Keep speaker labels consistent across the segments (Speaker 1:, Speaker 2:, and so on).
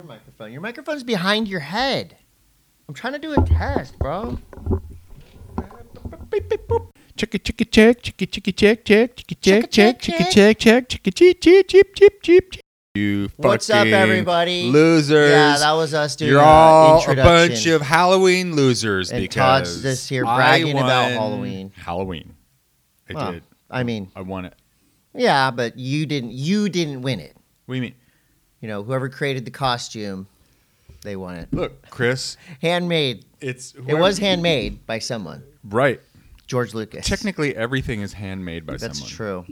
Speaker 1: Your microphone. Your microphone's behind your head. I'm trying to do a test, bro.
Speaker 2: Chicka chicka check, chicka chicka check, check, chicka
Speaker 1: Chicka
Speaker 2: check,
Speaker 1: check,
Speaker 2: check, chicka check, check, chicka cheep cheep cheep cheep cheep. cheep. You
Speaker 1: What's up,
Speaker 2: fucking
Speaker 1: everybody?
Speaker 2: Losers.
Speaker 1: Yeah, that was us doing
Speaker 2: You're
Speaker 1: our
Speaker 2: all a
Speaker 1: introduction.
Speaker 2: bunch of Halloween losers
Speaker 1: And
Speaker 2: because
Speaker 1: Todd's just here
Speaker 2: I
Speaker 1: bragging about
Speaker 2: won
Speaker 1: Halloween.
Speaker 2: Halloween. I
Speaker 1: Well,
Speaker 2: did.
Speaker 1: I mean,
Speaker 2: I won it.
Speaker 1: yeah, but you didn't. You didn't win it.
Speaker 2: What do you mean?
Speaker 1: You know, whoever created the costume, they won it.
Speaker 2: Look, Chris,
Speaker 1: Handmade.
Speaker 2: it's
Speaker 1: It was handmade by someone.
Speaker 2: right.
Speaker 1: George Lucas.
Speaker 2: Technically, everything is handmade by
Speaker 1: That's
Speaker 2: someone.
Speaker 1: true.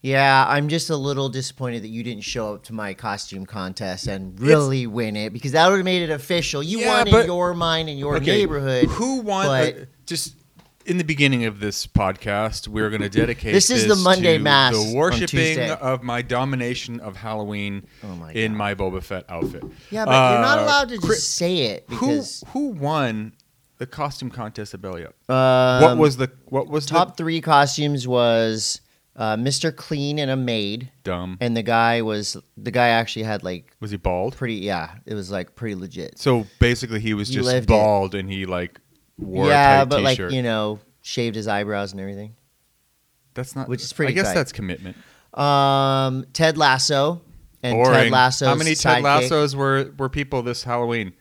Speaker 1: Yeah, I'm just a little disappointed that you didn't show up to my costume contest and really win it because that would have made it official. You
Speaker 2: Yeah,
Speaker 1: won in
Speaker 2: but-
Speaker 1: your mind and your
Speaker 2: Okay,
Speaker 1: neighborhood.
Speaker 2: Who won?
Speaker 1: but-
Speaker 2: uh, just in the beginning of this podcast, we're going to dedicate
Speaker 1: This is the Monday
Speaker 2: to
Speaker 1: Mass on
Speaker 2: the worshiping
Speaker 1: Tuesday.
Speaker 2: of my domination of Halloween
Speaker 1: Oh my
Speaker 2: in
Speaker 1: God.
Speaker 2: my Boba Fett outfit.
Speaker 1: Yeah, but you're not
Speaker 2: Uh,
Speaker 1: allowed to just
Speaker 2: Chris-
Speaker 1: say it
Speaker 2: Who
Speaker 1: because
Speaker 2: who won the costume contest at Belly Up?
Speaker 1: um,
Speaker 2: what was the what was
Speaker 1: top three costumes was uh, Mr. Clean and a maid,
Speaker 2: the dumb?
Speaker 1: and the guy was the guy actually had like
Speaker 2: Was he bald?
Speaker 1: pretty yeah, it was like pretty legit.
Speaker 2: So basically, he was
Speaker 1: He
Speaker 2: just
Speaker 1: lived it.
Speaker 2: bald, and he like wore
Speaker 1: yeah,
Speaker 2: a tight
Speaker 1: but
Speaker 2: t-shirt.
Speaker 1: like you know, shaved his eyebrows and everything.
Speaker 2: that's not
Speaker 1: which is pretty
Speaker 2: I guess
Speaker 1: tight.
Speaker 2: that's commitment.
Speaker 1: Um, Ted Lasso and Ted
Speaker 2: Boring.
Speaker 1: Lasso's
Speaker 2: How many Ted
Speaker 1: sidekick.
Speaker 2: Lassos were were people this Halloween?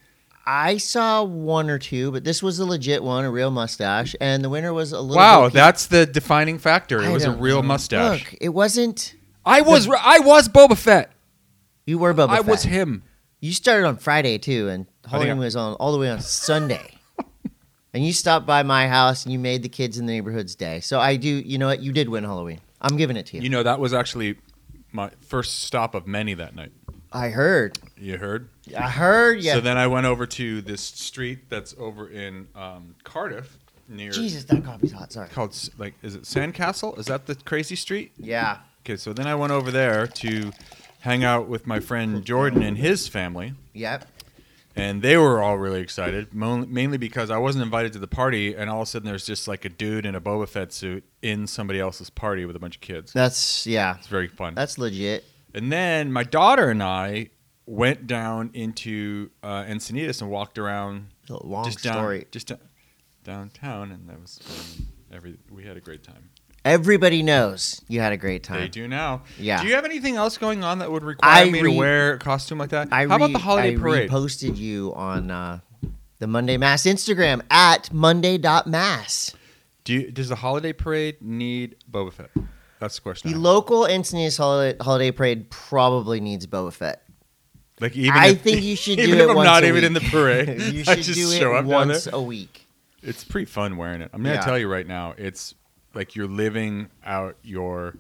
Speaker 1: I saw one or two, but this was a legit one, a real mustache, and the winner was a little.
Speaker 2: Wow,
Speaker 1: bit-
Speaker 2: that's the defining factor. It
Speaker 1: I
Speaker 2: was a
Speaker 1: don't
Speaker 2: real
Speaker 1: know.
Speaker 2: mustache.
Speaker 1: Look, it wasn't.
Speaker 2: I was I was Boba Fett.
Speaker 1: You were Boba
Speaker 2: I
Speaker 1: Fett.
Speaker 2: was him.
Speaker 1: You started on Friday too, and Halloween
Speaker 2: I-
Speaker 1: was on all the way on Sunday. and you stopped by my house and you made the kids in the neighborhood's day. So I do. You know what? You did win Halloween. I'm giving it to you.
Speaker 2: You know, that was actually my first stop of many that night.
Speaker 1: I heard.
Speaker 2: You heard?
Speaker 1: I heard. Yeah.
Speaker 2: So then I went over to this street that's over in um, Cardiff near
Speaker 1: Jesus, that coffee's hot. Sorry.
Speaker 2: called S- like is it Sandcastle? Is that the crazy street?
Speaker 1: Yeah.
Speaker 2: Okay, so then I went over there to hang out with my friend Jordan and his family.
Speaker 1: Yep.
Speaker 2: and they were all really excited, mo- mainly because I wasn't invited to the party, and all of a sudden there's just like a dude in a Boba Fett suit in somebody else's party with a bunch of kids.
Speaker 1: That's yeah.
Speaker 2: It's very fun.
Speaker 1: That's legit.
Speaker 2: And then my daughter and I went down into uh, Encinitas and walked around
Speaker 1: It's a long
Speaker 2: just down,
Speaker 1: story.
Speaker 2: just down, downtown, and that was um, every. We had a great time.
Speaker 1: Everybody knows you had a great
Speaker 2: They
Speaker 1: time.
Speaker 2: do now.
Speaker 1: Yeah.
Speaker 2: Do you have anything else going on that would require
Speaker 1: I
Speaker 2: me
Speaker 1: re-
Speaker 2: to wear a costume like that?
Speaker 1: I
Speaker 2: How about
Speaker 1: re-
Speaker 2: the holiday
Speaker 1: I
Speaker 2: parade?
Speaker 1: reposted you on uh, the Monday Mass Instagram at monday.mass.
Speaker 2: Do you, does the holiday parade need Boba Fett? That's the question. I
Speaker 1: The
Speaker 2: have.
Speaker 1: local Encinitas holiday, holiday parade probably needs Boba Fett.
Speaker 2: like even
Speaker 1: I
Speaker 2: if-
Speaker 1: think you should do
Speaker 2: even
Speaker 1: it
Speaker 2: if I'm
Speaker 1: once
Speaker 2: not
Speaker 1: a
Speaker 2: even in the
Speaker 1: week.
Speaker 2: parade.
Speaker 1: you
Speaker 2: I
Speaker 1: should
Speaker 2: just
Speaker 1: do it
Speaker 2: show up down
Speaker 1: once
Speaker 2: there.
Speaker 1: a week.
Speaker 2: It's pretty fun wearing it. I'm gonna
Speaker 1: Yeah.
Speaker 2: tell you right now, it's like you're living out your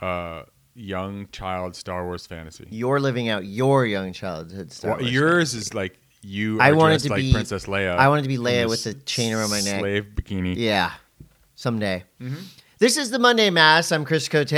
Speaker 2: uh, young child Star Wars fantasy.
Speaker 1: You're living out your young childhood Star
Speaker 2: Well,
Speaker 1: Wars
Speaker 2: yours is like you. Are
Speaker 1: I want it
Speaker 2: dressed
Speaker 1: to
Speaker 2: like
Speaker 1: be-
Speaker 2: Princess Leia.
Speaker 1: I wanted to be
Speaker 2: in
Speaker 1: Leia
Speaker 2: this
Speaker 1: with a chain around my neck.
Speaker 2: Slave bikini.
Speaker 1: Yeah, someday.
Speaker 2: Mm-hmm.
Speaker 1: This is the Monday Mass. I'm Chris Cote.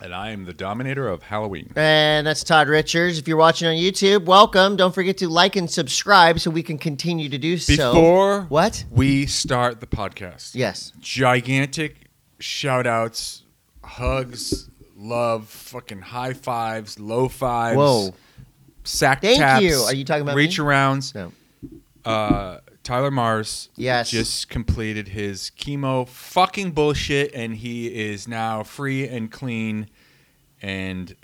Speaker 2: And I am the dominator of Halloween.
Speaker 1: And that's Todd Richards. If you're watching on YouTube, welcome. Don't forget to like and subscribe so we can continue to do so.
Speaker 2: Before
Speaker 1: what?
Speaker 2: we start the podcast,
Speaker 1: Yes.
Speaker 2: gigantic shout outs, hugs, love, fucking high fives, low fives.
Speaker 1: Whoa.
Speaker 2: Sack
Speaker 1: Thank
Speaker 2: taps.
Speaker 1: you. Are you talking about
Speaker 2: reach
Speaker 1: me?
Speaker 2: arounds?
Speaker 1: No.
Speaker 2: Uh, Tyler Mars
Speaker 1: Yes.
Speaker 2: just completed his chemo fucking bullshit and he is now free and clean and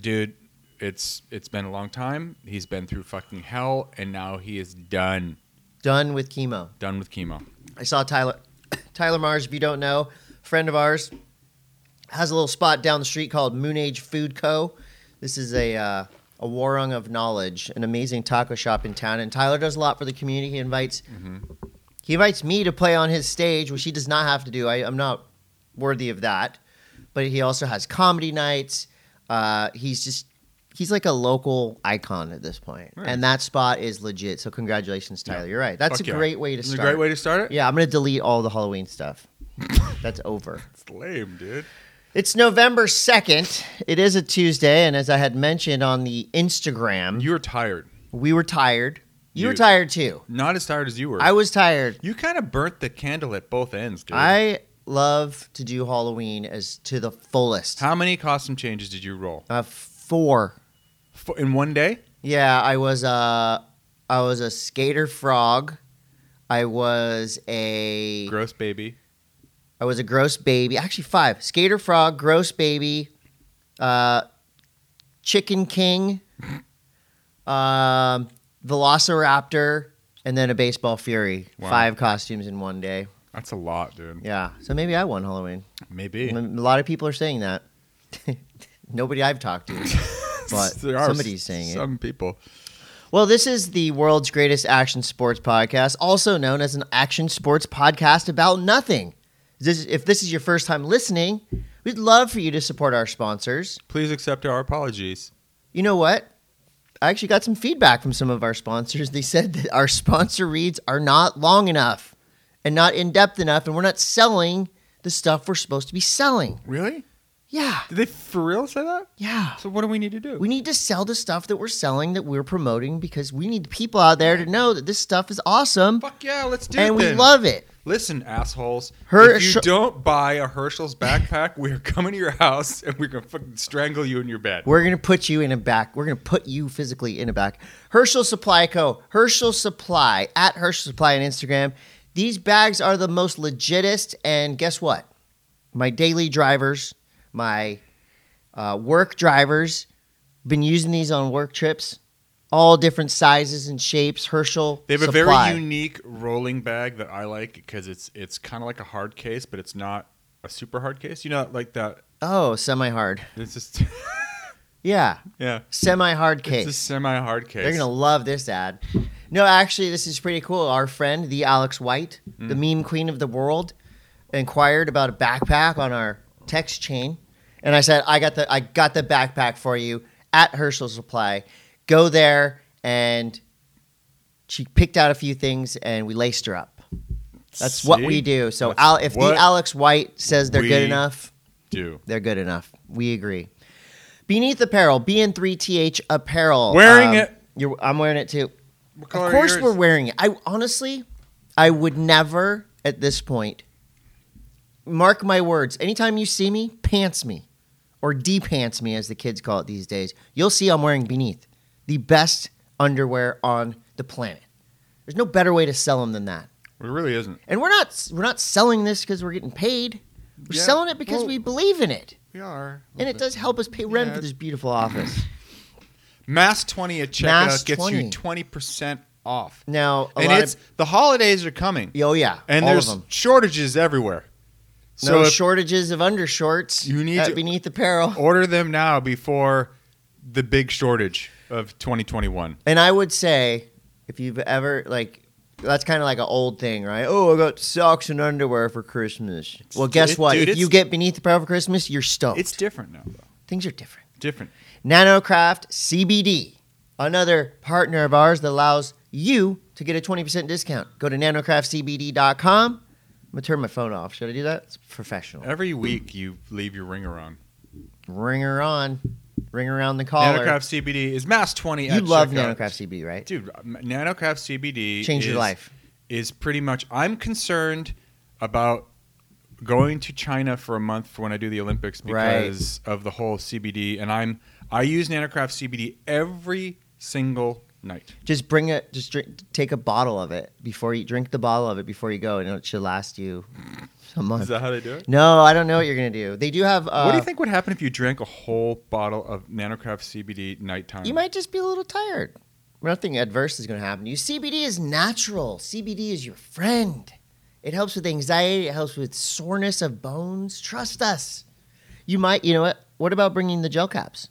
Speaker 2: dude it's it's been a long time. He's been through fucking hell and now he is done.
Speaker 1: Done with chemo.
Speaker 2: Done with chemo.
Speaker 1: I saw Tyler Tyler Mars, if you don't know, friend of ours, has a little spot down the street called Moon Age Food Co. This is a uh, a warung of knowledge, an amazing taco shop in town, and Tyler does a lot for the community. He invites
Speaker 2: Mm-hmm.
Speaker 1: he invites me to play on his stage, which he does not have to do. I, I'm not worthy of that, but he also has comedy nights. Uh, he's just he's like a local icon at this point.
Speaker 2: Right.
Speaker 1: and that spot is legit. So congratulations, Tyler. You're right. That's
Speaker 2: Fuck
Speaker 1: a
Speaker 2: yeah.
Speaker 1: great way to
Speaker 2: It's
Speaker 1: start.
Speaker 2: a great way to start it.
Speaker 1: Yeah, I'm gonna delete all the Halloween stuff. That's over.
Speaker 2: It's lame, dude.
Speaker 1: It's November second. It is a Tuesday, and as I had mentioned on the Instagram,
Speaker 2: You were tired.
Speaker 1: we were tired. You, were
Speaker 2: You-
Speaker 1: tired too.
Speaker 2: Not as tired as you were.
Speaker 1: I was tired.
Speaker 2: you kind of burnt the candle at both ends, dude.
Speaker 1: I love to do Halloween as to the fullest.
Speaker 2: How many costume changes did you roll?
Speaker 1: Uh, four.
Speaker 2: for, in one day?
Speaker 1: Yeah, I was a I was a skater frog. I was a
Speaker 2: Gross baby.
Speaker 1: I was a gross baby. Actually, five skater frog, gross baby, uh, chicken king, um, velociraptor, and then a baseball fury.
Speaker 2: Wow.
Speaker 1: Five costumes in one day.
Speaker 2: That's a lot, dude.
Speaker 1: Yeah, so maybe I won Halloween.
Speaker 2: Maybe.
Speaker 1: A lot of people are saying that. Nobody I've talked to. But somebody's saying it.
Speaker 2: Some people.
Speaker 1: Well, this is the world's greatest action sports podcast, also known as an action sports podcast about nothing. This, if this is your first time listening, we'd love for you to support our sponsors.
Speaker 2: Please accept our apologies.
Speaker 1: You know what? I actually got some feedback from some of our sponsors. They said that our sponsor reads are not long enough and not in depth enough, and we're not selling the stuff we're supposed to be selling.
Speaker 2: Really?
Speaker 1: Yeah,
Speaker 2: Did they for real say that?
Speaker 1: yeah.
Speaker 2: So what do we need to do?
Speaker 1: We need to sell the stuff that we're selling that we're promoting because we need people out there to know that this stuff is awesome
Speaker 2: Fuck yeah, let's do it.
Speaker 1: and we
Speaker 2: then.
Speaker 1: love it.
Speaker 2: Listen, assholes.
Speaker 1: Her-
Speaker 2: if you
Speaker 1: sh-
Speaker 2: don't buy a Herschel's backpack, we're coming to your house and we're gonna fucking strangle you in your bed.
Speaker 1: We're gonna put you in a back. We're gonna put you physically in a back. Herschel Supply Co. Herschel Supply at Herschel Supply on Instagram. These bags are the most legitest, and guess what? My daily drivers, my uh, work drivers, been using these on work trips, all different sizes and shapes. Herschel.
Speaker 2: They have a
Speaker 1: Supply.
Speaker 2: very unique rolling bag that I like because it's it's kind of like a hard case, but it's not a super hard case. You know, like that.
Speaker 1: Oh, semi-hard.
Speaker 2: It's just
Speaker 1: Yeah,
Speaker 2: yeah.
Speaker 1: semi-hard case.
Speaker 2: It's a semi-hard case.
Speaker 1: They're gonna love this ad. No, actually, this is pretty cool. Our friend, the Alex White, the
Speaker 2: Mm.
Speaker 1: meme queen of the world, inquired about a backpack on our text chain, and I said, "I got the I got the backpack for you at Herschel Supply. Go there." And she picked out a few things, and we laced her up. That's what
Speaker 2: See?
Speaker 1: we do. So,
Speaker 2: That's
Speaker 1: Al, if
Speaker 2: what
Speaker 1: the Alex White says they're good
Speaker 2: we
Speaker 1: enough,
Speaker 2: do.
Speaker 1: they're good enough. We agree. Beneath Apparel, BN3TH Apparel. Um,
Speaker 2: Wearing it.
Speaker 1: You're, I'm wearing it too.
Speaker 2: What color
Speaker 1: Of
Speaker 2: are
Speaker 1: course,
Speaker 2: yours?
Speaker 1: we're wearing it. I honestly, I would never at this point. Mark my words. Anytime you see me, pants me, or de-pants me, as the kids call it these days. You'll see I'm wearing Beneath, the best underwear on the planet. There's no better way to sell them than that.
Speaker 2: It really isn't.
Speaker 1: And we're not we're not selling this because we're getting paid. We're
Speaker 2: Yeah,
Speaker 1: selling it because
Speaker 2: well-
Speaker 1: we believe in it
Speaker 2: We are.
Speaker 1: and it does help us pay rent
Speaker 2: Yeah.
Speaker 1: for this beautiful office.
Speaker 2: Mass twenty at checkout
Speaker 1: Mass
Speaker 2: gets
Speaker 1: 20.
Speaker 2: you twenty percent off.
Speaker 1: Now, a
Speaker 2: and
Speaker 1: lot
Speaker 2: it's
Speaker 1: of
Speaker 2: the holidays are coming,
Speaker 1: oh yeah,
Speaker 2: and
Speaker 1: all of
Speaker 2: there's
Speaker 1: them.
Speaker 2: shortages everywhere. So
Speaker 1: no
Speaker 2: if-
Speaker 1: shortages of undershorts.
Speaker 2: You need
Speaker 1: at
Speaker 2: to-
Speaker 1: beneath apparel,
Speaker 2: order them now before the big shortage of 2021.
Speaker 1: and I would say if you've ever like. That's kind of like an old thing, right? Oh, I got socks and underwear for Christmas. well, guess
Speaker 2: it-
Speaker 1: what?
Speaker 2: dude,
Speaker 1: if you
Speaker 2: it's-
Speaker 1: get beneath apparel for Christmas, you're stoked.
Speaker 2: It's different now, though.
Speaker 1: Things are different.
Speaker 2: Different.
Speaker 1: Nanocraft CBD, another partner of ours that allows you to get a 20% discount. Go to nanocraftcbd.com. I'm going to turn my phone off. Should I do that? It's professional.
Speaker 2: Every week you leave your ringer on.
Speaker 1: Ring her on. Ring around the collar.
Speaker 2: Nanocraft CBD is mass 20.
Speaker 1: you
Speaker 2: at
Speaker 1: love
Speaker 2: checkout.
Speaker 1: Nanocraft CBD, right?
Speaker 2: dude. uh, m- Nanocraft CBD
Speaker 1: Change your
Speaker 2: is-
Speaker 1: life.
Speaker 2: is pretty much. I'm concerned about going to China for a month for when I do the Olympics
Speaker 1: Right.
Speaker 2: because of the whole CBD, and I'm I use Nanocraft CBD every single night.
Speaker 1: Just bring it. Just drink, take a bottle of it before you drink the bottle of it before you go, and it should last you a month.
Speaker 2: Is that how they do it?
Speaker 1: no, I don't know what you're gonna do. They do have. Uh,
Speaker 2: what do you think would happen if you drank a whole bottle of Nanocraft CBD nighttime?
Speaker 1: You might just be a little tired. Nothing adverse is going to happen to you. CBD is natural. CBD is your friend. It helps with anxiety. It helps with soreness of bones. Trust us. You might, you know what? What about bringing the gel caps?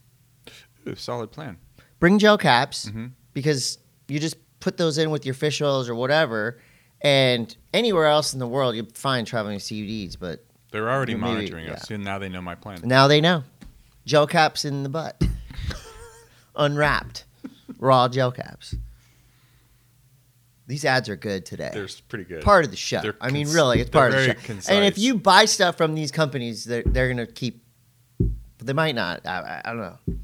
Speaker 2: Ooh, solid plan.
Speaker 1: Bring gel caps
Speaker 2: Mhm.
Speaker 1: because you just put those in with your fish oils or whatever. And anywhere else in the world, you'll find traveling CBDs, but
Speaker 2: They're already
Speaker 1: Maybe,
Speaker 2: monitoring
Speaker 1: yeah.
Speaker 2: us, and now they know my plan.
Speaker 1: Now they know. Gel caps in the butt. Unwrapped. Raw gel caps. These ads are good today.
Speaker 2: They're s- pretty good.
Speaker 1: part of the show.
Speaker 2: They're
Speaker 1: I mean,
Speaker 2: cons-
Speaker 1: really, it's
Speaker 2: they're
Speaker 1: part of the show.
Speaker 2: very
Speaker 1: And if
Speaker 2: concise.
Speaker 1: you buy stuff from these companies, they're, they're going to keep, but they might not. I, I, I don't know.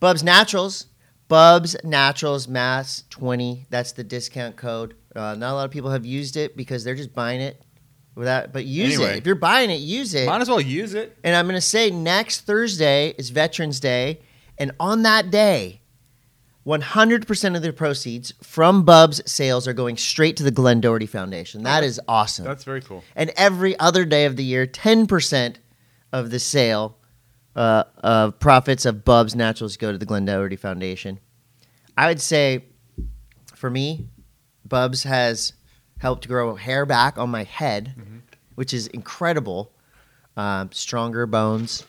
Speaker 1: Bubs Naturals. Bubs Naturals Mass 20. That's the discount code. Uh, not a lot of people have used it because they're just buying it without, but use it.
Speaker 2: Anyway.
Speaker 1: If you're buying it, use it.
Speaker 2: Might as well use it.
Speaker 1: And I'm going to say next Thursday is Veterans Day. And on that day, 100% of the proceeds from Bub's sales are going straight to the Glenn Doherty Foundation. That is awesome.
Speaker 2: That's very cool.
Speaker 1: and every other day of the year, 10% of the sale uh, of profits of Bub's Naturals go to the Glenn Doherty Foundation. I would say, for me, Bub's has helped grow hair back on my head,
Speaker 2: Mm-hmm.
Speaker 1: which is incredible. Um, stronger bones,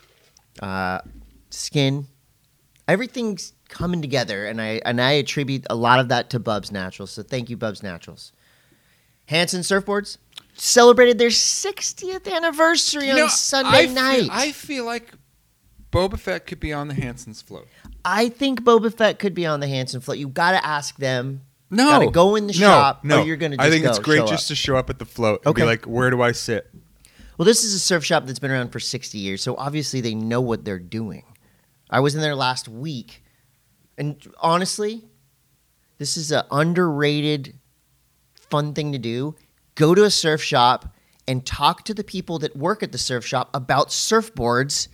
Speaker 1: uh, skin, everything's coming together, and I and I attribute a lot of that to Bub's Naturals. So thank you, Bub's Naturals. Hanson Surfboards celebrated their 60th anniversary on Sunday
Speaker 2: I feel-
Speaker 1: night.
Speaker 2: I
Speaker 1: I,
Speaker 2: feel like Boba Fett could be on the Hanson's float.
Speaker 1: think Boba Fett could be on the Hanson float. You got to ask them.
Speaker 2: No,
Speaker 1: Gotta go in the
Speaker 2: no,
Speaker 1: shop, or
Speaker 2: No,
Speaker 1: you're gonna
Speaker 2: I
Speaker 1: just
Speaker 2: think it's
Speaker 1: go,
Speaker 2: great
Speaker 1: show
Speaker 2: just
Speaker 1: up.
Speaker 2: to show up at the float and
Speaker 1: Okay.
Speaker 2: be like, "Where do I sit?"
Speaker 1: Well, this is a surf shop that's been around for 60 years, so obviously they know what they're doing. I was in there last week, and honestly, this is an underrated, fun thing to do. Go to a surf shop and talk to the people that work at the surf shop about surfboards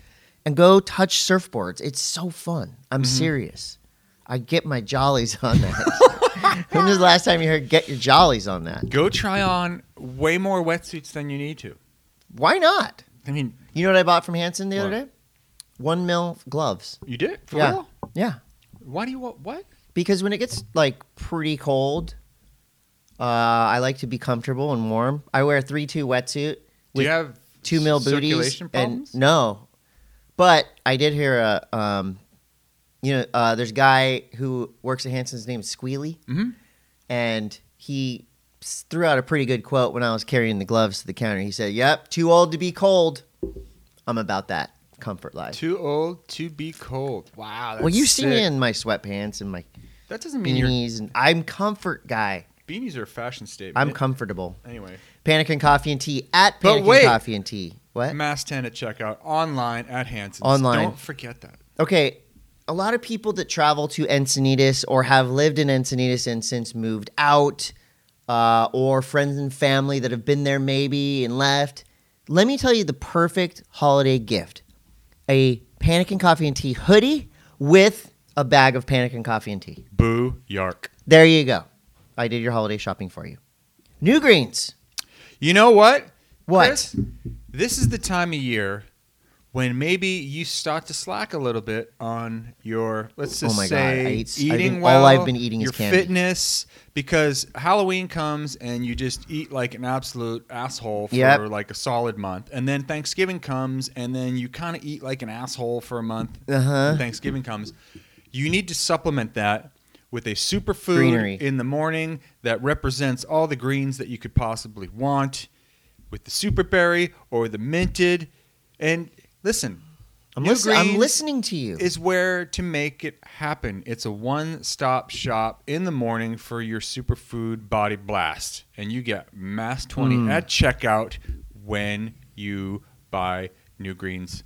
Speaker 1: and go touch surfboards. It's so fun. I'm serious. I get my jollies on that. when was the last time you heard get your jollies on that?
Speaker 2: Go try on way more wetsuits than you need to.
Speaker 1: Why not?
Speaker 2: I mean,
Speaker 1: You know what I bought from Hanson the
Speaker 2: What?
Speaker 1: other day? One mil gloves.
Speaker 2: you did for
Speaker 1: yeah.
Speaker 2: real.
Speaker 1: Yeah.
Speaker 2: Why do you want what?
Speaker 1: Because when it gets like pretty cold, uh, I like to be comfortable and warm. I wear a three two wetsuit
Speaker 2: Do
Speaker 1: with
Speaker 2: you have
Speaker 1: two mil booties.
Speaker 2: circulation
Speaker 1: And
Speaker 2: problems?
Speaker 1: no. But I did hear a um, you know, uh, there's a guy who works at Hanson's name is Squealy.
Speaker 2: Mhm.
Speaker 1: And he s- threw out a pretty good quote when I was carrying the gloves to the counter. He said, Yep, too old to be cold. I'm about that comfort life.
Speaker 2: Too old to be cold. Wow.
Speaker 1: Well, you
Speaker 2: that's
Speaker 1: see me
Speaker 2: sick.
Speaker 1: in Mm. my sweatpants and my
Speaker 2: That doesn't mean your
Speaker 1: beanies, and I'm comfort guy.
Speaker 2: beanies are a fashion statement.
Speaker 1: I'm comfortable.
Speaker 2: anyway.
Speaker 1: Panic and coffee and tea at
Speaker 2: But
Speaker 1: Panic
Speaker 2: wait.
Speaker 1: and Coffee and Tea. What?
Speaker 2: Mass ten at checkout online at Hanson's.
Speaker 1: Online.
Speaker 2: Don't forget that.
Speaker 1: Okay, a lot of people that travel to Encinitas or have lived in Encinitas and since moved out, uh, or friends and family that have been there maybe and left. Let me tell you the perfect holiday gift: a Panic and Coffee and Tea hoodie with a bag of Panic and Coffee and Tea.
Speaker 2: Boo Yark.
Speaker 1: There you go. I did your holiday shopping for you. New greens.
Speaker 2: You know what?
Speaker 1: What?
Speaker 2: Chris? This is the time of year when maybe you start to slack a little bit on your let's
Speaker 1: Oh
Speaker 2: just
Speaker 1: my God,
Speaker 2: say
Speaker 1: I ate- I
Speaker 2: eating
Speaker 1: think
Speaker 2: well.
Speaker 1: all I've been eating is
Speaker 2: your
Speaker 1: candy.
Speaker 2: fitness because Halloween comes and you just eat like an absolute asshole for
Speaker 1: Yep.
Speaker 2: like a solid month, and then Thanksgiving comes and then you kind of eat like an asshole for a month.
Speaker 1: Uh-huh.
Speaker 2: and Thanksgiving comes, you need to supplement that with a superfood
Speaker 1: Greenery.
Speaker 2: in the morning that represents all the greens that you could possibly want with the superberry or the minted. And listen,
Speaker 1: I'm,
Speaker 2: New
Speaker 1: listen- I'm
Speaker 2: greens
Speaker 1: listening to you.
Speaker 2: is where to make it happen. It's a one stop shop in the morning for your superfood body blast. And you get mass 20
Speaker 1: Hmm.
Speaker 2: at checkout when you buy new greens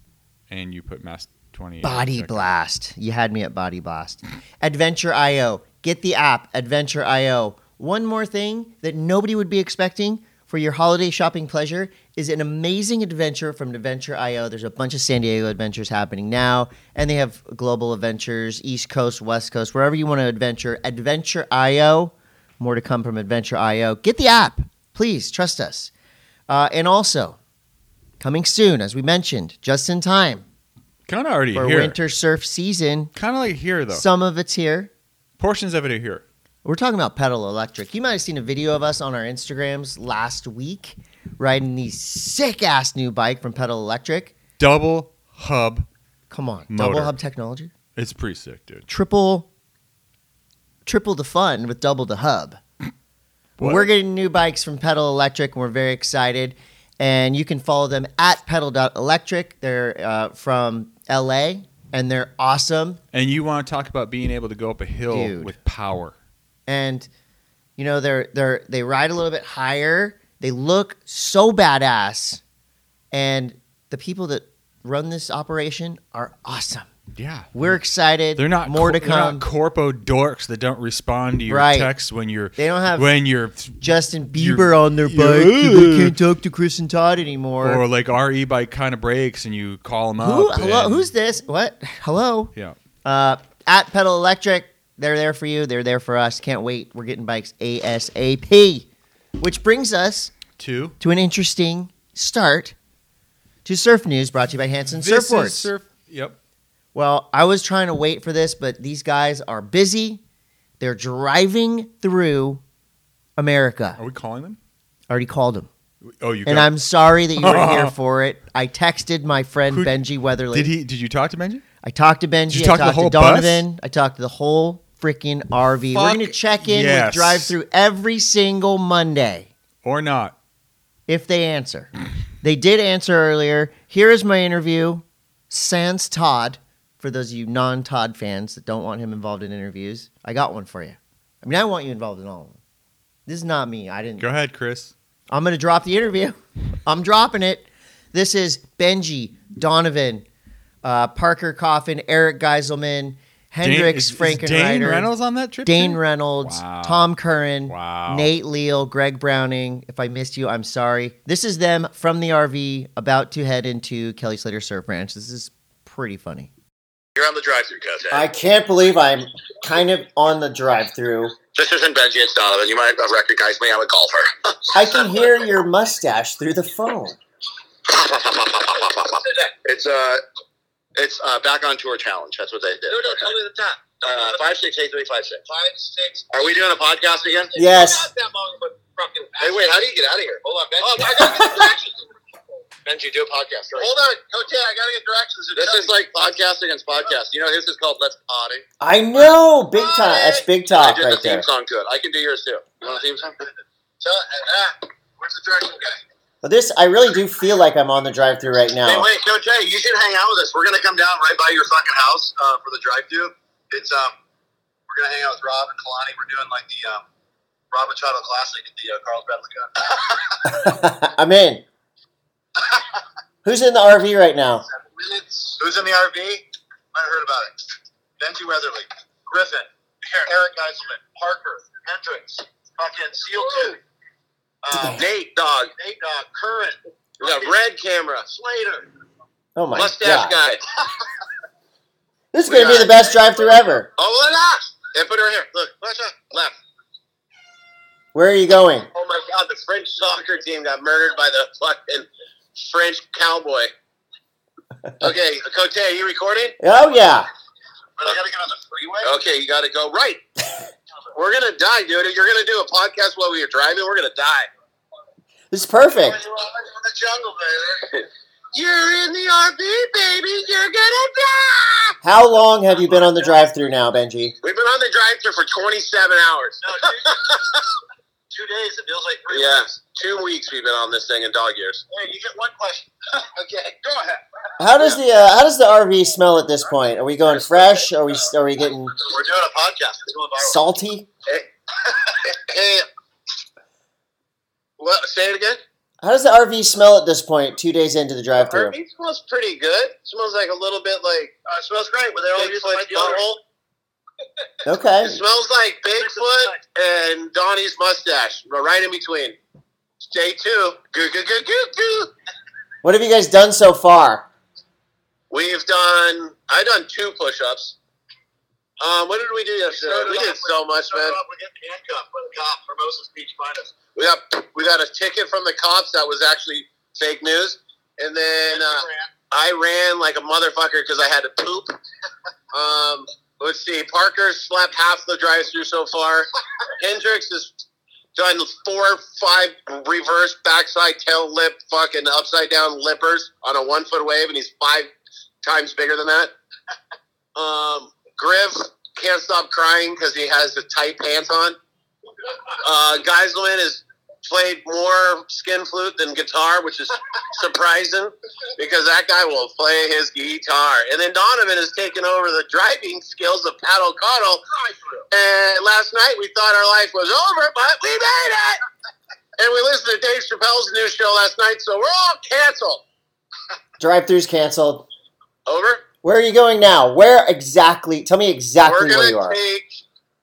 Speaker 2: and you put mass 20 at
Speaker 1: Body
Speaker 2: checkout.
Speaker 1: Blast. You had me at Body Blast. Adventure IO. Get the app, Adventure IO. One more thing that nobody would be expecting for your holiday shopping pleasure is an amazing adventure from Adventure IO. There's a bunch of San Diego adventures happening now, and they have global adventures, East Coast, West Coast, wherever you want to adventure. Adventure IO. More to come from Adventure IO. Get the app, please. Trust us. Uh, and also, coming soon, as we mentioned, just in time
Speaker 2: Kind of already
Speaker 1: for
Speaker 2: here.
Speaker 1: winter surf season.
Speaker 2: Kind of like here though.
Speaker 1: Some of it's here.
Speaker 2: Portions of it are here.
Speaker 1: We're talking about pedal electric. You might have seen a video of us on our Instagrams last week riding the sick ass new bike from Pedal Electric.
Speaker 2: Double hub.
Speaker 1: Come on, double
Speaker 2: Motor.
Speaker 1: hub technology,
Speaker 2: It's pretty sick, dude.
Speaker 1: triple, triple the fun with double the hub.
Speaker 2: What?
Speaker 1: We're getting new bikes from Pedal Electric, and we're very excited. And you can follow them at pedal.electric. They're uh, from LA, and they're awesome.
Speaker 2: And you want to talk about being able to go up a hill
Speaker 1: Dude.
Speaker 2: with power.
Speaker 1: and you know they're they're they ride a little bit higher. They look so badass, and the people that run this operation are awesome.
Speaker 2: Yeah.
Speaker 1: We're excited.
Speaker 2: They're not
Speaker 1: more
Speaker 2: cor-
Speaker 1: to
Speaker 2: They're
Speaker 1: come.
Speaker 2: not corpo dorks that don't respond to your
Speaker 1: Right.
Speaker 2: texts when you're
Speaker 1: They don't have
Speaker 2: when you're
Speaker 1: Justin Bieber
Speaker 2: You're-
Speaker 1: on their
Speaker 2: you're-
Speaker 1: bike. They can't talk to Chris and Todd anymore.
Speaker 2: or like our e bike kind of breaks and you call them
Speaker 1: Who?
Speaker 2: up.
Speaker 1: Hello?
Speaker 2: and-
Speaker 1: Who's this? What? Hello?
Speaker 2: yeah?
Speaker 1: Uh, at Pedal Electric, They're there for you. They're there for us. Can't wait. We're getting bikes ASAP. Which brings us
Speaker 2: Two.
Speaker 1: to an interesting start to surf news brought to you by Hanson
Speaker 2: This is
Speaker 1: Surfboards.
Speaker 2: Surf. Yep.
Speaker 1: Well, I was trying to wait for this, but these guys are busy. They're driving through America.
Speaker 2: Are we calling them?
Speaker 1: I already called them.
Speaker 2: Oh, you.
Speaker 1: And
Speaker 2: got-
Speaker 1: I'm sorry that you were here for it. I texted my friend
Speaker 2: Who-
Speaker 1: Benji Weatherly.
Speaker 2: Did he? Did you talk to Benji?
Speaker 1: I talked to Benji.
Speaker 2: Did you talk
Speaker 1: I
Speaker 2: to the
Speaker 1: talked to,
Speaker 2: whole bus?
Speaker 1: Donovan. I talked to the whole freaking RV. We're
Speaker 2: Fuck
Speaker 1: going to check in
Speaker 2: yes.
Speaker 1: with drive through every single Monday
Speaker 2: Or not?
Speaker 1: if they answer. they did answer earlier. Here is my interview. Sans Todd, for those of you non Todd fans that don't want him involved in interviews, I got one for you. I mean, I want you involved in all of them. This is not me. I didn't.
Speaker 2: Go ahead, Chris.
Speaker 1: I'm going to drop the interview. I'm dropping it. This is Benji, Donovan, uh, Parker Coffin, Eric Geiselman, Hendrix,
Speaker 2: Dane, is, is Dane
Speaker 1: Frankenreiter,
Speaker 2: Reynolds on that trip.
Speaker 1: Dane
Speaker 2: too?
Speaker 1: Reynolds,
Speaker 2: Wow.
Speaker 1: Tom Curran,
Speaker 2: Wow.
Speaker 1: Nate Leal, Greg Browning. If I missed you, I'm sorry. This is them from the RV about to head into Kelly Slater Surf Ranch. This is pretty funny.
Speaker 3: You're on the drive-through, Kazan.
Speaker 1: I can't believe I'm kind of on the drive through.
Speaker 3: this isn't Benji. It's Donovan. You might have recognized me. I'm a golfer.
Speaker 1: I can hear your mustache through the phone.
Speaker 3: it's uh, it's uh, back on tour challenge. That's what they did. No, no, tell me the time. Uh, five six eight three five six. Five six. Are we doing a podcast again?
Speaker 1: Yes.
Speaker 3: that long, but fucking. Hey, wait. How do you get out of here? Hold on, Benji. Oh, I gotta get directions. Benji, do a podcast. Right? Hold on, Coach. I gotta get directions. This is like podcast against podcast. You know, this is called Let's Potty.
Speaker 1: I know, big time. That's big talk
Speaker 3: I did
Speaker 1: right
Speaker 3: the theme
Speaker 1: there.
Speaker 3: song to it. I can do yours too. You want a theme song? So, uh, where's the direction guy?
Speaker 1: Well, this I really do feel like I'm on the drive-through right
Speaker 3: Hey,
Speaker 1: now.
Speaker 3: wait, no, Jay, you should hang out with us. We're gonna come down right by your fucking house uh, for the drive-thru. It's um, we're gonna hang out with Rob and Kalani. We're doing like the um, Rob Machado Classic at the uh, Carlsbad Lagoon.
Speaker 1: I'm in. Who's in the RV right now?
Speaker 3: Who's in the RV? Might have heard about it. Benji Weatherly, Griffin, Eric Eiselman, Parker, Hendricks, fucking Seal Tooth, uh, Nate Dog, Nate Dog, Curran, the Red Camera, Slater,
Speaker 1: Oh my god!
Speaker 3: Mustache Guy.
Speaker 1: This is gonna be the best drive-through ever.
Speaker 3: Oh, look at And put her here. Look, watch out. Left.
Speaker 1: Where are you going?
Speaker 3: Oh my God, the French soccer team got murdered by the fucking French cowboy. Okay, Cote, are you recording?
Speaker 1: Oh yeah,
Speaker 3: But I gotta get on the freeway. Okay, you gotta go right. we're gonna die, dude. If you're gonna do a podcast while we are driving, we're gonna die.
Speaker 1: this is perfect.
Speaker 3: the jungle, baby. You're in the RV, baby. You're gonna die.
Speaker 1: How long have you been on the drive-through now, Benji?
Speaker 3: We've been on the drive-thru for 27 hours. No, two days. It feels like three. Yeah, two weeks we've been on this thing in dog years. Hey, you get one question. okay, go ahead.
Speaker 1: How does the uh, how does the RV smell at this point? Are we going fresh? Are we are we getting
Speaker 3: We're doing a podcast. It's going viral.
Speaker 1: salty?
Speaker 3: hey, what? Say it again.
Speaker 1: How does the RV smell at this point? Two days into the drive-through.
Speaker 3: It smells pretty good. smells like a little bit like. Uh, it smells great. With all
Speaker 4: using my deodorant.
Speaker 1: Okay.
Speaker 3: It smells like Bigfoot and Donnie's mustache, but right in between. Stay tuned. Goo goo goo goo goo.
Speaker 1: What have you guys done so far?
Speaker 3: We've done. I done two push-ups. Um, what did we do yesterday?
Speaker 4: started
Speaker 3: We did
Speaker 4: off
Speaker 3: so much, man.
Speaker 4: Started off with getting handcuffed by the cop for Moses Beach Finest.
Speaker 3: We got we got a ticket from the cops that was actually fake news, and then uh, I ran like a motherfucker because I had to poop. Um, let's see, Parker slapped half the drive-through so far. Hendricks has done four, five reverse backside tail lip, fucking upside down lippers on a one-foot wave, and he's five times bigger than that. Um, Griff can't stop crying because he has the tight pants on. Uh, Geiselman has played more skin flute than guitar, which is surprising because that guy will play his guitar. And then Donovan has taken over the driving skills of Pat O'Connell. And last night we thought our life was over, but we made it. And we listened to Dave Chappelle's new show last night, so we're all canceled.
Speaker 1: Drive-throughs canceled.
Speaker 3: Over.
Speaker 1: Where are you going now? Where exactly? Tell me
Speaker 3: We're
Speaker 1: exactly where
Speaker 3: gonna
Speaker 1: you are.
Speaker 3: take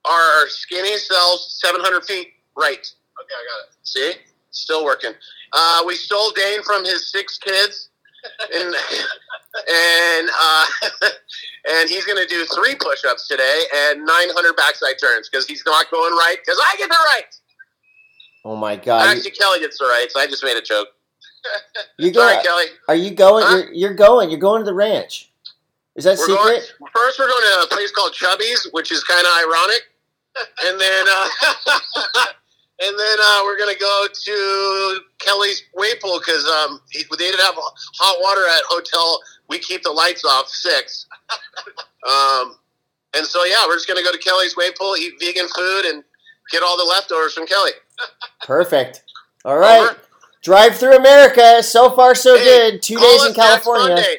Speaker 3: our skinny cells 700 feet right. Okay, I got it. See, still working. Uh, we stole Dane from his six kids, and and uh, and he's gonna do three push-ups today and 900 backside turns because he's not going right because I get the right.
Speaker 1: Oh my god.
Speaker 3: Actually, Kelly gets the right, so I just made a joke.
Speaker 1: You, you
Speaker 3: Sorry,
Speaker 1: going?
Speaker 3: Kelly.
Speaker 1: Are you going?
Speaker 3: Huh?
Speaker 1: You're, you're going. You're going to the ranch. Is that
Speaker 3: We're
Speaker 1: secret?
Speaker 3: going first. We're going to a place called Chubby's, which is kind of ironic, and then uh, and then uh, we're going to go to Kelly's wave pool because um, he- they didn't have hot water at hotel. We keep the lights off six, um, and so yeah, we're just going to go to Kelly's wave pool, eat vegan food, and get all the leftovers from Kelly.
Speaker 1: Perfect. All right.
Speaker 3: Over.
Speaker 1: Drive through America. So far, so
Speaker 3: Hey,
Speaker 1: good. Two
Speaker 3: Call
Speaker 1: days
Speaker 3: us
Speaker 1: in California.
Speaker 3: Next Monday.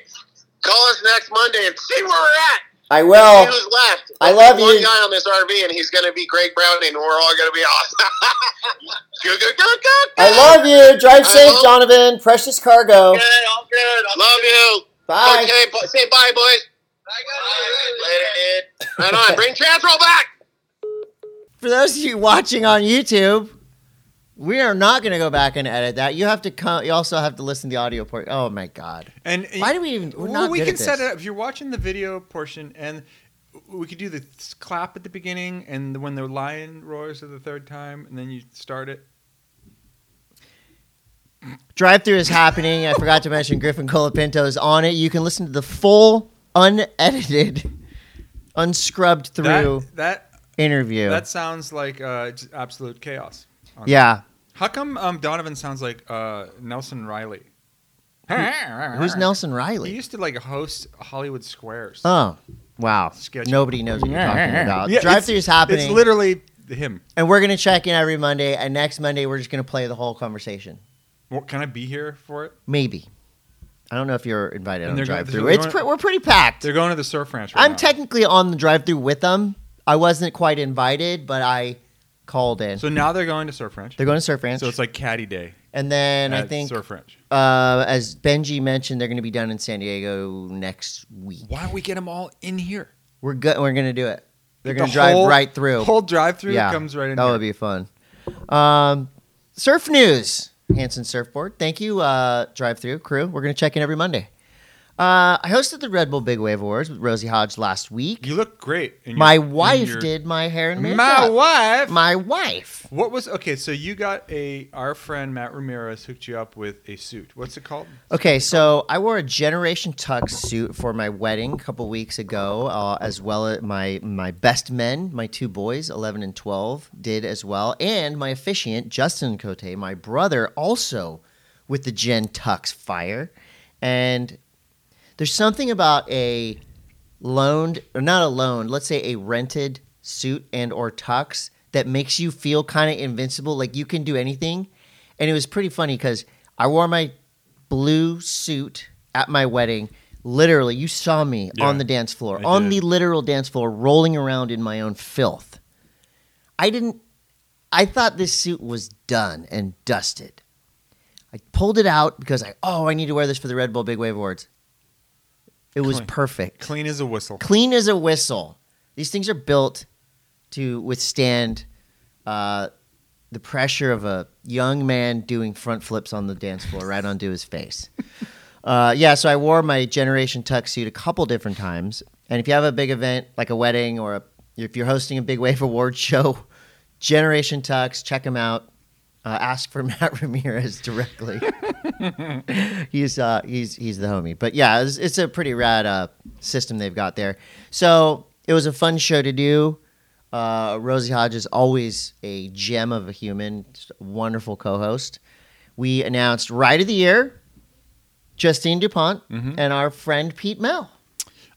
Speaker 3: Call us next Monday and see where we're at.
Speaker 1: I
Speaker 3: See
Speaker 1: will.
Speaker 3: who's left.
Speaker 1: I love
Speaker 3: one
Speaker 1: you.
Speaker 3: guy on this RV, and he's going to be Greg Browning, and we're all going to be awesome. good, good, good, good,
Speaker 1: I love you. Drive
Speaker 3: I
Speaker 1: safe,
Speaker 3: love-
Speaker 1: Donovan. Precious cargo.
Speaker 4: Good, I'm good. I'm
Speaker 3: Love you.
Speaker 1: Bye.
Speaker 3: Okay, bo- say bye, boys. Later, dude. Right on. Bring Chantrell back.
Speaker 1: For those of you watching on YouTube, we are not going to go back and edit that. You have to come. You also have to listen to the audio part. Oh my god.
Speaker 2: And
Speaker 1: Why do we even? We're
Speaker 2: well,
Speaker 1: not
Speaker 2: we
Speaker 1: good
Speaker 2: can
Speaker 1: at
Speaker 2: set
Speaker 1: this.
Speaker 2: it up. If you're watching the video portion, and we could do the th- clap at the beginning, and when the lion roars for the third time, and then you start it.
Speaker 1: Drive through is happening. I forgot to mention Griffin Colapinto is on it. You can listen to the full, unedited, unscrubbed through
Speaker 2: That that
Speaker 1: interview.
Speaker 2: that sounds like uh, just absolute chaos. on-
Speaker 1: yeah.
Speaker 2: How come um, Donovan sounds like uh, Nelson Riley?
Speaker 1: Who's Nelson
Speaker 2: He
Speaker 1: Riley?
Speaker 2: used to like host Hollywood Squares.
Speaker 1: Oh, wow.
Speaker 2: Sketchy.
Speaker 1: Nobody knows what you're talking about.
Speaker 2: Yeah,
Speaker 1: Drive
Speaker 2: it's-
Speaker 1: through is happening.
Speaker 2: It's literally him.
Speaker 1: and we're going to check in every Monday. And next Monday, we're just going to play the whole conversation.
Speaker 2: Well, Can I be here for it?
Speaker 1: Maybe. I don't know if you're invited
Speaker 2: And
Speaker 1: on the
Speaker 2: they're going-
Speaker 1: drive through.
Speaker 2: they're
Speaker 1: It's
Speaker 2: going-
Speaker 1: pre- we're pretty packed.
Speaker 2: They're going to the surf ranch. Right
Speaker 1: I'm
Speaker 2: now.
Speaker 1: technically on the drive through with them. I wasn't quite invited, but I called in.
Speaker 2: So now they're going to surf ranch.
Speaker 1: they're going to Surf Ranch.
Speaker 2: So it's like Caddy Day.
Speaker 1: and then I
Speaker 2: at
Speaker 1: think,
Speaker 2: surf ranch.
Speaker 1: uh, as Benji mentioned, they're going to be done in San Diego next week.
Speaker 2: Why don't we get them all in here?
Speaker 1: We're good. We're going to do it. They're
Speaker 2: The
Speaker 1: going to drive
Speaker 2: whole-
Speaker 1: right through.
Speaker 2: Whole drive through
Speaker 1: Yeah,
Speaker 2: comes right in.
Speaker 1: That
Speaker 2: here.
Speaker 1: would be fun. Um, surf news, Hanson Surfboard. Thank you, uh, drive through crew. We're going to check in every Monday. Uh, I hosted the Red Bull Big Wave Awards with Rosie Hodge last week.
Speaker 2: you look great. in your-
Speaker 1: my
Speaker 2: in
Speaker 1: wife
Speaker 2: your-
Speaker 1: did my hair and makeup.
Speaker 2: My wife.
Speaker 1: My wife.
Speaker 2: What was okay? So you got a our friend Matt Ramirez hooked you up with a suit. What's it called?
Speaker 1: Okay, so I wore a Generation Tux suit for my wedding a couple weeks ago, uh, as well as my my best men, my two boys, eleven and twelve, did as well, and my officiant Justin Cote, my brother, also with the Gen Tux fire, and there's something about a loaned or not a loaned, let's say a rented suit and or tux that makes you feel kind of invincible, like you can do anything. And it was pretty funny because I wore my blue suit at my wedding. Literally, you saw me
Speaker 2: Yeah,
Speaker 1: on the dance floor,
Speaker 2: I
Speaker 1: on
Speaker 2: did.
Speaker 1: the literal dance floor, rolling around in my own filth. I didn't. I thought this suit was done and dusted. I pulled it out because I oh I need to wear this for the Red Bull Big Wave Awards. It was
Speaker 2: Clean.
Speaker 1: perfect
Speaker 2: Clean as a whistle.
Speaker 1: clean as a whistle. These things are built to withstand uh, the pressure of a young man doing front flips on the dance floor right onto his face. Uh, yeah, so I wore my Generation Tux suit a couple different times. And if you have a big event like a wedding or a, if you're hosting a Big Wave Award show, Generation Tux, check them out. Uh, ask for Matt Ramirez directly. he's uh, he's he's the homie. But yeah, it's, it's a pretty rad uh, system they've got there. So it was a fun show to do. Uh, Rosie Hodge is always a gem of a human, just a wonderful co-host. We announced Ride of the Year, Justine Dupont,
Speaker 2: Mhm.
Speaker 1: and our friend Pete Mel.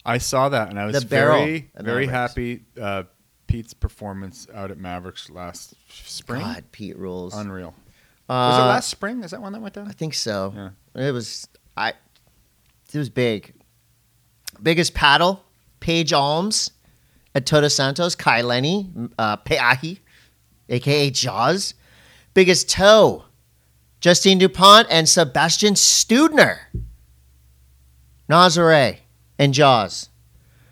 Speaker 2: I saw that and I was
Speaker 1: The barrel
Speaker 2: very
Speaker 1: at
Speaker 2: very
Speaker 1: Mavericks.
Speaker 2: happy. Uh, Pete's performance out at Mavericks last spring.
Speaker 1: God, Pete rules.
Speaker 2: Unreal.
Speaker 1: Uh,
Speaker 2: Was it last spring? Is that one that went
Speaker 1: I
Speaker 2: down?
Speaker 1: think so. It was I. It was big. Biggest paddle, Paige Alms, at Toto Santos, Kai Lenny, uh, Peahi, aka Jaws. Biggest toe, Justine Dupont and Sebastian Studner. Nazare and Jaws.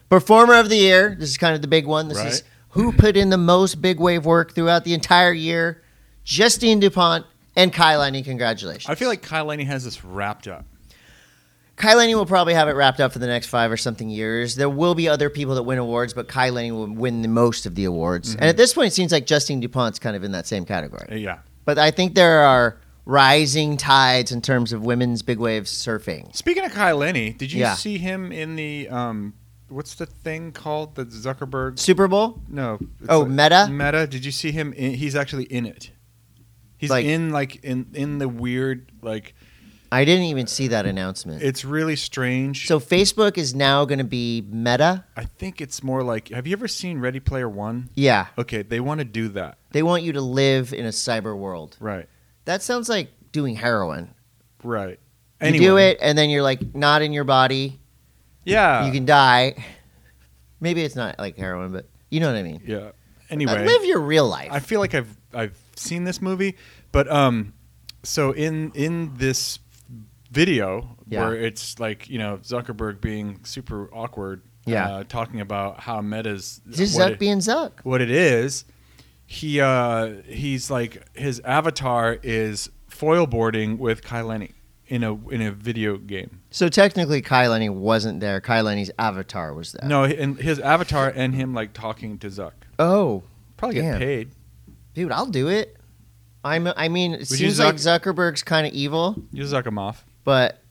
Speaker 1: Performer of the year. This is kind of the big one. This
Speaker 2: Right.
Speaker 1: is who put in the most big wave work throughout the entire year. Justine Dupont and Kai Lenny. Congratulations.
Speaker 2: I feel like Kyle Laney has this wrapped up.
Speaker 1: Kai Lenny will probably have it wrapped up for the next five or something years. There will be other people that win awards, but Kai Lenny will win the most of the awards. And at this point, it seems like Justine DuPont's kind of in that same category.
Speaker 2: Uh, Yeah.
Speaker 1: But I think there are rising tides in terms of women's big wave surfing.
Speaker 2: Speaking of Kai Lenny, did you
Speaker 1: Yeah.
Speaker 2: see him in the um, what's the thing called the Zuckerberg?
Speaker 1: Super Bowl?
Speaker 2: No. it's
Speaker 1: Oh,
Speaker 2: like-
Speaker 1: Meta?
Speaker 2: Meta. Did you see him? In, he's actually in it. He's
Speaker 1: Like-
Speaker 2: in like in in the weird like
Speaker 1: I didn't even see that announcement.
Speaker 2: it's really strange.
Speaker 1: So Facebook is now going to be Meta.
Speaker 2: I think it's more like have you ever seen Ready Player One?
Speaker 1: Yeah,
Speaker 2: Okay, they want to do that.
Speaker 1: they want you to live in a cyber world.
Speaker 2: Right.
Speaker 1: That sounds like doing heroin.
Speaker 2: Right.
Speaker 1: You do it, and then you're like not in your body.
Speaker 2: Yeah.
Speaker 1: you can die. Maybe it's not like heroin, but you know what I mean.
Speaker 2: yeah.
Speaker 1: Uh,
Speaker 2: Anyway,
Speaker 1: live your real life.
Speaker 2: I feel like I've I've seen this movie, but um, so in in this video
Speaker 1: Yeah.
Speaker 2: where it's like you know Zuckerberg being super awkward,
Speaker 1: Yeah.
Speaker 2: uh, talking about how Meta's
Speaker 1: Just
Speaker 2: what
Speaker 1: Zuck
Speaker 2: it-
Speaker 1: being Zuck.
Speaker 2: what it is. He uh, he's like his avatar is foil boarding with Kai Lenny in a in a video game.
Speaker 1: So technically, Kai Lenny wasn't there. Kai Lenny's avatar was there.
Speaker 2: No, and his avatar and him like talking to Zuck.
Speaker 1: Oh,
Speaker 2: Probably get
Speaker 1: Damn.
Speaker 2: paid.
Speaker 1: dude, I'll do it. I'm. I mean, it
Speaker 2: you
Speaker 1: seems like Zuckerberg's kind of evil,
Speaker 2: You Zuck him off.
Speaker 1: but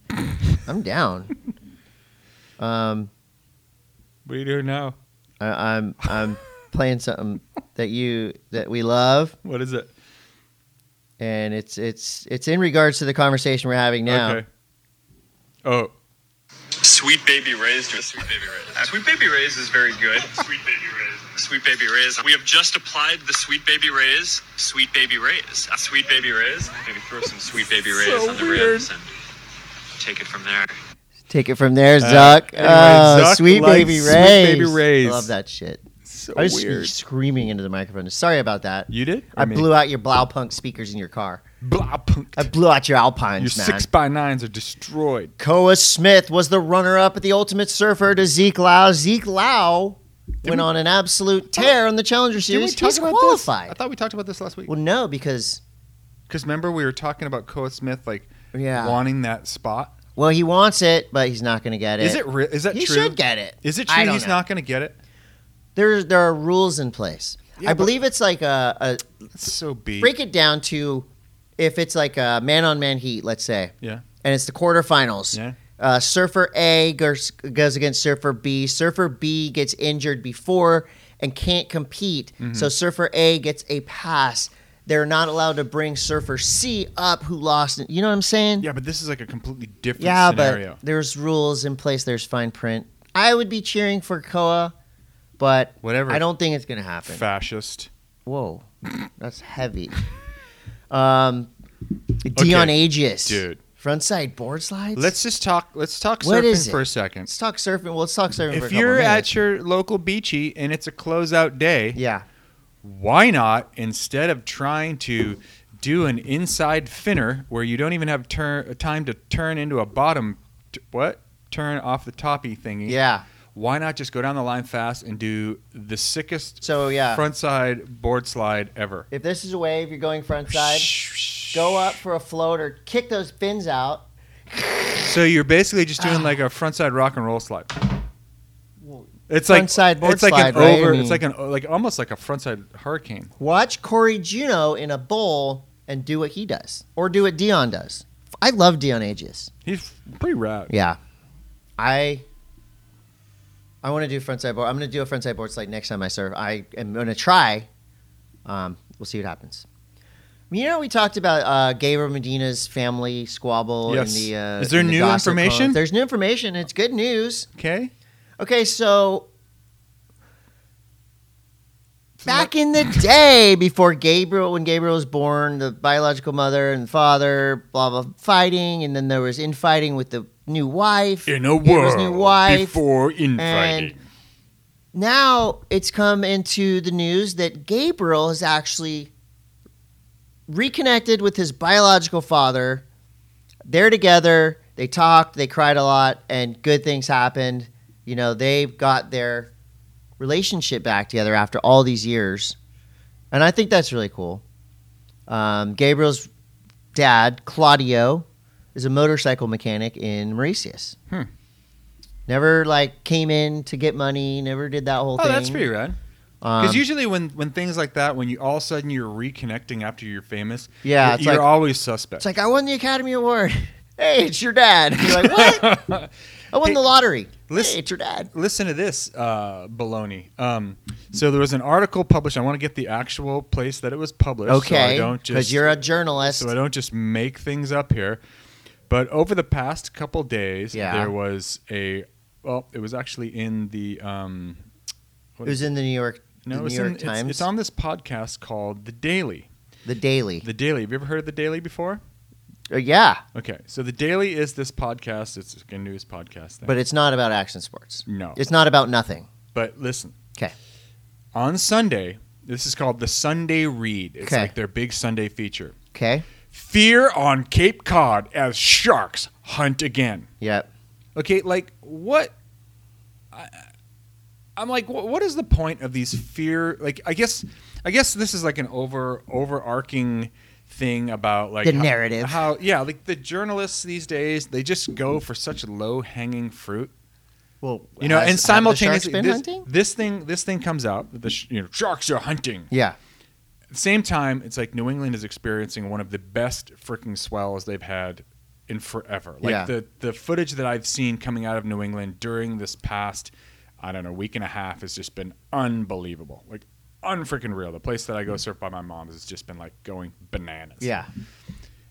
Speaker 1: I'm down. Um,
Speaker 2: What are you doing now?
Speaker 1: I, I'm I'm playing something that you that we love,
Speaker 2: What is it?
Speaker 1: and it's it's it's in regards to the conversation we're having now.
Speaker 2: Okay. Oh,
Speaker 5: Sweet Baby Ray's doing Sweet Baby Ray's. Sweet Baby Ray's is very good. Sweet Baby Ray's. Sweet Baby Ray's. We have just applied the Sweet Baby Ray's. Sweet Baby Ray's. Uh, Sweet Baby Ray's. Maybe throw some Sweet Baby Ray's
Speaker 2: So
Speaker 5: on the ribs and take it from there.
Speaker 1: Take it from there,
Speaker 2: Uh,
Speaker 1: Zuck.
Speaker 2: anyway,
Speaker 1: oh,
Speaker 2: Zuck
Speaker 1: sweet
Speaker 2: likes
Speaker 1: baby
Speaker 2: Sweet
Speaker 1: Ray.
Speaker 2: Baby Ray's.
Speaker 1: I love that shit.
Speaker 2: so
Speaker 1: I was
Speaker 2: weird.
Speaker 1: screaming into the microphone. Sorry about that.
Speaker 2: You did?
Speaker 1: I blew out your Blaupunk speakers in your car.
Speaker 2: blah punk.
Speaker 1: I blew out your Alpines,
Speaker 2: Your
Speaker 1: man.
Speaker 2: six by nines are destroyed.
Speaker 1: Koa Smith was the runner-up at the Ultimate Surfer to Zeke Lau. Zeke Lau went on an absolute tear on the Challenger Series. He's qualified.
Speaker 2: I thought we talked about this last week.
Speaker 1: well, no, because
Speaker 2: Because remember we were talking about Koa Smith like
Speaker 1: Yeah.
Speaker 2: wanting that spot.
Speaker 1: well, he wants it, but he's not going to get it.
Speaker 2: Is it real? Is that
Speaker 1: He
Speaker 2: true?
Speaker 1: should get it.
Speaker 2: Is it
Speaker 1: I
Speaker 2: true
Speaker 1: don't
Speaker 2: he's
Speaker 1: know.
Speaker 2: not going to get it?
Speaker 1: There's there are rules in place.
Speaker 2: Yeah,
Speaker 1: I
Speaker 2: but-
Speaker 1: believe it's like a, a
Speaker 2: That's so big.
Speaker 1: break it down to if it's like a man on man heat, let's say,
Speaker 2: Yeah.
Speaker 1: and it's the quarterfinals.
Speaker 2: Yeah.
Speaker 1: Uh, surfer A goes, goes against Surfer B. Surfer B gets injured before and can't compete,
Speaker 2: Mm-hmm.
Speaker 1: so Surfer A gets a pass. They're not allowed to bring Surfer C up, who lost. You know what I'm saying?
Speaker 2: Yeah, but this is like a completely different
Speaker 1: Yeah,
Speaker 2: scenario.
Speaker 1: but there's rules in place. There's fine print. I would be cheering for Koa, but
Speaker 2: Whatever.
Speaker 1: I don't think it's gonna happen.
Speaker 2: Fascist.
Speaker 1: Whoa, that's heavy. Um, Dion Aegis,
Speaker 2: dude.
Speaker 1: frontside board slides.
Speaker 2: Let's just talk. Let's talk
Speaker 1: What is
Speaker 2: surfing
Speaker 1: it?
Speaker 2: for a second.
Speaker 1: let's talk surfing. Well, let's talk surfing. for a
Speaker 2: If
Speaker 1: couple
Speaker 2: you're
Speaker 1: minutes.
Speaker 2: at your local beachy and it's a closeout day,
Speaker 1: yeah,
Speaker 2: why not instead of trying to do an inside finner where you don't even have tur- time to turn into a bottom t- what turn off the toppy thingy?
Speaker 1: yeah.
Speaker 2: Why not just go down the line fast and do the sickest
Speaker 1: So yeah,
Speaker 2: frontside board slide ever?
Speaker 1: if this is a wave, you're going frontside. Go up for a floater, kick those fins out.
Speaker 2: So you're basically just
Speaker 1: Ah.
Speaker 2: doing like a frontside rock and roll slide. It's like
Speaker 1: Frontside board
Speaker 2: it's like
Speaker 1: slide,
Speaker 2: an
Speaker 1: right? I
Speaker 2: over.
Speaker 1: mean-
Speaker 2: It's like an like almost like a frontside hurricane.
Speaker 1: Watch Corey Juno in a bowl and do what he does, or do what Dion does. I love Dion Aegis.
Speaker 2: He's pretty rad.
Speaker 1: Yeah, I. I want to do frontside board. I'm going to do a frontside board slide next time I serve. I am going to try. Um, we'll see what happens. You know, we talked about uh, Gabriel Medina's family squabble.
Speaker 2: Yes.
Speaker 1: In the, uh,
Speaker 2: Is there
Speaker 1: in the
Speaker 2: new
Speaker 1: gossip
Speaker 2: information?
Speaker 1: columns. There's new information. It's good news.
Speaker 2: Okay.
Speaker 1: Okay, so back in the day before Gabriel, when Gabriel was born, the biological mother and father, blah blah, fighting, and then there was infighting with the new wife.
Speaker 2: in a
Speaker 1: Gabriel's
Speaker 2: world
Speaker 1: new wife,
Speaker 2: before
Speaker 1: and
Speaker 2: infighting.
Speaker 1: now it's come into the news that Gabriel has actually reconnected with his biological father. They're together. They talked. They cried a lot, and good things happened. You know, they got their relationship back together after all these years, and I think that's really cool. Um, Gabriel's dad, Claudio, is a motorcycle mechanic in Mauritius.
Speaker 2: Hmm.
Speaker 1: Never like came in to get money. Never did that whole
Speaker 2: Oh,
Speaker 1: thing.
Speaker 2: that's pretty rad. Because
Speaker 1: Um,
Speaker 2: usually when, when things like that, when you all of a sudden you're reconnecting after you're famous,
Speaker 1: Yeah,
Speaker 2: you're,
Speaker 1: it's
Speaker 2: you're
Speaker 1: like-
Speaker 2: always suspect.
Speaker 1: it's like I won the Academy Award. Hey, it's your dad. You're like, what? I won
Speaker 2: Hey,
Speaker 1: the lottery.
Speaker 2: listen-
Speaker 1: hey, it's your dad.
Speaker 2: Listen to this uh, baloney. Um, so there was an article published. I want to get the actual place that it was published.
Speaker 1: Okay,
Speaker 2: so I don't
Speaker 1: because
Speaker 2: just
Speaker 1: you're a journalist.
Speaker 2: so I don't just make things up here. But over the past couple days,
Speaker 1: Yeah.
Speaker 2: there was a well, it was actually in the um,
Speaker 1: it was in the New York,
Speaker 2: no,
Speaker 1: the
Speaker 2: it's
Speaker 1: New
Speaker 2: in-
Speaker 1: York
Speaker 2: it's-
Speaker 1: Times,
Speaker 2: it's on this podcast called The Daily.
Speaker 1: the Daily.
Speaker 2: The Daily. Have you ever heard of The Daily before?
Speaker 1: Uh, yeah,
Speaker 2: Okay, so The Daily is this podcast. It's like a news podcast. Thing.
Speaker 1: but it's not about action sports.
Speaker 2: no,
Speaker 1: It's not about nothing.
Speaker 2: But listen.
Speaker 1: 'Kay.
Speaker 2: On Sunday, this is called the Sunday Read. It's
Speaker 1: 'Kay.
Speaker 2: like their big Sunday feature.
Speaker 1: Okay.
Speaker 2: Fear on Cape Cod as sharks hunt again.
Speaker 1: Yep.
Speaker 2: Okay, like what? I, I'm like, wh- what is the point of these fear? Like, I guess, I guess this is like an over overarching thing about like
Speaker 1: The
Speaker 2: how-
Speaker 1: narrative.
Speaker 2: How yeah, like the journalists these days they just go for such low hanging fruit
Speaker 1: Well,
Speaker 2: you know,
Speaker 1: has-
Speaker 2: and
Speaker 1: have the sharks
Speaker 2: simultaneously,
Speaker 1: been
Speaker 2: this,
Speaker 1: hunting.
Speaker 2: this thing this thing comes out. that The sh- you know, sharks are hunting.
Speaker 1: Yeah.
Speaker 2: At the same time, it's like New England is experiencing one of the best freaking swells they've had in forever. Like
Speaker 1: Yeah.
Speaker 2: the the footage that I've seen coming out of New England during this past, I don't know, week and a half has just been unbelievable. Like unfreaking real. The place that I go surf by my mom's has just been like going bananas.
Speaker 1: Yeah.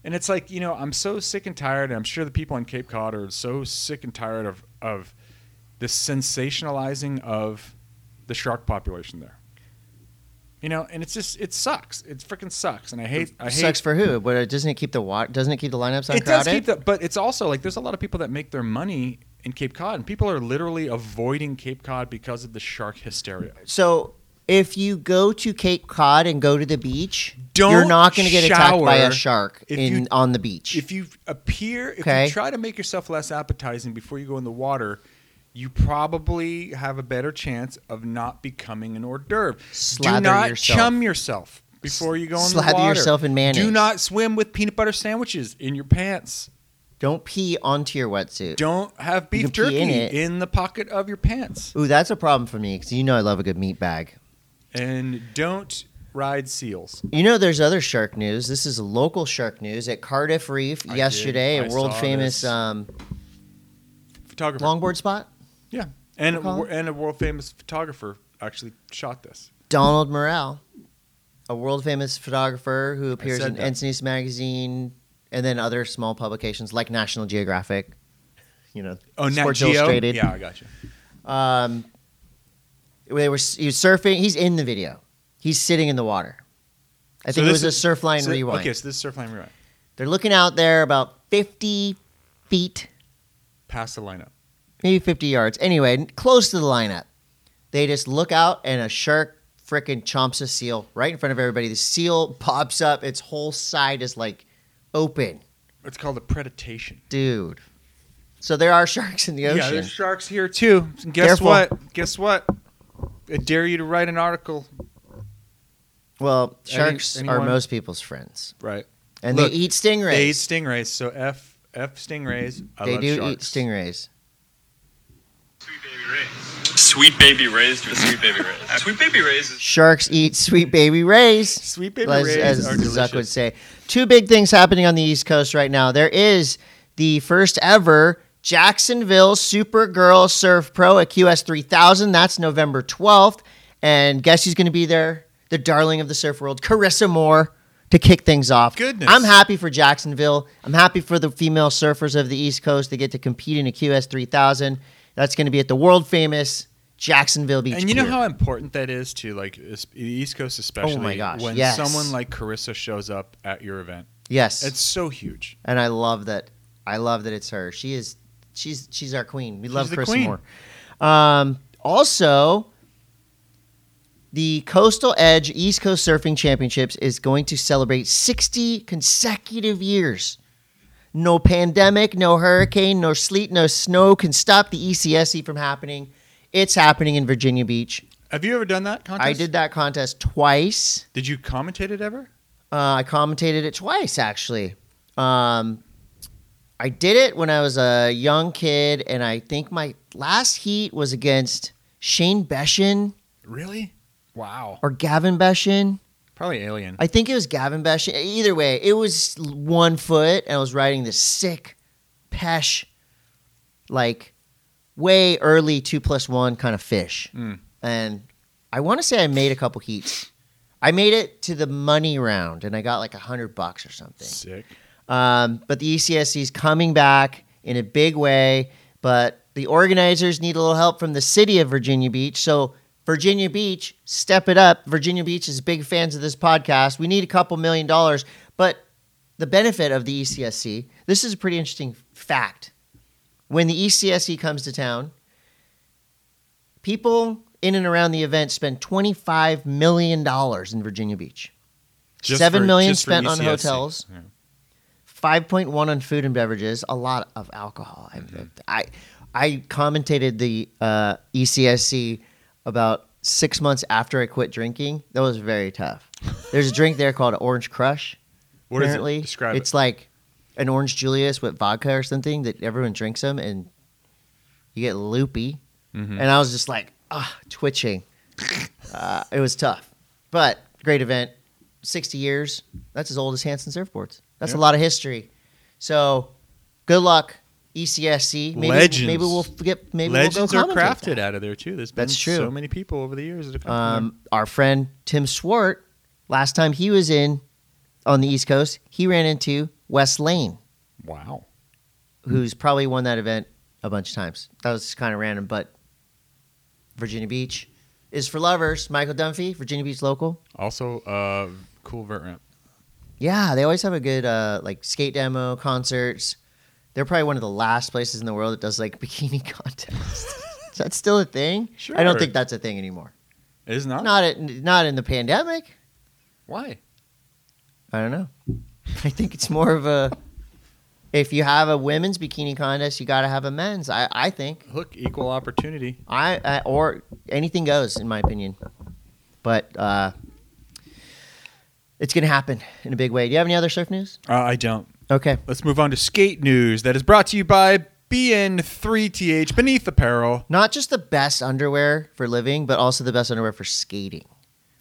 Speaker 2: And it's like, you know, I'm so sick and tired, and I'm sure the people on Cape Cod are so sick and tired of of the sensationalizing of the shark population there. You know, and it's just it sucks. It freaking sucks, and I hate. I hate.
Speaker 1: Sucks for who? But it- doesn't it keep the wa- doesn't it keep the lineups
Speaker 2: it
Speaker 1: uncrowded?
Speaker 2: does keep the, but it's also like there's a lot of people that make their money in Cape Cod, and people are literally avoiding Cape Cod because of the shark hysteria.
Speaker 1: So if you go to Cape Cod and go to the beach,
Speaker 2: Don't
Speaker 1: you're not going to get attacked by a
Speaker 2: shower
Speaker 1: shark
Speaker 2: if
Speaker 1: in
Speaker 2: you-
Speaker 1: on the beach.
Speaker 2: If you appear, if
Speaker 1: Okay.
Speaker 2: you try to make yourself less appetizing before you go in the water, you probably have a better chance of not becoming an hors d'oeuvre.
Speaker 1: Slather
Speaker 2: Do not
Speaker 1: yourself.
Speaker 2: chum yourself before you go in
Speaker 1: Slather
Speaker 2: the water.
Speaker 1: yourself in mayonnaise.
Speaker 2: Do not swim with peanut butter sandwiches in your pants.
Speaker 1: Don't pee onto your wetsuit.
Speaker 2: Don't have
Speaker 1: You
Speaker 2: beef
Speaker 1: can pee
Speaker 2: jerky
Speaker 1: in
Speaker 2: in,
Speaker 1: it.
Speaker 2: the pocket of your pants.
Speaker 1: Ooh, that's a problem for me because you know I love a good meat bag.
Speaker 2: And don't ride seals.
Speaker 1: You know, there's other shark news. This is local shark news at Cardiff Reef
Speaker 2: I
Speaker 1: yesterday,
Speaker 2: did.
Speaker 1: a
Speaker 2: I
Speaker 1: world
Speaker 2: saw
Speaker 1: famous
Speaker 2: this.
Speaker 1: um,
Speaker 2: Photographer.
Speaker 1: longboard spot.
Speaker 2: yeah. And a,
Speaker 1: Colin?
Speaker 2: wor- and a world famous photographer actually shot this.
Speaker 1: Donald Morrell, a world famous photographer who appears
Speaker 2: said
Speaker 1: in
Speaker 2: that.
Speaker 1: Ensigns magazine and then other small publications like National Geographic. You know,
Speaker 2: Oh, Nat
Speaker 1: Sports
Speaker 2: Geo?
Speaker 1: Illustrated.
Speaker 2: Yeah, I got you.
Speaker 1: Um, they were he was surfing. He's in the video. He's sitting in the water. I
Speaker 2: So
Speaker 1: think it
Speaker 2: this
Speaker 1: was a
Speaker 2: is-
Speaker 1: surf line
Speaker 2: So-
Speaker 1: rewind.
Speaker 2: Okay, so this is surf line rewind.
Speaker 1: They're looking out there about 50 feet,
Speaker 2: Pass the lineup.
Speaker 1: maybe 50 yards. Anyway, close to the lineup. They just look out and a shark frickin' chomps a seal right in front of everybody. The seal pops up, its whole side is like open.
Speaker 2: It's called a predation.
Speaker 1: Dude. So there are sharks in the
Speaker 2: Yeah,
Speaker 1: ocean.
Speaker 2: there's sharks here too. And guess
Speaker 1: Careful.
Speaker 2: what? Guess what? I dare you to write an article.
Speaker 1: well,
Speaker 2: Any-
Speaker 1: sharks are
Speaker 2: anyone-
Speaker 1: most people's friends.
Speaker 2: Right.
Speaker 1: And
Speaker 2: Look,
Speaker 1: they eat stingrays.
Speaker 2: They eat stingrays. So f f stingrays. I
Speaker 1: They
Speaker 2: love
Speaker 1: do
Speaker 2: sharks.
Speaker 1: eat stingrays.
Speaker 5: Sweet baby rays. Sweet baby rays. Sweet baby rays is
Speaker 1: Sharks eat sweet baby rays.
Speaker 2: Sweet baby
Speaker 1: as,
Speaker 2: rays
Speaker 1: as
Speaker 2: are
Speaker 1: Zuck
Speaker 2: delicious.
Speaker 1: would say. Two big things happening on the East Coast right now. There is the first ever Jacksonville Supergirl Surf Pro at QS 3000. That's November 12th. And guess who's going to be there? The darling of the surf world, Carissa Moore, to kick things off.
Speaker 2: Goodness.
Speaker 1: I'm happy for Jacksonville. I'm happy for the female surfers of the East Coast. They get to compete in a QS 3000. That's going to be at the world famous Jacksonville Beach.
Speaker 2: And you know
Speaker 1: Pier.
Speaker 2: how important that is to like is- the East Coast, especially.
Speaker 1: Oh gosh,
Speaker 2: When
Speaker 1: yes.
Speaker 2: someone like Carissa shows up at your event,
Speaker 1: Yes.
Speaker 2: it's so huge.
Speaker 1: and I love that. I love that it's her. She is. She's she's our queen. We love
Speaker 2: the
Speaker 1: Chris
Speaker 2: queen.
Speaker 1: Moore. Um, also, the Coastal Edge East Coast Surfing Championships is going to celebrate 60 consecutive years. No pandemic, no hurricane, no sleet, no snow can stop the E ECSE from happening. It's happening in Virginia Beach.
Speaker 2: Have you ever done that contest?
Speaker 1: I did that contest twice.
Speaker 2: Did you commentate it ever?
Speaker 1: Uh, I commentated it twice, actually. Um, I did it when I was a young kid, and I think my last heat was against Shane Beshin
Speaker 2: Really? Wow.
Speaker 1: or Gavin Beshin.
Speaker 2: Probably Alien.
Speaker 1: I think it was Gavin Beshin. Either way, it was one foot, and I was riding this sick Pesh, like way early two plus one kind of fish.
Speaker 2: Mm.
Speaker 1: And I want to say I made a couple heats. I made it to the money round, and I got like a hundred bucks or something.
Speaker 2: Sick.
Speaker 1: Um, but the ECSC is coming back in a big way. But the organizers need a little help from the city of Virginia Beach. So, Virginia Beach, step it up. Virginia Beach is big fans of this podcast. We need a couple million dollars. But the benefit of the E ECSC, this is a pretty interesting fact. When the E ECSC comes to town, people in and around the event spend $25 million in Virginia Beach.
Speaker 2: Just
Speaker 1: Seven
Speaker 2: for-
Speaker 1: million
Speaker 2: just for E
Speaker 1: spent on
Speaker 2: ECSC.
Speaker 1: hotels.
Speaker 2: Yeah.
Speaker 1: Five point one on food and beverages. A lot of alcohol. I-
Speaker 2: Mm-hmm.
Speaker 1: I, I commentated the uh, ECSC about six months after I quit drinking. That was very tough. There's a drink there called Orange Crush.
Speaker 2: What is
Speaker 1: apparently.
Speaker 2: it? Describe
Speaker 1: it's like an Orange Julius with vodka or something that everyone drinks them, and you get loopy.
Speaker 2: it. Mhm.
Speaker 1: And I was just like, ah, twitching. Uh, it was tough, but great event. 60 years. That's as old as Hanson Surfboards. That's a
Speaker 2: Yep.
Speaker 1: lot of history. So good luck, E ECSC. Maybe,
Speaker 2: Legends.
Speaker 1: Maybe we'll get, maybe
Speaker 2: Legends
Speaker 1: we'll
Speaker 2: are
Speaker 1: go commentate
Speaker 2: crafted
Speaker 1: that.
Speaker 2: out of there too. There's been
Speaker 1: That's true.
Speaker 2: so many people over the years that have come. from
Speaker 1: Um, our friend Tim Swart, last time he was in on the East Coast, he ran into Wes Lane.
Speaker 2: there. wow.
Speaker 1: who's probably won that event a bunch of times. That was kind of random, but Virginia Beach is for lovers. Michael Dunphy, Virginia Beach local.
Speaker 2: Also, uh, cool vert ramp.
Speaker 1: Yeah, they always have a good uh, like skate demo concerts. They're probably one of the last places in the world that does like bikini contests. is that still a thing? I don't
Speaker 2: Sure.
Speaker 1: think that's a thing anymore.
Speaker 2: It is not.
Speaker 1: Not at, not in the pandemic.
Speaker 2: Why?
Speaker 1: I don't know. I think it's more of a if you have a women's bikini contest, you got to have a men's. I, I think.
Speaker 2: Look, equal opportunity.
Speaker 1: I, I or anything goes in my opinion, but uh, it's gonna happen in a big way. Do you have any other surf news?
Speaker 2: Uh, I don't.
Speaker 1: Okay,
Speaker 2: Let's move on to skate news that is brought to you by BN3TH Beneath Apparel.
Speaker 1: not just the best underwear for living, but also the best underwear for skating.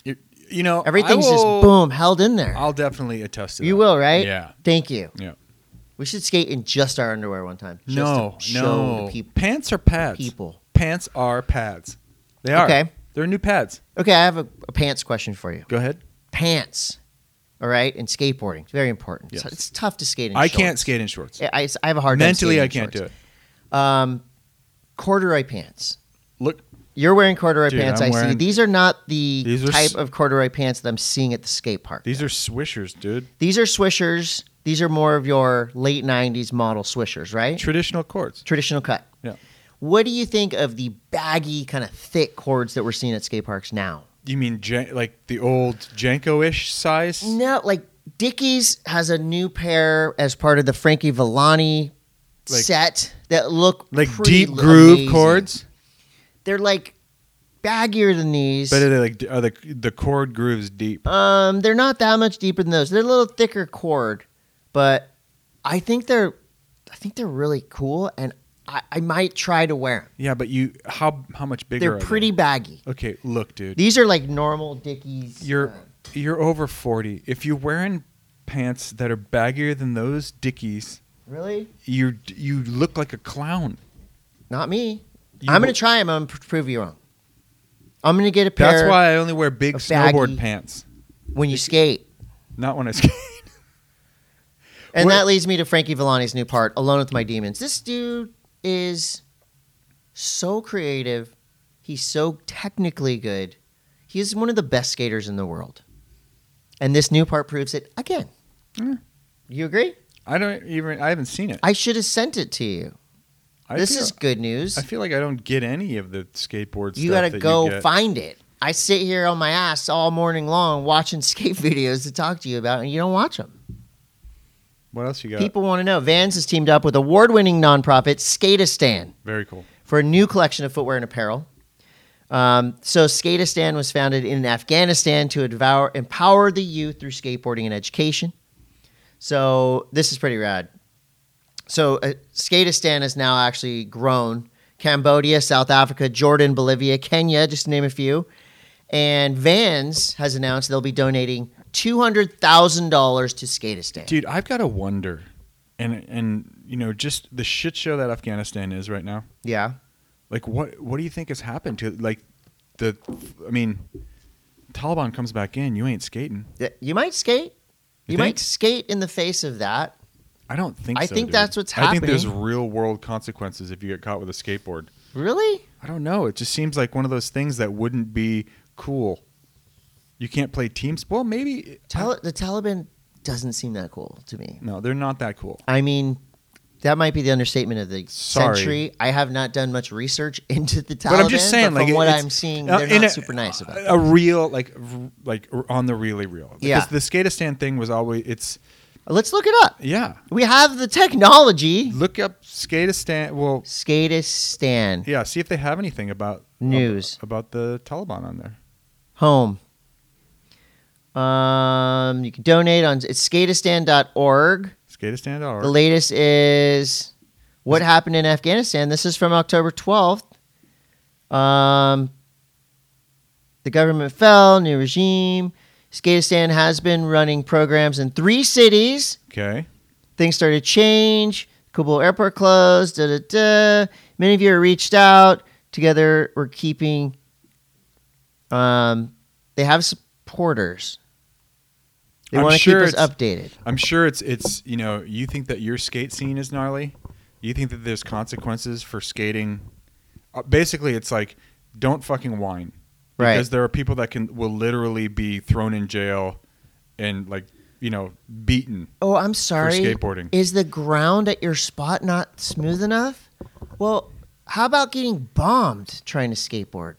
Speaker 2: You, you know, I
Speaker 1: Everything's
Speaker 2: will-
Speaker 1: just boom held in there.
Speaker 2: I'll definitely attest to
Speaker 1: you
Speaker 2: that.
Speaker 1: will, right?
Speaker 2: Yeah.
Speaker 1: Thank you.
Speaker 2: Yeah.
Speaker 1: We should skate in just our underwear one time. Just
Speaker 2: no,
Speaker 1: to show
Speaker 2: no.
Speaker 1: the peop-
Speaker 2: Pants are pads.
Speaker 1: people.
Speaker 2: Pants are pads. They are.
Speaker 1: Okay.
Speaker 2: They're new pads.
Speaker 1: Okay, I have a, a pants question for you.
Speaker 2: Go ahead.
Speaker 1: Pants, all right, and skateboarding. It's very important.
Speaker 2: Yes.
Speaker 1: So it's tough to skate in.
Speaker 2: I can't
Speaker 1: shorts.
Speaker 2: skate in shorts.
Speaker 1: I, I- I have a hard time
Speaker 2: Mentally,
Speaker 1: skating
Speaker 2: I
Speaker 1: in
Speaker 2: can't
Speaker 1: shorts.
Speaker 2: do it.
Speaker 1: Um, corduroy pants.
Speaker 2: Look,
Speaker 1: You're wearing corduroy
Speaker 2: Dude,
Speaker 1: pants. i
Speaker 2: I'm
Speaker 1: see.
Speaker 2: wearing-
Speaker 1: These are not the
Speaker 2: These are
Speaker 1: type
Speaker 2: s-
Speaker 1: of corduroy pants that I'm seeing at the skate park.
Speaker 2: these are swishers, dude.
Speaker 1: These are swishers. These are more of your late '90s model swishers, right?
Speaker 2: Traditional cords.
Speaker 1: Traditional cut.
Speaker 2: Yeah.
Speaker 1: What do you think of the baggy, kind of thick cords that we're seeing at skate parks now?
Speaker 2: You mean Jan- like the old Janko-ish size?
Speaker 1: No, like Dickies has a new pair as part of the Frankie Villani
Speaker 2: Like-
Speaker 1: set that look
Speaker 2: Like
Speaker 1: pretty
Speaker 2: deep groove
Speaker 1: amazing.
Speaker 2: cords?
Speaker 1: They're like baggier than these.
Speaker 2: But are they like are the the chord grooves deep?
Speaker 1: Um, they're not that much deeper than those. They're a little thicker cord, but I think they're, I think they're really cool, and I, I might try to wear them.
Speaker 2: Yeah, but you how how much bigger?
Speaker 1: They're
Speaker 2: are
Speaker 1: pretty baggy.
Speaker 2: They? Okay, look, dude.
Speaker 1: These are like normal Dickies. Uh,
Speaker 2: You're you're over forty. If you're wearing pants that are baggier than those Dickies,
Speaker 1: really
Speaker 2: you you look like a clown.
Speaker 1: not me.
Speaker 2: You
Speaker 1: I'm gonna
Speaker 2: will-
Speaker 1: try them. I'm gonna pr- prove you wrong. I'm gonna get a pair.
Speaker 2: That's why I only wear big
Speaker 1: a
Speaker 2: snowboard
Speaker 1: baggy-
Speaker 2: pants,
Speaker 1: when you skate,
Speaker 2: not when I skate.
Speaker 1: and
Speaker 2: What-
Speaker 1: that leads me to Frankie Villani's new part, "Alone with My Demons." This dude is so creative. He's so technically good. He is one of the best skaters in the world. And this new part proves it again.
Speaker 2: Yeah.
Speaker 1: You agree?
Speaker 2: I don't even. I haven't seen it.
Speaker 1: I should have sent it to you.
Speaker 2: I
Speaker 1: this
Speaker 2: feel,
Speaker 1: is good news.
Speaker 2: I feel like I don't get any of the skateboard.
Speaker 1: you
Speaker 2: stuff
Speaker 1: got to
Speaker 2: that
Speaker 1: go
Speaker 2: get.
Speaker 1: find it. I sit here on my ass all morning long watching skate videos to talk to you about, and you don't watch them.
Speaker 2: What else you got?
Speaker 1: People want to know. Vans has teamed up with award winning nonprofit Skatistan.
Speaker 2: Very cool.
Speaker 1: for a new collection of footwear and apparel. Um, so, Skatistan was founded in Afghanistan to devour, empower the youth through skateboarding and education. So, this is pretty rad. So uh, Skatistan is now actually grown. Cambodia, South Africa, Jordan, Bolivia, Kenya, just to name a few. And Vans has announced they'll be donating two hundred thousand dollars to Skatistan.
Speaker 2: Dude, I've got to wonder, and and you know, just the shit show that Afghanistan is right now.
Speaker 1: Yeah,
Speaker 2: Like, what what do you think has happened to like the? I mean, Taliban comes back in, you ain't skating.
Speaker 1: Yeah, you might skate. You,
Speaker 2: You
Speaker 1: might
Speaker 2: think?
Speaker 1: skate in the face of that.
Speaker 2: I don't think.
Speaker 1: I
Speaker 2: so,
Speaker 1: think
Speaker 2: dude.
Speaker 1: that's what's
Speaker 2: I think there's
Speaker 1: happening.
Speaker 2: real world consequences if you get caught with a skateboard.
Speaker 1: Really?
Speaker 2: I don't know. It just seems like one of those things that wouldn't be cool. You can't play team sport. Well, maybe.
Speaker 1: Tal- the Taliban doesn't seem that cool to me.
Speaker 2: no, they're not that cool.
Speaker 1: I mean, that might be the understatement of the
Speaker 2: Sorry.
Speaker 1: century. I have not done much research into the Taliban,
Speaker 2: But I'm just saying,
Speaker 1: but
Speaker 2: like
Speaker 1: from what
Speaker 2: it's-
Speaker 1: I'm seeing,
Speaker 2: uh,
Speaker 1: they're
Speaker 2: in
Speaker 1: not
Speaker 2: a-
Speaker 1: super nice about it.
Speaker 2: a real like r- like r- on the really real. Because
Speaker 1: Yeah.
Speaker 2: the Skatistan thing was always it's
Speaker 1: Let's look it up.
Speaker 2: yeah.
Speaker 1: We have the technology.
Speaker 2: Look up Skatistan. Well,
Speaker 1: Skatistan
Speaker 2: yeah. See if they have anything about
Speaker 1: News.
Speaker 2: ab- about the Taliban on there.
Speaker 1: home. Um, you can donate on it's skatistan.org.
Speaker 2: Skatistan. All
Speaker 1: The
Speaker 2: right.
Speaker 1: latest is what happened in Afghanistan. This is from October 12th. Um, the government fell, new regime. Skatistan has been running programs in three cities.
Speaker 2: Okay.
Speaker 1: Things started to change. Kabul airport closed. Da, da, da. Many of you reached out. Together, we're keeping. Um, they have supporters. They
Speaker 2: I'm
Speaker 1: want to
Speaker 2: sure
Speaker 1: keep us
Speaker 2: it's-
Speaker 1: updated.
Speaker 2: I'm sure it's it's you know you think that your skate scene is gnarly. You think that there's consequences for skating. Uh, basically, it's like don't fucking whine
Speaker 1: Right.
Speaker 2: because there are people that can will literally be thrown in jail and like you know beaten.
Speaker 1: Oh, I'm sorry.
Speaker 2: skateboarding.
Speaker 1: Is the ground at your spot not smooth enough? Well, how about getting bombed trying to skateboard?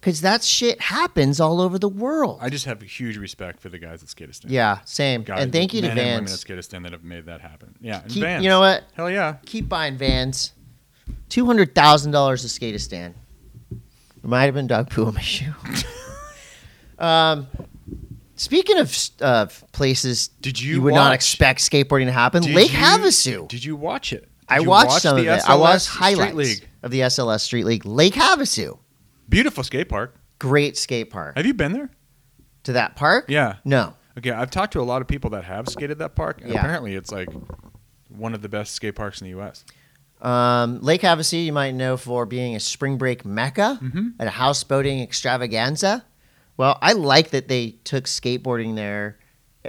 Speaker 1: Because that shit happens all over the world.
Speaker 2: I just have a huge respect for the guys at Skatistan.
Speaker 1: yeah, same.
Speaker 2: God,
Speaker 1: and thank you to
Speaker 2: men and women at
Speaker 1: Vans.
Speaker 2: Skatistan that have made that happen. Yeah, and
Speaker 1: Keep,
Speaker 2: Vans.
Speaker 1: you know what?
Speaker 2: Hell yeah.
Speaker 1: Keep buying Vans. Two hundred thousand dollars to skate a stand. There might have been dog poo on my shoe. um, speaking of uh, places
Speaker 2: Did you
Speaker 1: you, would not
Speaker 2: watch-
Speaker 1: expect skateboarding to happen,
Speaker 2: Did
Speaker 1: Lake
Speaker 2: you-
Speaker 1: Havasu.
Speaker 2: Did you watch it? Did
Speaker 1: I
Speaker 2: you
Speaker 1: watched
Speaker 2: watch
Speaker 1: some of
Speaker 2: the
Speaker 1: it. I watched
Speaker 2: SLS
Speaker 1: highlights
Speaker 2: Street League.
Speaker 1: of the SLS Street League. Lake Havasu,
Speaker 2: Beautiful skate park.
Speaker 1: great skate park.
Speaker 2: Have you been there?
Speaker 1: to that park?
Speaker 2: Yeah.
Speaker 1: No.
Speaker 2: Okay, I've talked to a lot of people that have skated that park, and
Speaker 1: Yeah.
Speaker 2: apparently it's like one of the best skate parks in the U.S.
Speaker 1: Um, Lake Havasu, you might know for being a spring break mecca
Speaker 2: Mm-hmm.
Speaker 1: and a houseboating extravaganza. Well, I like that they took skateboarding there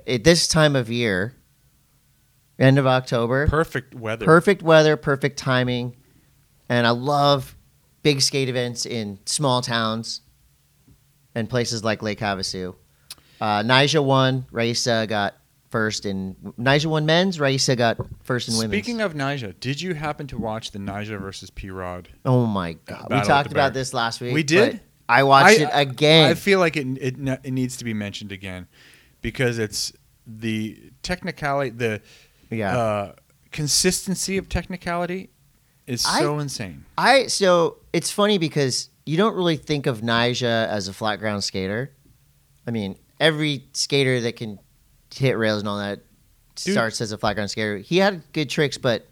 Speaker 1: at this time of year, end of October.
Speaker 2: Perfect weather.
Speaker 1: perfect weather, perfect timing, and I love big skate events in small towns and places like Lake Havasu. Uh, Nija won. Raisa got first in Nija won men's. Raisa got first in women's.
Speaker 2: Speaking of Nija, did you happen to watch the Nija versus P Rod?
Speaker 1: oh my god,
Speaker 2: Battle
Speaker 1: we
Speaker 2: at
Speaker 1: talked
Speaker 2: the
Speaker 1: about
Speaker 2: Bear.
Speaker 1: this last week.
Speaker 2: We did?
Speaker 1: but I watched it again.
Speaker 2: I feel like it, it ne- it needs to be mentioned again because it's the technicality, the
Speaker 1: yeah,
Speaker 2: uh, consistency of technicality is
Speaker 1: I-
Speaker 2: so insane.
Speaker 1: I so it's funny because you don't really think of Nija as a flat ground skater. I mean, every skater that can hit rails and all that
Speaker 2: Dude.
Speaker 1: starts as a flat ground skater. He had good tricks, but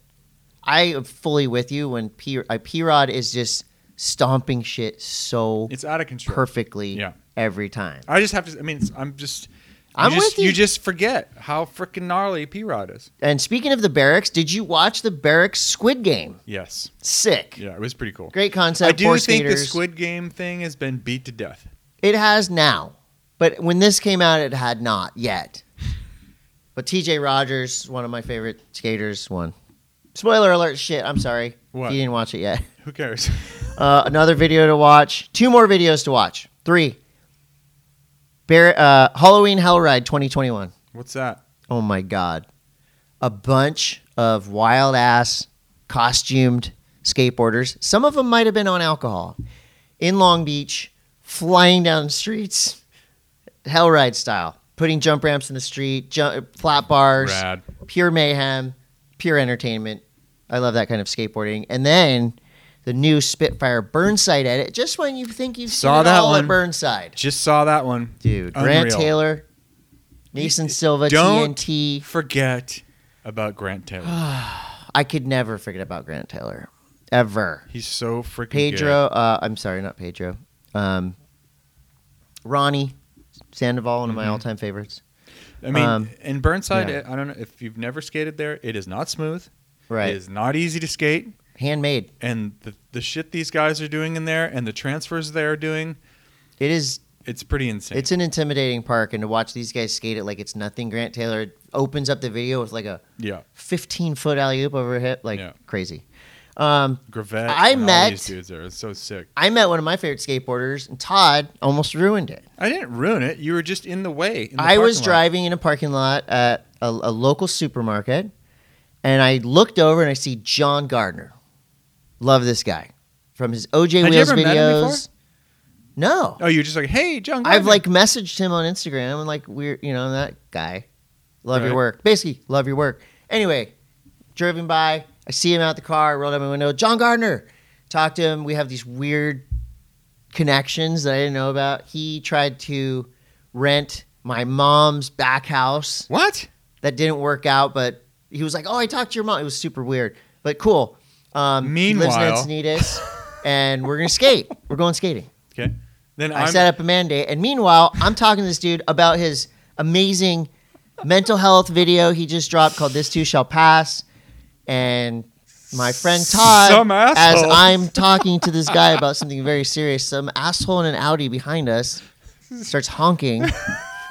Speaker 1: I am fully with you when P I- P Rod is just stomping shit so
Speaker 2: It's out of control.
Speaker 1: perfectly
Speaker 2: Yeah.
Speaker 1: every time.
Speaker 2: I just have to. I mean, it's, I'm just.
Speaker 1: I'm
Speaker 2: you just,
Speaker 1: with you.
Speaker 2: You just forget how freaking gnarly P Rod is.
Speaker 1: And speaking of the barracks, did you watch the barracks Squid Game?
Speaker 2: Yes.
Speaker 1: Sick,
Speaker 2: Yeah, it was pretty cool.
Speaker 1: great concept.
Speaker 2: I do
Speaker 1: four
Speaker 2: think the
Speaker 1: skaters.
Speaker 2: Squid Game thing has been beat to death.
Speaker 1: It has now, but when this came out, it had not yet. But T.J. Rogers, one of my favorite skaters, won. Spoiler alert! Shit, I'm sorry.
Speaker 2: What?
Speaker 1: You didn't watch it yet.
Speaker 2: Who cares?
Speaker 1: Uh, another video to watch. Two more videos to watch. Three. Bear, uh, Halloween Hell Ride 2021.
Speaker 2: What's that?
Speaker 1: Oh my god! A bunch of wild ass costumed skateboarders. Some of them might have been on alcohol in Long Beach, flying down streets, hell ride style, putting jump ramps in the street, jump, flat bars,
Speaker 2: Rad.
Speaker 1: pure mayhem, pure entertainment. I love that kind of skateboarding. And then the new Spitfire Burnside edit. Just when you think you've
Speaker 2: Saw
Speaker 1: seen it
Speaker 2: that
Speaker 1: all
Speaker 2: one.
Speaker 1: at Burnside,
Speaker 2: Just saw that one.
Speaker 1: dude. Grant
Speaker 2: Unreal.
Speaker 1: Taylor, Neeson Silva,
Speaker 2: Don't
Speaker 1: TNT.
Speaker 2: Forget about Grant Taylor.
Speaker 1: I could never forget about Grant Taylor, ever.
Speaker 2: He's so freaking
Speaker 1: Pedro, uh, I'm sorry, not Pedro. Um, Ronnie Sandoval, one of
Speaker 2: Mm-hmm.
Speaker 1: my all-time favorites.
Speaker 2: good. I mean,
Speaker 1: um,
Speaker 2: in Burnside,
Speaker 1: yeah.
Speaker 2: I don't know if you've never skated there. It is not smooth.
Speaker 1: Right,
Speaker 2: It is not easy to skate.
Speaker 1: handmade.
Speaker 2: and the, the shit these guys are doing in there and the transfers they are doing,
Speaker 1: It is.
Speaker 2: it's pretty insane.
Speaker 1: It's an intimidating park, and to watch these guys skate it like it's nothing. Grant Taylor opens up the video with like a
Speaker 2: yeah,
Speaker 1: 15 foot alley oop over her hip, like
Speaker 2: Yeah.
Speaker 1: crazy. Um,
Speaker 2: Gravette.
Speaker 1: I
Speaker 2: and all
Speaker 1: met-
Speaker 2: these dudes there. It's so sick.
Speaker 1: I met one of my favorite skateboarders, and Todd almost ruined it.
Speaker 2: I didn't ruin it. You were just in the way. in the
Speaker 1: I was
Speaker 2: parking lot.
Speaker 1: driving in a parking lot at a, a local supermarket, and I looked over and I see John Gardner. Love this guy from his OJ
Speaker 2: Had you
Speaker 1: Wheels
Speaker 2: ever
Speaker 1: videos.
Speaker 2: met him
Speaker 1: No,
Speaker 2: Oh, you're just like, hey, John.
Speaker 1: I've
Speaker 2: Gardner."
Speaker 1: like messaged him on Instagram and like we're you know that guy. Love your
Speaker 2: Right.
Speaker 1: work. Basically, love your work. Anyway, driving by, I see him out the car, rolled up my window. John Gardner. Talked to him. We have these weird connections that I didn't know about. He tried to rent my mom's back house
Speaker 2: what?
Speaker 1: that didn't work out, but he was like, "Oh, I talked to your mom." It was super weird, but cool. Um, he
Speaker 2: Meanwhile-
Speaker 1: lives in Encinitas, and we're gonna skate. We're going skating.
Speaker 2: Okay. Then
Speaker 1: I
Speaker 2: I'm,
Speaker 1: set up a mandate, and meanwhile, I'm talking to this dude about his amazing mental health video he just dropped called "This Too Shall Pass," and my friend Todd,
Speaker 2: Some asshole.
Speaker 1: as I'm talking to this guy about something very serious, some asshole in an Audi behind us starts honking.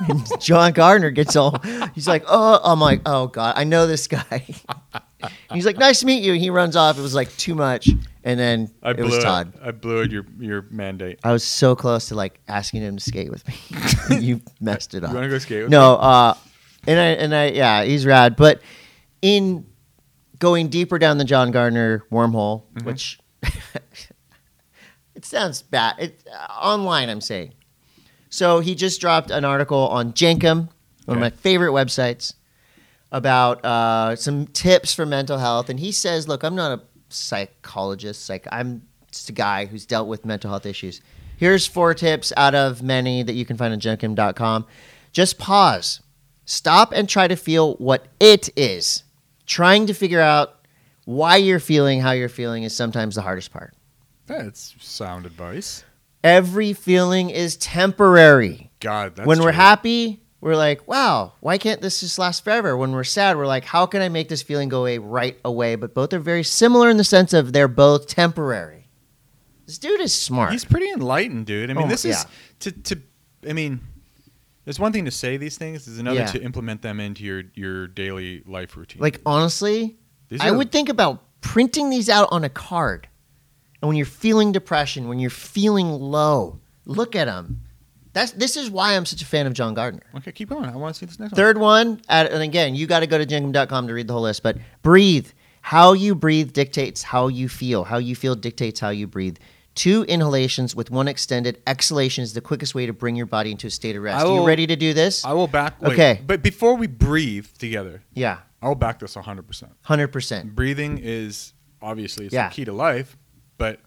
Speaker 1: And John Gardner gets all. He's like, "Oh," I'm like, "Oh God, I know this guy." he's like, "Nice to meet you," and he runs off. It was like too much, and then
Speaker 2: I
Speaker 1: it
Speaker 2: blew
Speaker 1: was
Speaker 2: it.
Speaker 1: Todd.
Speaker 2: I blew it. Your your mandate.
Speaker 1: I was so close to like asking him to skate with me. you messed it up.
Speaker 2: You want to go skate? With
Speaker 1: no, uh, and I and I yeah, he's rad. But in going deeper down the John Gardner wormhole, which it sounds bad. It uh, online, I'm saying. So he just dropped an article on Jenkum, one of
Speaker 2: Okay.
Speaker 1: my favorite websites, about uh, some tips for mental health, and he says, "Look, I'm not a psychologist. Like I'm just a guy who's dealt with mental health issues. Here's four tips out of many that you can find on Jenkum.com. Just pause, stop, and try to feel what it is. Trying to figure out why you're feeling how you're feeling is sometimes the hardest part."
Speaker 2: That's sound advice.
Speaker 1: Every feeling is temporary
Speaker 2: God, that's
Speaker 1: when we're
Speaker 2: true.
Speaker 1: happy, we're like, wow, why can't this just last forever? When we're sad, we're like, how can I make this feeling go away right away? But both are very similar in the sense of they're both temporary. This dude is smart.
Speaker 2: He's pretty enlightened, dude. I mean,
Speaker 1: Oh,
Speaker 2: this is
Speaker 1: yeah.
Speaker 2: to to. I mean, it's one thing to say these things. It's another
Speaker 1: Yeah.
Speaker 2: to implement them into your your daily life routine.
Speaker 1: like, honestly,
Speaker 2: These
Speaker 1: I
Speaker 2: are-
Speaker 1: would think about printing these out on a card. And when you're feeling depression, when you're feeling low, look at them. That's, this is why I'm such a fan of John Gardner.
Speaker 2: Okay, keep going. I want to see this next
Speaker 1: Third one, at, and again, you got to go to jenkum.com to read the whole list, but breathe. How you breathe dictates how you feel. How you feel dictates how you breathe. Two inhalations with one extended exhalation is the quickest way to bring your body into a state of rest.
Speaker 2: I
Speaker 1: you
Speaker 2: will-
Speaker 1: ready to do this?
Speaker 2: one. I will back. Wait,
Speaker 1: Okay.
Speaker 2: but before we breathe together,
Speaker 1: yeah,
Speaker 2: I'll back this 100. percent
Speaker 1: 100%.
Speaker 2: Breathing is obviously it's
Speaker 1: Yeah.
Speaker 2: the key to life, but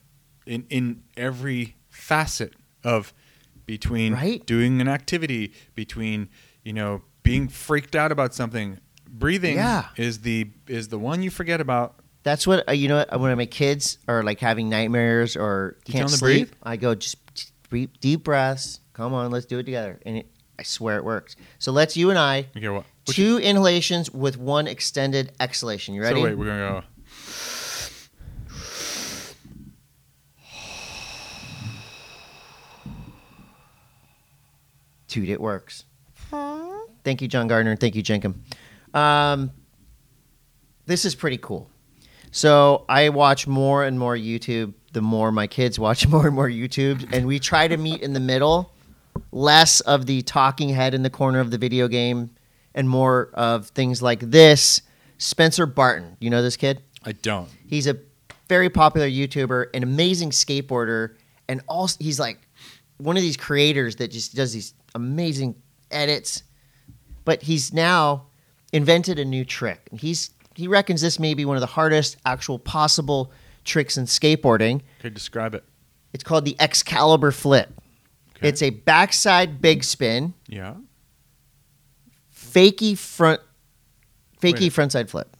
Speaker 2: in in every facet of between
Speaker 1: Right?
Speaker 2: doing an activity, between you know being freaked out about something, breathing
Speaker 1: Yeah.
Speaker 2: is the is the one you forget about.
Speaker 1: That's what, uh, you know, what, when my kids are like having nightmares or
Speaker 2: Do you
Speaker 1: can't
Speaker 2: tell them to
Speaker 1: sleep,
Speaker 2: breathe?
Speaker 1: I go, just just breathe, deep breaths. Come on, let's do it together. And it, I swear it works. So let's, you and I,
Speaker 2: Okay, what? what
Speaker 1: two inhalations with one extended exhalation. You ready?
Speaker 2: So wait, we're gonna go.
Speaker 1: Dude, it works. Thank you, John Gardner, and thank you, Jenkum. Um, this is pretty cool. So I watch more and more YouTube. The more my kids watch more and more YouTube, and we try to meet in the middle, less of the talking head in the corner of the video game, and more of things like this. Spencer Barton, you know this kid?
Speaker 2: I don't.
Speaker 1: He's a very popular YouTuber, an amazing skateboarder, and also he's like one of these creators that just does these amazing edits. But he's now invented a new trick. And He's he reckons this may be one of the hardest actual possible tricks in skateboarding.
Speaker 2: Okay, describe it.
Speaker 1: It's called the Excalibur flip.
Speaker 2: Okay.
Speaker 1: It's a backside big spin,
Speaker 2: yeah.
Speaker 1: fakey front fakie frontside flip.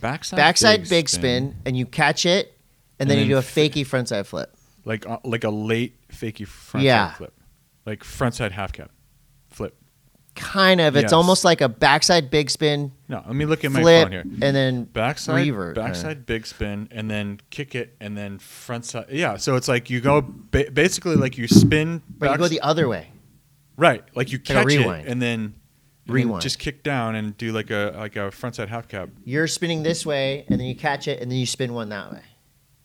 Speaker 2: Backside,
Speaker 1: Backside Oh. big, spin, and you catch it, and, then,
Speaker 2: then
Speaker 1: you do a
Speaker 2: f-
Speaker 1: fakie frontside flip.
Speaker 2: like uh, like a late fakie front
Speaker 1: Yeah.
Speaker 2: side flip, like front side half cap flip.
Speaker 1: Kind of. It's
Speaker 2: Yes.
Speaker 1: almost like a backside big spin
Speaker 2: No, let me look at my
Speaker 1: flip,
Speaker 2: phone here.
Speaker 1: and then
Speaker 2: Backside,
Speaker 1: revert.
Speaker 2: backside big spin, and then kick it, and then front side. Yeah, so it's like you go ba- basically like you spin,
Speaker 1: But you go
Speaker 2: backs-
Speaker 1: the other way.
Speaker 2: right, like you
Speaker 1: like a
Speaker 2: catch it,
Speaker 1: rewind.
Speaker 2: and then and then
Speaker 1: Rewind.
Speaker 2: just kick down and do like a like a front side half cap.
Speaker 1: You're spinning this way, and then you catch it, and then you spin one that way.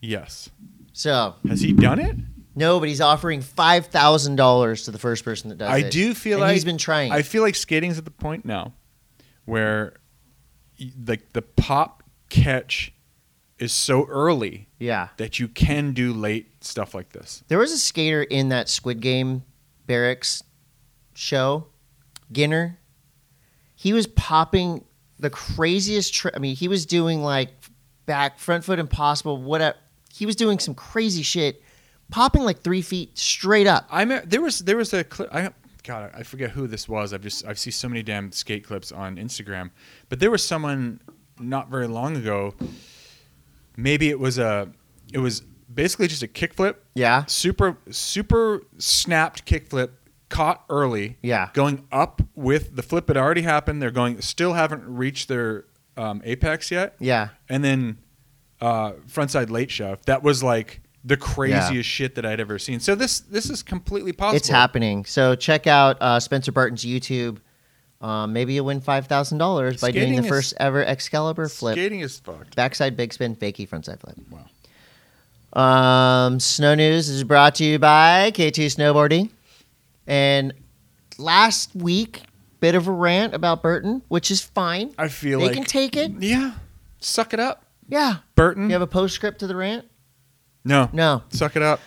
Speaker 2: Yes,
Speaker 1: So
Speaker 2: has he done it?
Speaker 1: no, but he's offering five thousand dollars to the first person that does
Speaker 2: I
Speaker 1: it.
Speaker 2: do feel
Speaker 1: and
Speaker 2: like
Speaker 1: he's been trying.
Speaker 2: I feel like skating's at the point now where y- like the pop catch is so early
Speaker 1: yeah,
Speaker 2: that you can do late stuff like this.
Speaker 1: there was a skater in that Squid Game barracks show, Ginner. He was popping the craziest. Tri- I mean, he was doing like back front foot impossible. Whatever. He was doing some crazy shit, popping like three feet straight up.
Speaker 2: I me- there was there was a clip. I God, I forget who this was. I've just I've seen so many damn skate clips on Instagram, but there was someone not very long ago. Maybe it was a it was basically just a kickflip,
Speaker 1: Yeah.
Speaker 2: super super snapped kickflip, caught early,
Speaker 1: Yeah.
Speaker 2: going up with the flip had already happened. They're going still haven't reached their um, apex yet,
Speaker 1: Yeah.
Speaker 2: and then uh, frontside late shove. That was like the craziest shit that I'd ever seen. So this this is completely possible.
Speaker 1: It's happening. So check out uh, Spencer Barton's YouTube. Um, maybe you'll win five thousand dollars by doing
Speaker 2: Skating
Speaker 1: the
Speaker 2: is-
Speaker 1: first ever Excalibur flip,
Speaker 2: Skating is fucked.
Speaker 1: backside big spin, fakie frontside flip.
Speaker 2: Wow.
Speaker 1: Um, Snow News is brought to you by K2 Snowboarding, and last week bit of a rant about Burton, which is fine.
Speaker 2: I feel
Speaker 1: They
Speaker 2: like
Speaker 1: can take it.
Speaker 2: yeah. Suck it up,
Speaker 1: Yeah.
Speaker 2: Burton.
Speaker 1: You have a postscript to the rant?
Speaker 2: no,
Speaker 1: No.
Speaker 2: Suck it up.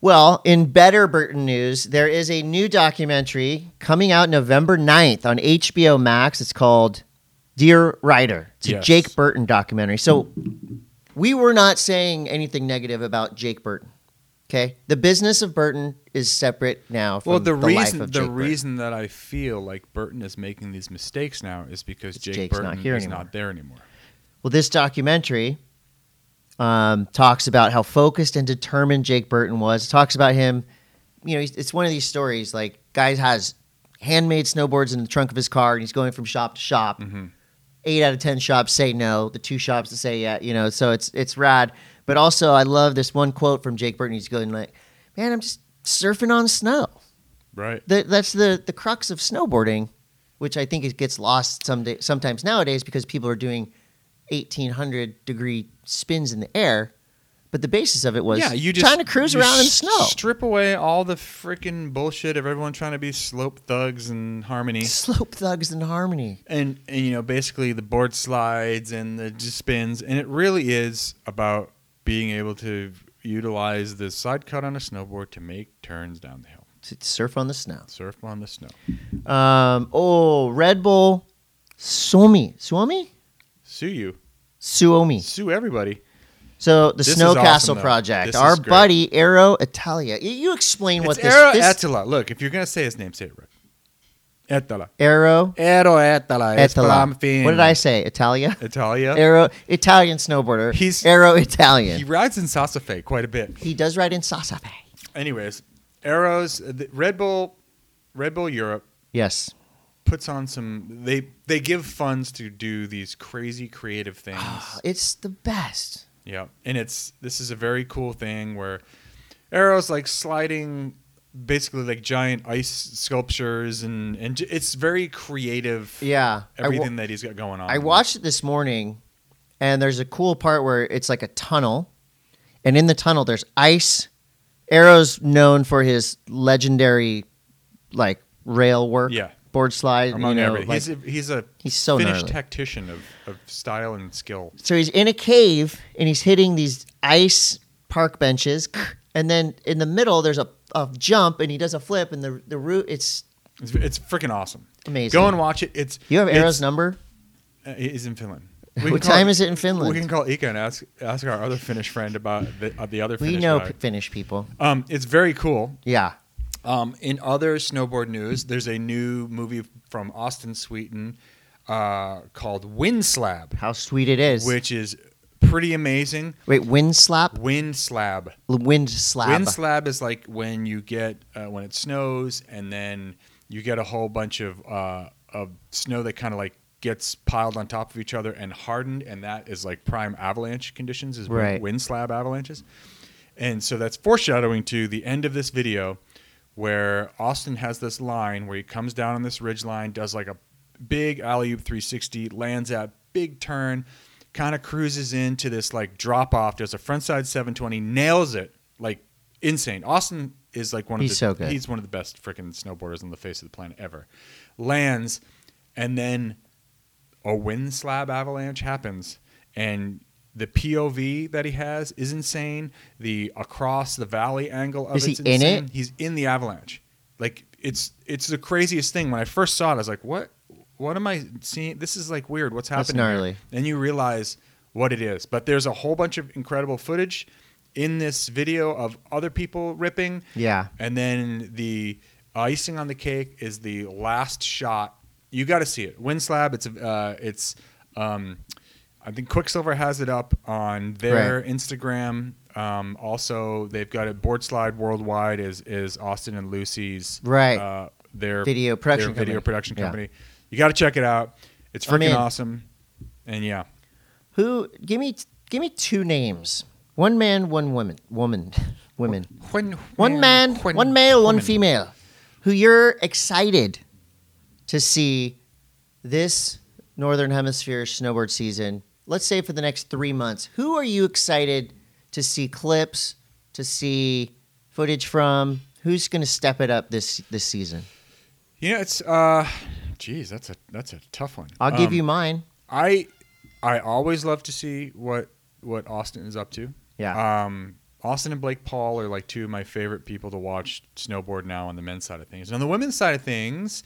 Speaker 1: Well, in better Burton news, there is a new documentary coming out November 9th on HBO Max. It's called Dear Writer. It's
Speaker 2: Yes.
Speaker 1: a Jake Burton documentary. So we were not saying anything negative about Jake Burton. Okay? The business of Burton is separate now from
Speaker 2: Well, the,
Speaker 1: life
Speaker 2: reason
Speaker 1: of
Speaker 2: the
Speaker 1: Jake Burton.
Speaker 2: reason that I feel like Burton is making these mistakes now is because Jake
Speaker 1: Jake's
Speaker 2: Burton
Speaker 1: not here
Speaker 2: is
Speaker 1: anymore.
Speaker 2: not there anymore.
Speaker 1: Well, this documentary um, talks about how focused and determined Jake Burton was. It talks about him. You know, he's- it's one of these stories like guy has handmade snowboards in the trunk of his car, and he's going from shop to shop. Eight out of ten shops say no. The two shops that say yeah, you know. So it's it's rad. But also, I love this one quote from Jake Burton. He's going like, "Man, I'm just surfing on snow."
Speaker 2: Right.
Speaker 1: That that's the the crux of snowboarding, which I think it gets lost some day, sometimes nowadays because people are doing eighteen hundred degree spins in the air. But the basis of it was
Speaker 2: yeah, you just
Speaker 1: trying to cruise
Speaker 2: you
Speaker 1: around in
Speaker 2: s-
Speaker 1: snow,
Speaker 2: Strip away all the freaking bullshit of everyone trying to be slope thugs and harmony.
Speaker 1: slope thugs and harmony.
Speaker 2: and, and you know basically the board slides and the just spins and it really is about being able to utilize the side cut on a snowboard to make turns down the hill
Speaker 1: To surf on the snow.
Speaker 2: surf on the snow
Speaker 1: Um, oh, Red Bull, Suomi, Suomi,
Speaker 2: sue you
Speaker 1: Suomi.
Speaker 2: sue everybody
Speaker 1: So the
Speaker 2: This is
Speaker 1: Snowcastle
Speaker 2: awesome, though.
Speaker 1: project.
Speaker 2: This
Speaker 1: Our
Speaker 2: is great.
Speaker 1: buddy Aero Italia. You- You explain what
Speaker 2: it's
Speaker 1: this,
Speaker 2: Aero
Speaker 1: this
Speaker 2: Atala. look if you're gonna say his name say it right Etala.
Speaker 1: Aero
Speaker 2: Aero Etala. It's
Speaker 1: Etala.
Speaker 2: from
Speaker 1: What did I say? Italia.
Speaker 2: Italia.
Speaker 1: Aero Italian snowboarder.
Speaker 2: He's-
Speaker 1: He's Aero Italian. He,
Speaker 2: He rides in Sasafe quite a bit.
Speaker 1: does ride in Sasafe.
Speaker 2: Anyways, Arrows, the Red Bull, Red Bull Europe
Speaker 1: Yes.
Speaker 2: puts on some they they give funds to do these crazy creative things
Speaker 1: Uh, It's the best.
Speaker 2: yeah and it's this is a very cool thing where arrows like sliding basically like giant ice sculptures and and j- it's very creative
Speaker 1: Yeah. I wa-
Speaker 2: everything that he's got going on
Speaker 1: I watched it this morning, and there's a cool part where it's like a tunnel, and in the tunnel there's ice. Arrow's known for his legendary, like rail work,
Speaker 2: Yeah.
Speaker 1: board slide.
Speaker 2: among
Speaker 1: you know,
Speaker 2: everything
Speaker 1: like-
Speaker 2: he's a, he's a
Speaker 1: he's so
Speaker 2: finished
Speaker 1: gnarly.
Speaker 2: tactician of, of style and skill
Speaker 1: so he's in a cave and he's hitting these ice park benches, and then in the middle there's a, a jump and he does a flip and the the root it's
Speaker 2: it's, it's freaking awesome
Speaker 1: Amazing.
Speaker 2: go and watch it it's
Speaker 1: You have
Speaker 2: it's-
Speaker 1: Arrow's number?
Speaker 2: Uh, it is in Finland.
Speaker 1: What
Speaker 2: can call-
Speaker 1: time is it in Finland?
Speaker 2: We can call Ika and ask ask our other Finnish friend about the, uh, the other.
Speaker 1: We
Speaker 2: Finnish
Speaker 1: know
Speaker 2: guy.
Speaker 1: p- Finnish people.
Speaker 2: Um, it's very cool.
Speaker 1: Yeah.
Speaker 2: Um, in other snowboard news, there's a new movie from Austin, Sweden. uh, called Wind Slab,
Speaker 1: How sweet it is.
Speaker 2: which is pretty amazing.
Speaker 1: Wait, wind slap?
Speaker 2: Wind Slab.
Speaker 1: Wind slab.
Speaker 2: Wind slab is like when you get uh, when it snows, and then you get a whole bunch of uh, of snow that kind of like gets piled on top of each other and hardened, and that is like prime avalanche conditions is
Speaker 1: Right.
Speaker 2: right. wind slab avalanches, and so that's foreshadowing to the end of this video, where Austin has this line where he comes down on this ridge line, does like a big alley oop 360, lands that big turn, kind of cruises into this like drop off, does a front side 720, nails it like insane. Austin is like one of
Speaker 1: He's
Speaker 2: the
Speaker 1: so good.
Speaker 2: he's one of the best freaking snowboarders on the face of the planet ever. Lands, and then a wind slab avalanche happens, and the POV that he has is insane. The across the valley angle of
Speaker 1: Is he
Speaker 2: it's
Speaker 1: in
Speaker 2: insane.
Speaker 1: it?
Speaker 2: He's in the avalanche. Like it's it's the craziest thing. When I first saw it, I was like, what? What am I seeing? This is like weird. What's
Speaker 1: That's
Speaker 2: happening? here?
Speaker 1: gnarly.
Speaker 2: And you realize what it is. But there's a whole bunch of incredible footage in this video of other people ripping.
Speaker 1: Yeah.
Speaker 2: And then the icing on the cake is the last shot. You got to see it. Wind slab. It's uh, it's um, I think Quicksilver has it up on their Instagram. Um, also, they've got it. Board Slide Worldwide is is Austin and Lucy's
Speaker 1: Right.
Speaker 2: uh, their
Speaker 1: Video production
Speaker 2: their video
Speaker 1: company.
Speaker 2: production
Speaker 1: Yeah.
Speaker 2: company. You got to check it out. It's
Speaker 1: I'm in.
Speaker 2: freaking awesome. And yeah,
Speaker 1: Who? Give me, give me two names. One man, one woman, woman, women.
Speaker 2: when,
Speaker 1: One man, one male, one female. Who you're excited to see this Northern Hemisphere snowboard season? Let's say for the next three months. Who are you excited to see clips, to see footage from? Who's going to step it up this this season?
Speaker 2: You know, it's uh, geez, that's a that's a tough one.
Speaker 1: I'll give
Speaker 2: Um,
Speaker 1: you mine.
Speaker 2: I I always love to see what what Austin is up to.
Speaker 1: Yeah.
Speaker 2: Um, Austin and Blake Paul are like two of my favorite people to watch snowboard now on the men's side of things. And on the women's side of things,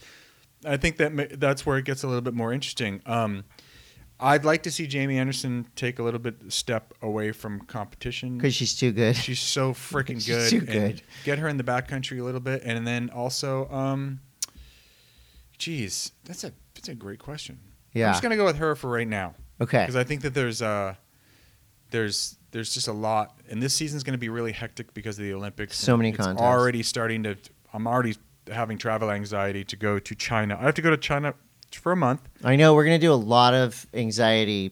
Speaker 2: I think that ma- that's where it gets a little bit more interesting. Um, I'd like to see Jamie Anderson take a little bit step away from competition
Speaker 1: Because she's too good.
Speaker 2: She's so freaking
Speaker 1: She's
Speaker 2: good.
Speaker 1: too
Speaker 2: and
Speaker 1: good.
Speaker 2: Get her in the backcountry a little bit, and then also, um, geez, that's a that's a great question.
Speaker 1: Yeah.
Speaker 2: I'm just gonna go with her for right now
Speaker 1: Okay.
Speaker 2: because I think that there's uh there's there's just a lot, and this season's gonna be really hectic because of the Olympics.
Speaker 1: So
Speaker 2: and
Speaker 1: many
Speaker 2: it's
Speaker 1: contests.
Speaker 2: Already starting to, I'm already having travel anxiety to go to China. I have to go to China for a month.
Speaker 1: I know we're going to do a lot of anxiety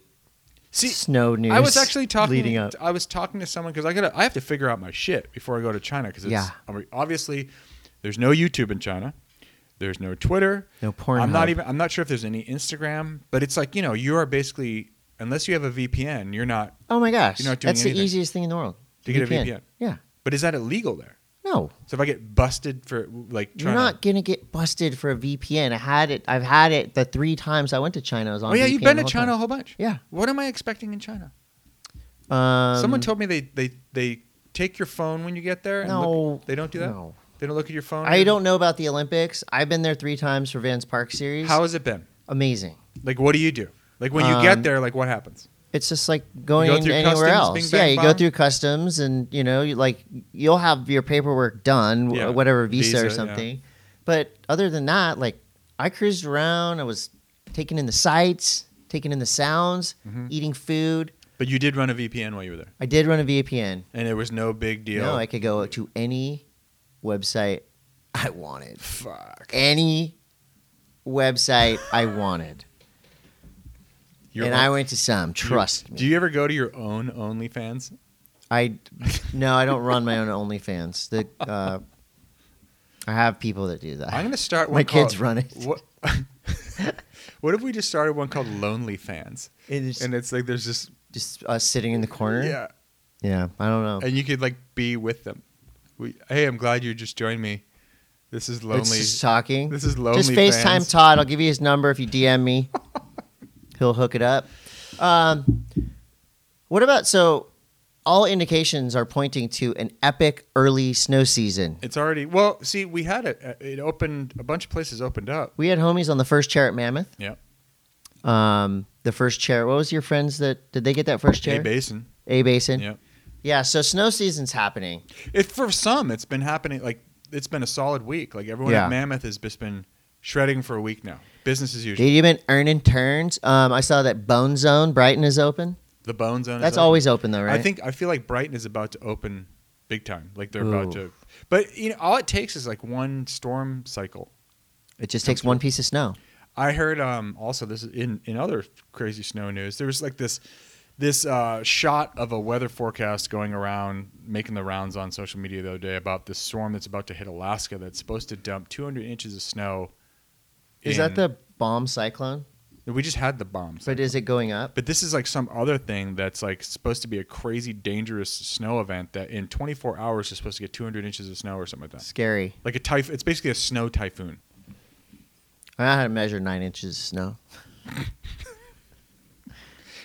Speaker 2: See,
Speaker 1: snow news.
Speaker 2: I was actually talking.
Speaker 1: leading up.
Speaker 2: I was talking to someone because I gotta. I have to figure out my shit before I go to China because
Speaker 1: Yeah.
Speaker 2: obviously there's no YouTube in China. There's no Twitter.
Speaker 1: No Pornhub.
Speaker 2: I'm not even. I'm not sure if there's any Instagram. But it's like you know you are basically unless you have a VPN, you're not.
Speaker 1: Oh my gosh,
Speaker 2: You're not doing
Speaker 1: that's the
Speaker 2: anything.
Speaker 1: easiest thing in the world.
Speaker 2: To get a VPN.
Speaker 1: Yeah.
Speaker 2: But is that illegal there?
Speaker 1: No,
Speaker 2: So if I get busted for like
Speaker 1: you're
Speaker 2: trying
Speaker 1: not
Speaker 2: to.
Speaker 1: gonna get busted for a VPN. I had it. I've had it the three times I went to China. I was on.
Speaker 2: Oh yeah,
Speaker 1: VPN
Speaker 2: you've been
Speaker 1: the
Speaker 2: to
Speaker 1: whole
Speaker 2: China a whole bunch.
Speaker 1: Yeah.
Speaker 2: What am I expecting in China?
Speaker 1: time. Um,
Speaker 2: Someone told me they they they take your phone when you get there. And
Speaker 1: No,
Speaker 2: look- they don't do that.
Speaker 1: no.
Speaker 2: They don't look at your phone.
Speaker 1: I don't know about the Olympics. I've been there three times for Vans Park Series.
Speaker 2: How has it been?
Speaker 1: amazing!
Speaker 2: Like, what do you do? Like, when you get
Speaker 1: Um,
Speaker 2: there, like, what happens?
Speaker 1: It's just like going
Speaker 2: You go
Speaker 1: in
Speaker 2: through
Speaker 1: anywhere
Speaker 2: customs,
Speaker 1: else.
Speaker 2: bing,
Speaker 1: yeah,
Speaker 2: bang,
Speaker 1: you go
Speaker 2: bong.
Speaker 1: through customs, and you know, you, like you'll have your paperwork done, wh-
Speaker 2: Yeah,
Speaker 1: whatever visa,
Speaker 2: visa,
Speaker 1: or
Speaker 2: yeah.
Speaker 1: something. But other than that, like I cruised around. I was taking in the sights, taking in the sounds,
Speaker 2: Mm-hmm.
Speaker 1: eating food.
Speaker 2: But you did run a VPN while you were there,
Speaker 1: I did run a VPN.
Speaker 2: and there was no big deal.
Speaker 1: No, I could go to any website I wanted.
Speaker 2: Fuck.
Speaker 1: Any website I wanted.
Speaker 2: Your
Speaker 1: and
Speaker 2: own-
Speaker 1: I went to some, trust me.
Speaker 2: Do you ever go to your own OnlyFans?
Speaker 1: I no, I don't run my own OnlyFans. The uh, I have people that do that.
Speaker 2: I'm gonna start. One
Speaker 1: My
Speaker 2: called-
Speaker 1: kids run it.
Speaker 2: What, what if we just started one called Lonely Fans?
Speaker 1: It is-
Speaker 2: And it's like there's just
Speaker 1: Just us sitting in the corner.
Speaker 2: yeah,
Speaker 1: Yeah, I don't know.
Speaker 2: and you could like be with them. We, hey, I'm glad you just joined me. This is
Speaker 1: It's
Speaker 2: lonely.
Speaker 1: just talking.
Speaker 2: This is lonely.
Speaker 1: Just FaceTime
Speaker 2: fans.
Speaker 1: Todd. I'll give you his number if you DM me. He'll hook it up. Um, what about so? All indications are pointing to an epic early snow season.
Speaker 2: It's already well. See, we had it. uh, It opened. A bunch of places opened up.
Speaker 1: We had homies on the first chair at Mammoth.
Speaker 2: Yep.
Speaker 1: Um, the first chair. What was your friends that did they get that first
Speaker 2: Hey,
Speaker 1: chair?
Speaker 2: Basin.
Speaker 1: A basin.
Speaker 2: Yep.
Speaker 1: Yeah. So snow season's happening.
Speaker 2: It for some, it's been happening. Like it's been a solid week. Like everyone
Speaker 1: Yeah.
Speaker 2: at Mammoth has just been shredding for a week now. Business as usual.
Speaker 1: Dude, you've been earning turns. Um, I saw that Bone Zone Brighton is open.
Speaker 2: the bone zone.
Speaker 1: That's
Speaker 2: is open.
Speaker 1: always open though, right?
Speaker 2: I think I feel like Brighton is about to open big time. Like they're about
Speaker 1: Ooh.
Speaker 2: to. But you know, all it takes is like one storm cycle.
Speaker 1: it just takes one piece of snow.
Speaker 2: I heard um, also this is in in other crazy snow news. There was like this this uh, shot of a weather forecast going around making the rounds on social media the other day about this storm that's about to hit Alaska that's supposed to dump 200 inches of snow.
Speaker 1: Is
Speaker 2: in-
Speaker 1: that the bomb cyclone?
Speaker 2: we just had the bombs?
Speaker 1: But is it going up?
Speaker 2: But this is like some other thing that's like supposed to be a crazy dangerous snow event that in 24 hours is supposed to get 200 inches of snow or something like that.
Speaker 1: Scary.
Speaker 2: Like a typhoon. It's basically a snow typhoon.
Speaker 1: I don't know how to measure nine inches of snow.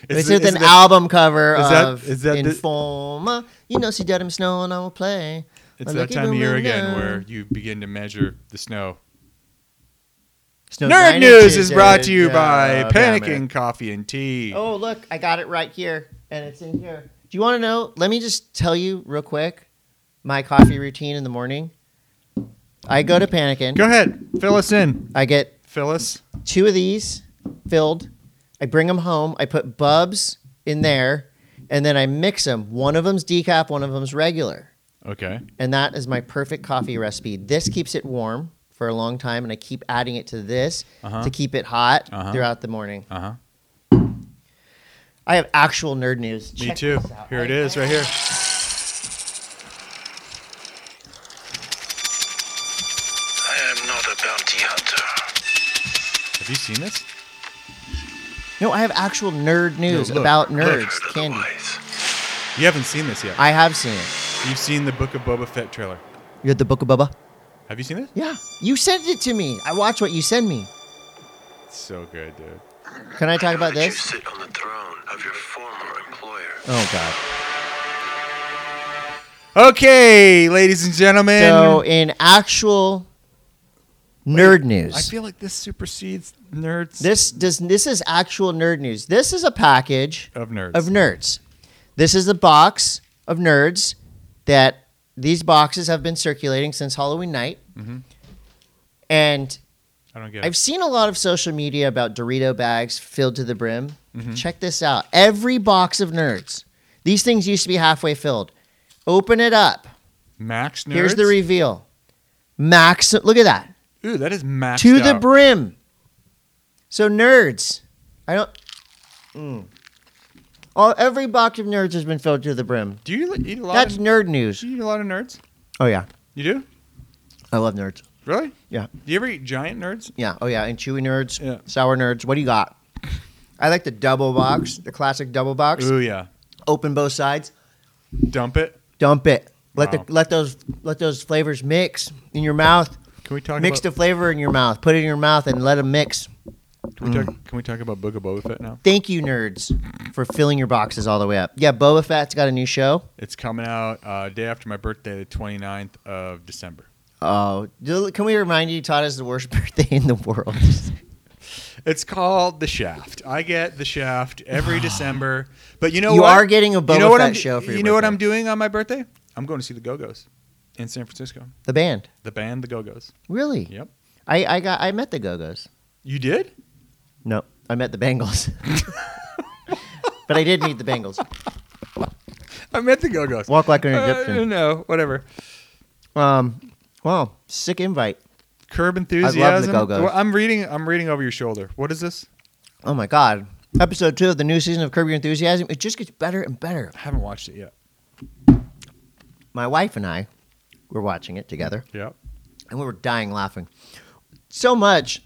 Speaker 2: Is
Speaker 1: It's
Speaker 2: it-
Speaker 1: with
Speaker 2: is
Speaker 1: an
Speaker 2: it-
Speaker 1: album cover
Speaker 2: is that-
Speaker 1: of
Speaker 2: is that the-
Speaker 1: Informa. You know, see that I'm snow and I will play.
Speaker 2: It's
Speaker 1: I
Speaker 2: that
Speaker 1: look
Speaker 2: time of
Speaker 1: in the
Speaker 2: year again
Speaker 1: window.
Speaker 2: where you begin to measure the snow.
Speaker 1: Snow
Speaker 2: Nerd
Speaker 1: nine
Speaker 2: News
Speaker 1: inches,
Speaker 2: is brought to you
Speaker 1: uh,
Speaker 2: by
Speaker 1: uh,
Speaker 2: Panicking Coffee and Tea.
Speaker 1: Oh, look, I got it right here, and it's in here. Do you want to know? Let me just tell you real quick my coffee routine in the morning. I go to Panikin.
Speaker 2: Go ahead. Fill us in.
Speaker 1: I get
Speaker 2: Phyllis.
Speaker 1: two of these filled. I bring them home. I put Bubs in there, and then I mix them. One of them's decaf, one of them's regular,
Speaker 2: Okay.
Speaker 1: and that is my perfect coffee recipe. This keeps it warm for a long time, and I keep adding it to this
Speaker 2: Uh-huh.
Speaker 1: to keep it hot
Speaker 2: Uh-huh.
Speaker 1: throughout the morning.
Speaker 2: Uh huh.
Speaker 1: I have actual nerd news.
Speaker 2: Me
Speaker 1: Check
Speaker 2: too.
Speaker 1: this out.
Speaker 2: Here it is, right here.
Speaker 4: I am not a bounty hunter.
Speaker 2: Have you seen this?
Speaker 1: No, I have actual nerd news
Speaker 2: look,
Speaker 1: about
Speaker 4: I've
Speaker 1: nerds,
Speaker 4: heard
Speaker 1: candy.
Speaker 4: otherwise.
Speaker 2: You haven't seen this yet.
Speaker 1: I have seen it.
Speaker 2: You've seen the Book of Boba Fett trailer.
Speaker 1: You had the Book of Bubba?
Speaker 2: Have you seen it?
Speaker 1: Yeah. You sent it to me. I watch what you send me.
Speaker 2: It's so good, dude.
Speaker 1: Can I talk about
Speaker 4: That You
Speaker 1: this?
Speaker 4: sit on the throne of your former employer.
Speaker 1: Oh, God.
Speaker 2: Okay, ladies and gentlemen.
Speaker 1: So, in actual nerd news,
Speaker 2: I feel like this supersedes nerds
Speaker 1: this does this is actual nerd news. This is a package
Speaker 2: of nerds.
Speaker 1: of nerds. This is the box of nerds that these boxes have been circulating since Halloween night.
Speaker 2: Mm-hmm.
Speaker 1: And
Speaker 2: I don't get it.
Speaker 1: I've seen a lot of social media about Dorito bags filled to the brim.
Speaker 2: Mm-hmm.
Speaker 1: Check this out. Every box of nerds. These things used to be halfway filled. Open it up.
Speaker 2: Max nerds.
Speaker 1: Here's the reveal. Max look at that.
Speaker 2: Ooh, that is max.
Speaker 1: to the brim. So nerds. I don't Mm. All, every box of nerds has been filled to the brim.
Speaker 2: Do you li- eat a lot?
Speaker 1: That's
Speaker 2: of,
Speaker 1: nerd news.
Speaker 2: do you eat a lot of nerds?
Speaker 1: Oh yeah.
Speaker 2: You do?
Speaker 1: I love nerds.
Speaker 2: Really?
Speaker 1: Yeah.
Speaker 2: Do you ever eat giant nerds?
Speaker 1: Yeah. Oh yeah. And chewy nerds,
Speaker 2: Yeah.
Speaker 1: sour nerds. What do you got? I like the double box, the classic double box.
Speaker 2: Ooh yeah.
Speaker 1: Open both sides.
Speaker 2: Dump it.
Speaker 1: Dump it. Let
Speaker 2: Wow.
Speaker 1: the let those let those flavors mix in your mouth.
Speaker 2: Can we talk
Speaker 1: Mix the
Speaker 2: about?
Speaker 1: flavor in your mouth. Put it in your mouth and let them mix.
Speaker 2: Can we
Speaker 1: Mm.
Speaker 2: talk, can we talk about Book of Boba Fett now?
Speaker 1: Thank you, nerds, for filling your boxes all the way up. Yeah, Boba Fett's got a new show.
Speaker 2: It's coming out uh, day after my birthday, the 29th of December.
Speaker 1: Oh, do- can we remind you? Todd has the worst birthday in the world.
Speaker 2: It's called The Shaft. I get The Shaft every December. But you know
Speaker 1: You
Speaker 2: what?
Speaker 1: are getting a
Speaker 2: you
Speaker 1: Boba
Speaker 2: know what
Speaker 1: Fett
Speaker 2: I'm,
Speaker 1: show for your
Speaker 2: You know what
Speaker 1: birthday.
Speaker 2: I'm doing on my birthday? I'm going to see the Go Go's in San Francisco.
Speaker 1: the band,
Speaker 2: The band The Go Go's.
Speaker 1: really?
Speaker 2: Yep.
Speaker 1: I I got I met the Go Go's.
Speaker 2: You did?
Speaker 1: No, I met the Bengals. but I did meet the Bengals.
Speaker 2: I met the Go Go's.
Speaker 1: Walk like an
Speaker 2: Uh,
Speaker 1: Egyptian.
Speaker 2: no, whatever.
Speaker 1: Um, wow, sick invite.
Speaker 2: Curb enthusiasm.
Speaker 1: Go-Go's.
Speaker 2: Well, I'm reading. I'm reading over your shoulder. What is this?
Speaker 1: Oh my God. Episode two of the new season of Curb Your Enthusiasm. It just gets better and better.
Speaker 2: I haven't watched it yet.
Speaker 1: My wife and I were watching it together,
Speaker 2: Yep.
Speaker 1: and we were dying laughing. So much.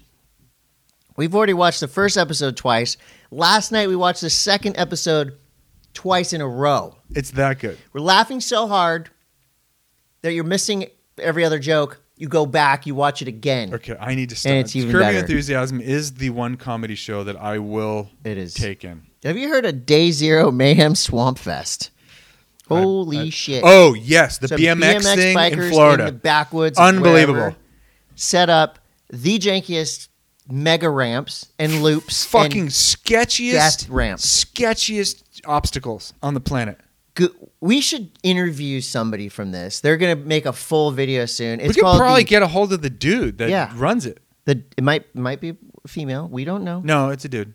Speaker 1: We've already watched the first episode twice. Last night, we watched the second episode twice in a row.
Speaker 2: It's that good.
Speaker 1: We're laughing so hard that you're missing every other joke. You go back, you watch it again.
Speaker 2: Okay, I need to stop.
Speaker 1: it's even
Speaker 2: Curb Your
Speaker 1: better.
Speaker 2: enthusiasm is the one comedy show that I will
Speaker 1: It is.
Speaker 2: take in.
Speaker 1: Have you heard of Day Zero Mayhem Swamp Fest? Holy shit.
Speaker 2: Oh yes, the
Speaker 1: Some
Speaker 2: BMX, thing
Speaker 1: bikers
Speaker 2: in Florida.
Speaker 1: the backwoods. of
Speaker 2: Unbelievable.
Speaker 1: wherever set up the jankiest mega ramps and loops.
Speaker 2: Fucking
Speaker 1: and
Speaker 2: sketchiest
Speaker 1: death ramp.
Speaker 2: sketchiest obstacles on the planet.
Speaker 1: go- we should interview somebody from this. They're gonna make a full video soon. It's
Speaker 2: we could
Speaker 1: called
Speaker 2: probably
Speaker 1: the-
Speaker 2: get a hold of the dude that
Speaker 1: Yeah.
Speaker 2: runs it.
Speaker 1: The it might might be female. We don't know.
Speaker 2: No, it's a dude.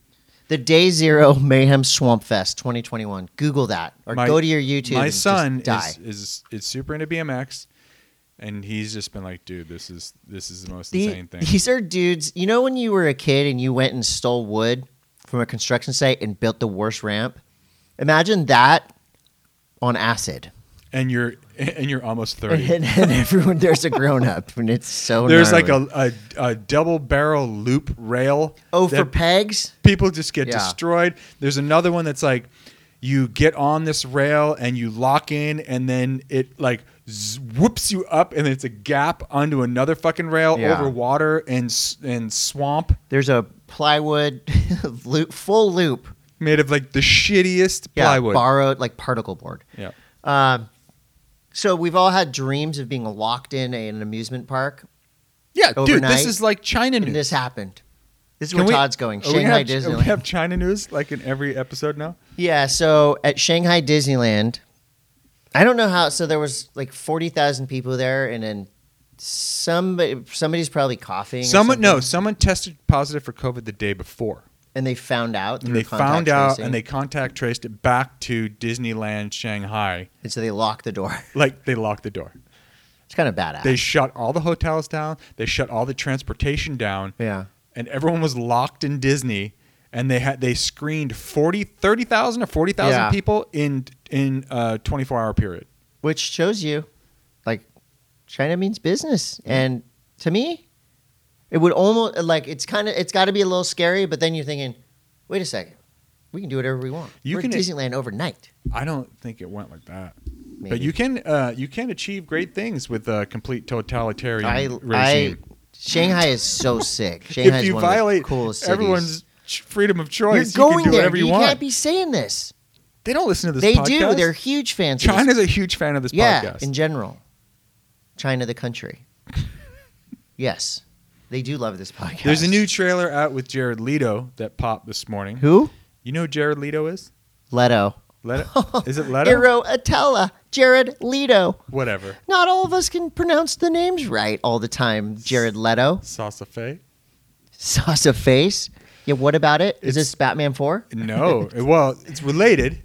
Speaker 1: The Day Zero Mayhem Swamp Fest 2021. Google that or
Speaker 2: My-
Speaker 1: go to your YouTube.
Speaker 2: My
Speaker 1: and just
Speaker 2: son
Speaker 1: die.
Speaker 2: is, is is super into BMX, and he's just been like, dude, this is this is the most
Speaker 1: The-
Speaker 2: insane thing.
Speaker 1: These are dudes. You know when you were a kid and you went and stole wood from a construction site and built the worst ramp? Imagine that on acid.
Speaker 2: and you're and you're almost thirty.
Speaker 1: And, and everyone there's a grown up and it's so
Speaker 2: There's like
Speaker 1: Oh, gnarly.
Speaker 2: a, a, a double barrel loop rail.
Speaker 1: Oh for
Speaker 2: that
Speaker 1: pegs?
Speaker 2: people just get
Speaker 1: Yeah.
Speaker 2: destroyed. There's another one that's like you get on this rail and you lock in, and then it like z- whoops you up, and it's a gap onto another fucking rail
Speaker 1: Yeah.
Speaker 2: over water and s- and swamp
Speaker 1: There's a plywood loop full loop.
Speaker 2: made of like the shittiest
Speaker 1: Yeah,
Speaker 2: plywood.
Speaker 1: borrowed like particle board.
Speaker 2: yeah.
Speaker 1: Um, so we've all had dreams of being locked in a- an amusement park,
Speaker 2: Yeah, dude,
Speaker 1: Overnight.
Speaker 2: this is like China
Speaker 1: and
Speaker 2: news.
Speaker 1: this happened. This is
Speaker 2: Can
Speaker 1: where
Speaker 2: we-
Speaker 1: Todd's going.
Speaker 2: are we gonna
Speaker 1: Shanghai
Speaker 2: have, are we
Speaker 1: Disneyland.
Speaker 2: gonna have China news like in every episode now.
Speaker 1: Yeah, so at Shanghai Disneyland, I don't know how. So there was like forty thousand people there, and then somebody somebody's probably coughing. or
Speaker 2: Someone
Speaker 1: something,
Speaker 2: no, someone tested positive for COVID the day before.
Speaker 1: and they found out.
Speaker 2: and
Speaker 1: through
Speaker 2: they found
Speaker 1: contact
Speaker 2: out
Speaker 1: tracing,
Speaker 2: and they contact traced it back to Disneyland Shanghai.
Speaker 1: and so they locked the door.
Speaker 2: Like they locked the door.
Speaker 1: It's kind of badass.
Speaker 2: They shut all the hotels down. They shut all the transportation down.
Speaker 1: yeah,
Speaker 2: And everyone was locked in Disney and they had they screened 40 30,000 or 40,000
Speaker 1: Yeah.
Speaker 2: people in in a 24-hour period.
Speaker 1: which shows you, like, China means business, and to me, it would almost like it's kind of it's got to be a little scary. But then you're thinking, wait a second, we can do whatever we want.
Speaker 2: You
Speaker 1: We're
Speaker 2: can-
Speaker 1: at Disneyland overnight.
Speaker 2: I don't think it went like that.
Speaker 1: Maybe.
Speaker 2: But you can uh, you can achieve great things with a complete totalitarian
Speaker 1: I, I
Speaker 2: regime.
Speaker 1: Shanghai is so sick. Shanghai
Speaker 2: if
Speaker 1: is
Speaker 2: you
Speaker 1: one of
Speaker 2: violate
Speaker 1: the coolest cities.
Speaker 2: everyone's ch- freedom of
Speaker 1: You're
Speaker 2: choice, you
Speaker 1: going
Speaker 2: can do
Speaker 1: there.
Speaker 2: whatever you,
Speaker 1: you
Speaker 2: want.
Speaker 1: can't be saying this.
Speaker 2: They don't listen to this.
Speaker 1: they do.
Speaker 2: podcast.
Speaker 1: They're huge fans. of this.
Speaker 2: China's a huge fan of this
Speaker 1: yeah,
Speaker 2: podcast.
Speaker 1: in general, China the country. yes, they do love this podcast.
Speaker 2: There's a new trailer out with Jared Leto that popped this morning.
Speaker 1: who
Speaker 2: You know who Jared Leto is?
Speaker 1: Leto.
Speaker 2: Leto? is it Leto?
Speaker 1: Iro Atella, Jared Leto.
Speaker 2: Whatever.
Speaker 1: Not all of us can pronounce the names right all the time. Jared Leto,
Speaker 2: Salsa Fe?
Speaker 1: Sasa Face. Yeah, what about it? Is
Speaker 2: It's-
Speaker 1: this Batman Four?
Speaker 2: No. well, it's related,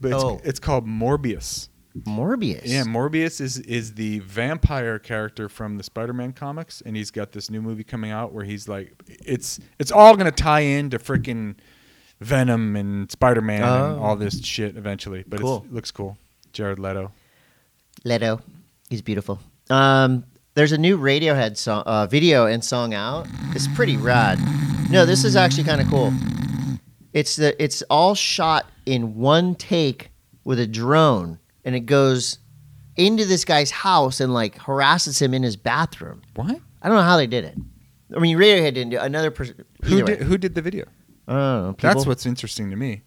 Speaker 2: but it's,
Speaker 1: Oh.
Speaker 2: it's called Morbius.
Speaker 1: Morbius.
Speaker 2: Yeah, Morbius is is the vampire character from the Spider-Man comics, and he's got this new movie coming out where he's like, it's it's all gonna tie into freaking Venom and Spider-Man and
Speaker 1: Oh.
Speaker 2: all this shit eventually. But
Speaker 1: Cool.
Speaker 2: it's, it looks cool. Jared Leto.
Speaker 1: Leto. He's beautiful. Um, there's a new Radiohead song, uh, video and song out. It's pretty rad. No, this is actually kind of cool. It's the it's all shot in one take with a drone, and it goes into this guy's house and like harasses him in his bathroom.
Speaker 2: What?
Speaker 1: I don't know how they did it. I mean, Radiohead didn't do it. another person.
Speaker 2: Who did, who did the video?
Speaker 1: I don't know.
Speaker 2: That's
Speaker 1: people?
Speaker 2: what's interesting to me.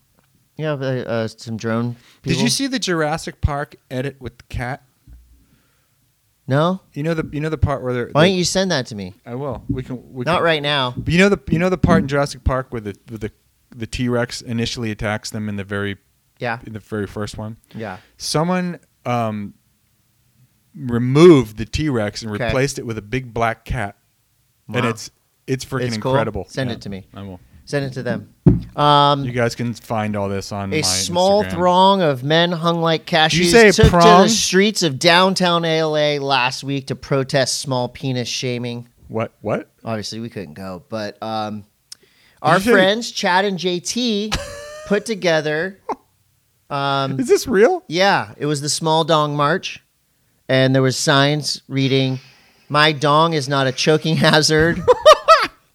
Speaker 1: Yeah, but, uh, some drone. People.
Speaker 2: Did you see the Jurassic Park edit with the cat?
Speaker 1: No.
Speaker 2: You know the you know the part where they're.
Speaker 1: Why don't you send that to me?
Speaker 2: I will. We can. We
Speaker 1: Not
Speaker 2: can-
Speaker 1: right now.
Speaker 2: You know the you know the part in Jurassic Park where the where the the T Rex initially attacks them in the very
Speaker 1: Yeah.
Speaker 2: in the very first one.
Speaker 1: Yeah.
Speaker 2: Someone um, removed the T Rex and
Speaker 1: Okay.
Speaker 2: replaced it with a big black cat, and
Speaker 1: Wow.
Speaker 2: it's it's freaking
Speaker 1: It's cool.
Speaker 2: incredible.
Speaker 1: Send it to me.
Speaker 2: I will.
Speaker 1: Send it to them. Um,
Speaker 2: You guys can find all this on my
Speaker 1: a small
Speaker 2: Instagram.
Speaker 1: throng of men hung like
Speaker 2: you
Speaker 1: cashews
Speaker 2: say
Speaker 1: took to
Speaker 2: prong?
Speaker 1: the streets of downtown LA last week to protest small penis shaming.
Speaker 2: What what?
Speaker 1: Obviously, we couldn't go, but um, our
Speaker 2: say-
Speaker 1: friends Chad and JT put together. Um,
Speaker 2: Is this real?
Speaker 1: yeah, it was the Small Dong March, and there was signs reading, "My dong is not a choking hazard.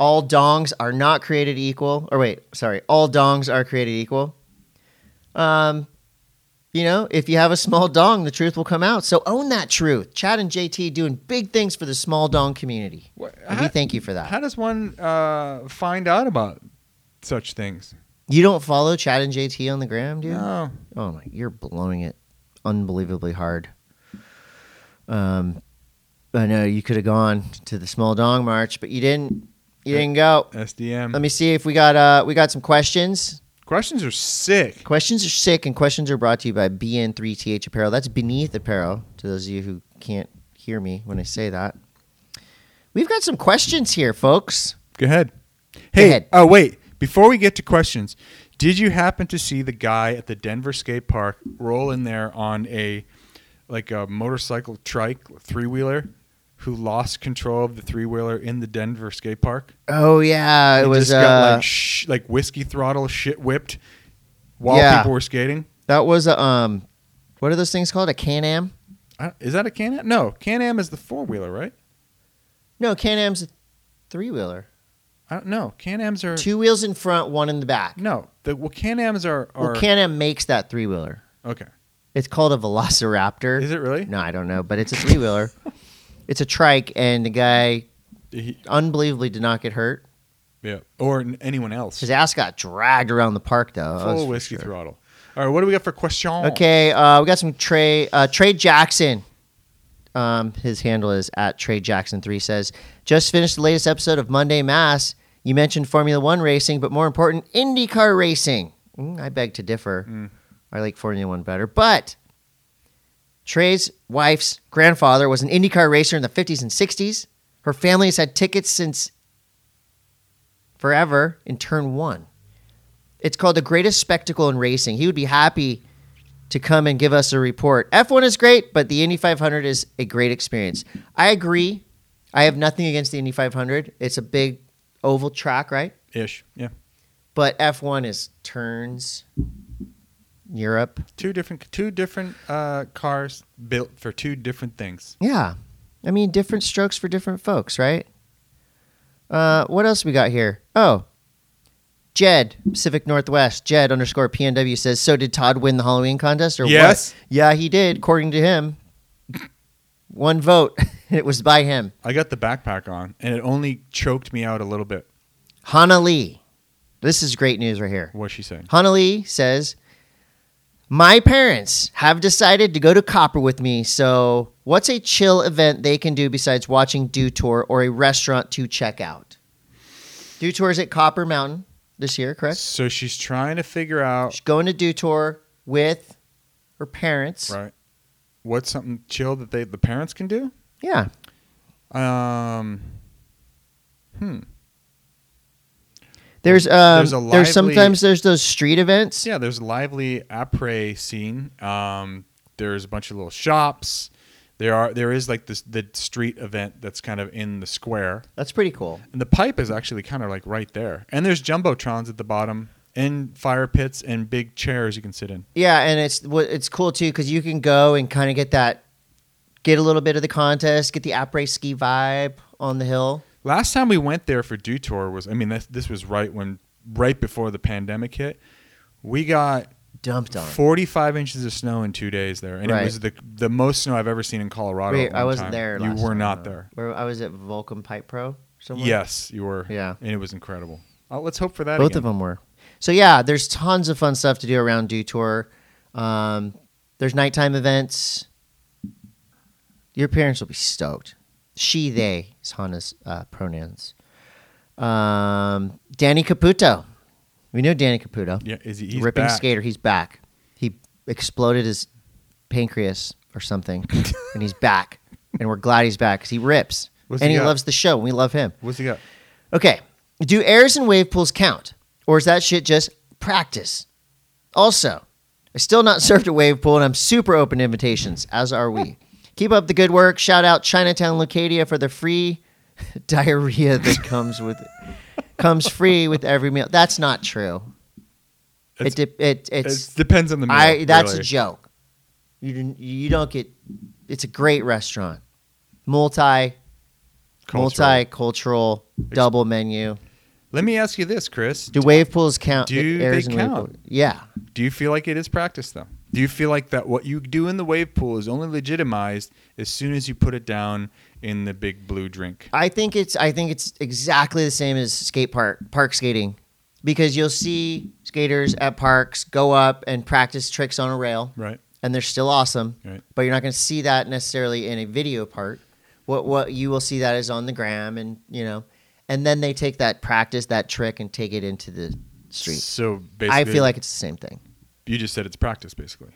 Speaker 1: all dongs are not created equal." Or wait, sorry, all dongs are created equal. Um, you know, if you have a small dong, the truth will come out. So own that truth. Chad and JT doing big things for the small dong community.
Speaker 2: What,
Speaker 1: And we thank you for that.
Speaker 2: How does one uh, find out about such things?
Speaker 1: You don't follow Chad and JT on the gram, dude?
Speaker 2: No.
Speaker 1: Oh my, you're blowing it unbelievably hard. Um, I know you could have gone to the Small Dong March, but you didn't. You didn't go.
Speaker 2: SDM.
Speaker 1: Let me see if we got uh we got some questions.
Speaker 2: Questions are sick.
Speaker 1: Questions are sick, and questions are brought to you by BN3TH Apparel. That's beneath apparel. To those of you who can't hear me when I say that, We've got some questions here, folks.
Speaker 2: Go ahead. Hey,
Speaker 1: ahead.
Speaker 2: oh wait, before we get to questions, did you happen to see the guy at the Denver skate park roll in there on a like a motorcycle trike three wheeler who lost control of the three wheeler in the Denver skate park?
Speaker 1: Oh yeah, it
Speaker 2: He
Speaker 1: was
Speaker 2: just got
Speaker 1: uh,
Speaker 2: like sh- like whiskey throttle shit whipped while
Speaker 1: Yeah.
Speaker 2: people were skating.
Speaker 1: that was a, um, what are those things called? A Can Am?
Speaker 2: I- Is that a Can Am? No, Can Am is the four wheeler, right?
Speaker 1: No, Can Am's a three wheeler.
Speaker 2: I don't know. Can Am's are
Speaker 1: Two wheels in front, one in the back.
Speaker 2: no. The well, Can Am's are are
Speaker 1: Well, Can Am makes that three wheeler.
Speaker 2: okay.
Speaker 1: It's called a Velociraptor.
Speaker 2: Is it really?
Speaker 1: No, I don't know, but it's a three wheeler. it's a trike, and the guy
Speaker 2: He-
Speaker 1: unbelievably did not get hurt.
Speaker 2: yeah, or n- anyone else.
Speaker 1: His ass got dragged around the park, though. That was
Speaker 2: Full
Speaker 1: for
Speaker 2: whiskey
Speaker 1: sure.
Speaker 2: throttle. All right, what do we got for question?
Speaker 1: Okay, uh, we got some Trey uh, Trey Jackson. Um, his handle is at Trey Jackson three. Says just finished the latest episode of Monday Mass. You mentioned Formula One racing, but more important, IndyCar racing. Mm, I beg to differ. I like Formula One better, but Trey's wife's grandfather was an IndyCar racer in the 50s and 60s. Her family has had tickets since forever in turn one. It's called the greatest spectacle in racing. He would be happy to come and give us a report. F1 is great, but the Indy 500 is a great experience. I agree. I have nothing against the Indy 500. It's a big oval track, right?
Speaker 2: Ish. Yeah.
Speaker 1: But F1 is turns, Europe.
Speaker 2: Two different two different uh, cars built for two different things.
Speaker 1: Yeah. I mean, different strokes for different folks, right? Uh, what else we got here? Oh, Jed, Pacific Northwest, Jed underscore PNW says, so did Todd win the Halloween contest or
Speaker 2: Yes.
Speaker 1: what? Yeah, he did, according to him. One vote. it was by him.
Speaker 2: I got the backpack on, and it only choked me out a little bit.
Speaker 1: Hana Lee. This is great news right here.
Speaker 2: What's she saying?
Speaker 1: Hana Lee says, My parents have decided to go to Copper with me, so what's a chill event they can do besides watching Dew Tour or a restaurant to check out? Dew Tour is at Copper Mountain this year, correct?
Speaker 2: So she's trying to figure out
Speaker 1: She's going to Dew Tour with her parents.
Speaker 2: right what's something chill that they the parents can do.
Speaker 1: Yeah.
Speaker 2: Um, hmm.
Speaker 1: There's um, there's,
Speaker 2: There's a lively-
Speaker 1: sometimes there's those street events.
Speaker 2: yeah, there's a lively après scene. Um, there's a bunch of little shops. There are there is like this the street event that's kind of in the square.
Speaker 1: That's pretty cool.
Speaker 2: And the pipe is actually kind of like right there. And there's jumbotrons at the bottom, and fire pits, and big chairs you can sit in.
Speaker 1: Yeah, and it's what it's cool too because you can go and kind of get that, get a little bit of the contest, get the après ski vibe on the hill.
Speaker 2: Last time we went there for Dew Tour was, I mean, this, this was right when, right before the pandemic hit. We got
Speaker 1: Dumped on.
Speaker 2: 45 inches of snow in two days there, and
Speaker 1: Right.
Speaker 2: it was the the most snow I've ever seen in Colorado.
Speaker 1: Wait,
Speaker 2: at
Speaker 1: I
Speaker 2: one
Speaker 1: wasn't
Speaker 2: time.
Speaker 1: there.
Speaker 2: You
Speaker 1: last
Speaker 2: were
Speaker 1: time,
Speaker 2: not
Speaker 1: though.
Speaker 2: there.
Speaker 1: Where I was at Vulcan Pipe Pro. Somewhere.
Speaker 2: Yes, you were.
Speaker 1: Yeah.
Speaker 2: and it was incredible. Uh, let's hope for that.
Speaker 1: both of them were. So yeah, there's tons of fun stuff to do around Dew Tour. Um, there's nighttime events. Your parents will be stoked. She, they is Hannah's uh, pronouns. Um, Danny Caputo. We know Danny Caputo.
Speaker 2: Yeah, is he he's
Speaker 1: ripping
Speaker 2: back.
Speaker 1: skater. He's back. He exploded his pancreas or something, and he's back. And we're glad he's back because he rips,
Speaker 2: What's
Speaker 1: and
Speaker 2: he
Speaker 1: he
Speaker 2: got?
Speaker 1: loves the show. and We love him.
Speaker 2: What's he got?
Speaker 1: Okay, do airs and wave pools count, or is that shit just practice? Also, I still not served a wave pool, and I'm super open to invitations, as are we. Keep up the good work. Shout out Chinatown Lucadia for the free diarrhea that comes with comes free with every meal. That's not true.
Speaker 2: It's-
Speaker 1: it, de- it it's
Speaker 2: It depends on the meal.
Speaker 1: I that's
Speaker 2: really.
Speaker 1: a joke. You didn't, you don't get. It's a great restaurant, multi
Speaker 2: Cultural.
Speaker 1: multicultural double menu.
Speaker 2: Let me ask you this, Chris.
Speaker 1: Do wave pools count?
Speaker 2: do they
Speaker 1: Airs and wave
Speaker 2: count?
Speaker 1: pool- Yeah,
Speaker 2: Do you feel like it is practice though? Do you feel like that what you do in the wave pool is only legitimized as soon as you put it down in the big blue drink?
Speaker 1: I think it's I think it's exactly the same as skate park park skating, because you'll see skaters at parks go up and practice tricks on a rail.
Speaker 2: Right.
Speaker 1: and they're still awesome.
Speaker 2: Right.
Speaker 1: But you're not going to see that necessarily in a video part. What what you will see that is on the gram, and you know, and then they take that practice, that trick, and take it into the street.
Speaker 2: So basically,
Speaker 1: I feel like it's the same thing,
Speaker 2: you just said it's practice basically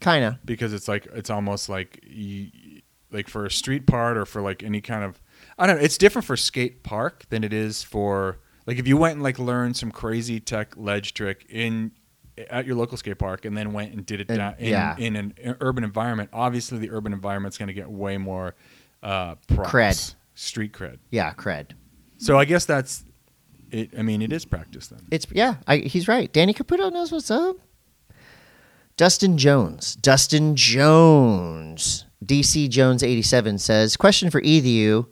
Speaker 1: kind of.
Speaker 2: because it's like it's almost like you, like for a street part or for like any kind of I don't know. It's different for skate park than it is for like if you went and like learned some crazy tech ledge trick in at your local skate park and then went and did it
Speaker 1: And-
Speaker 2: down, in,
Speaker 1: yeah.
Speaker 2: in an urban environment. Obviously, the urban environment's going to get way more uh, props,
Speaker 1: Cred.
Speaker 2: street cred.
Speaker 1: Yeah, cred.
Speaker 2: So I guess that's it. I mean, it is practice then.
Speaker 1: It's yeah, I, he's right. Danny Caputo knows what's up. Dustin Jones. Dustin Jones. DC Jones 87 says, question for either of you,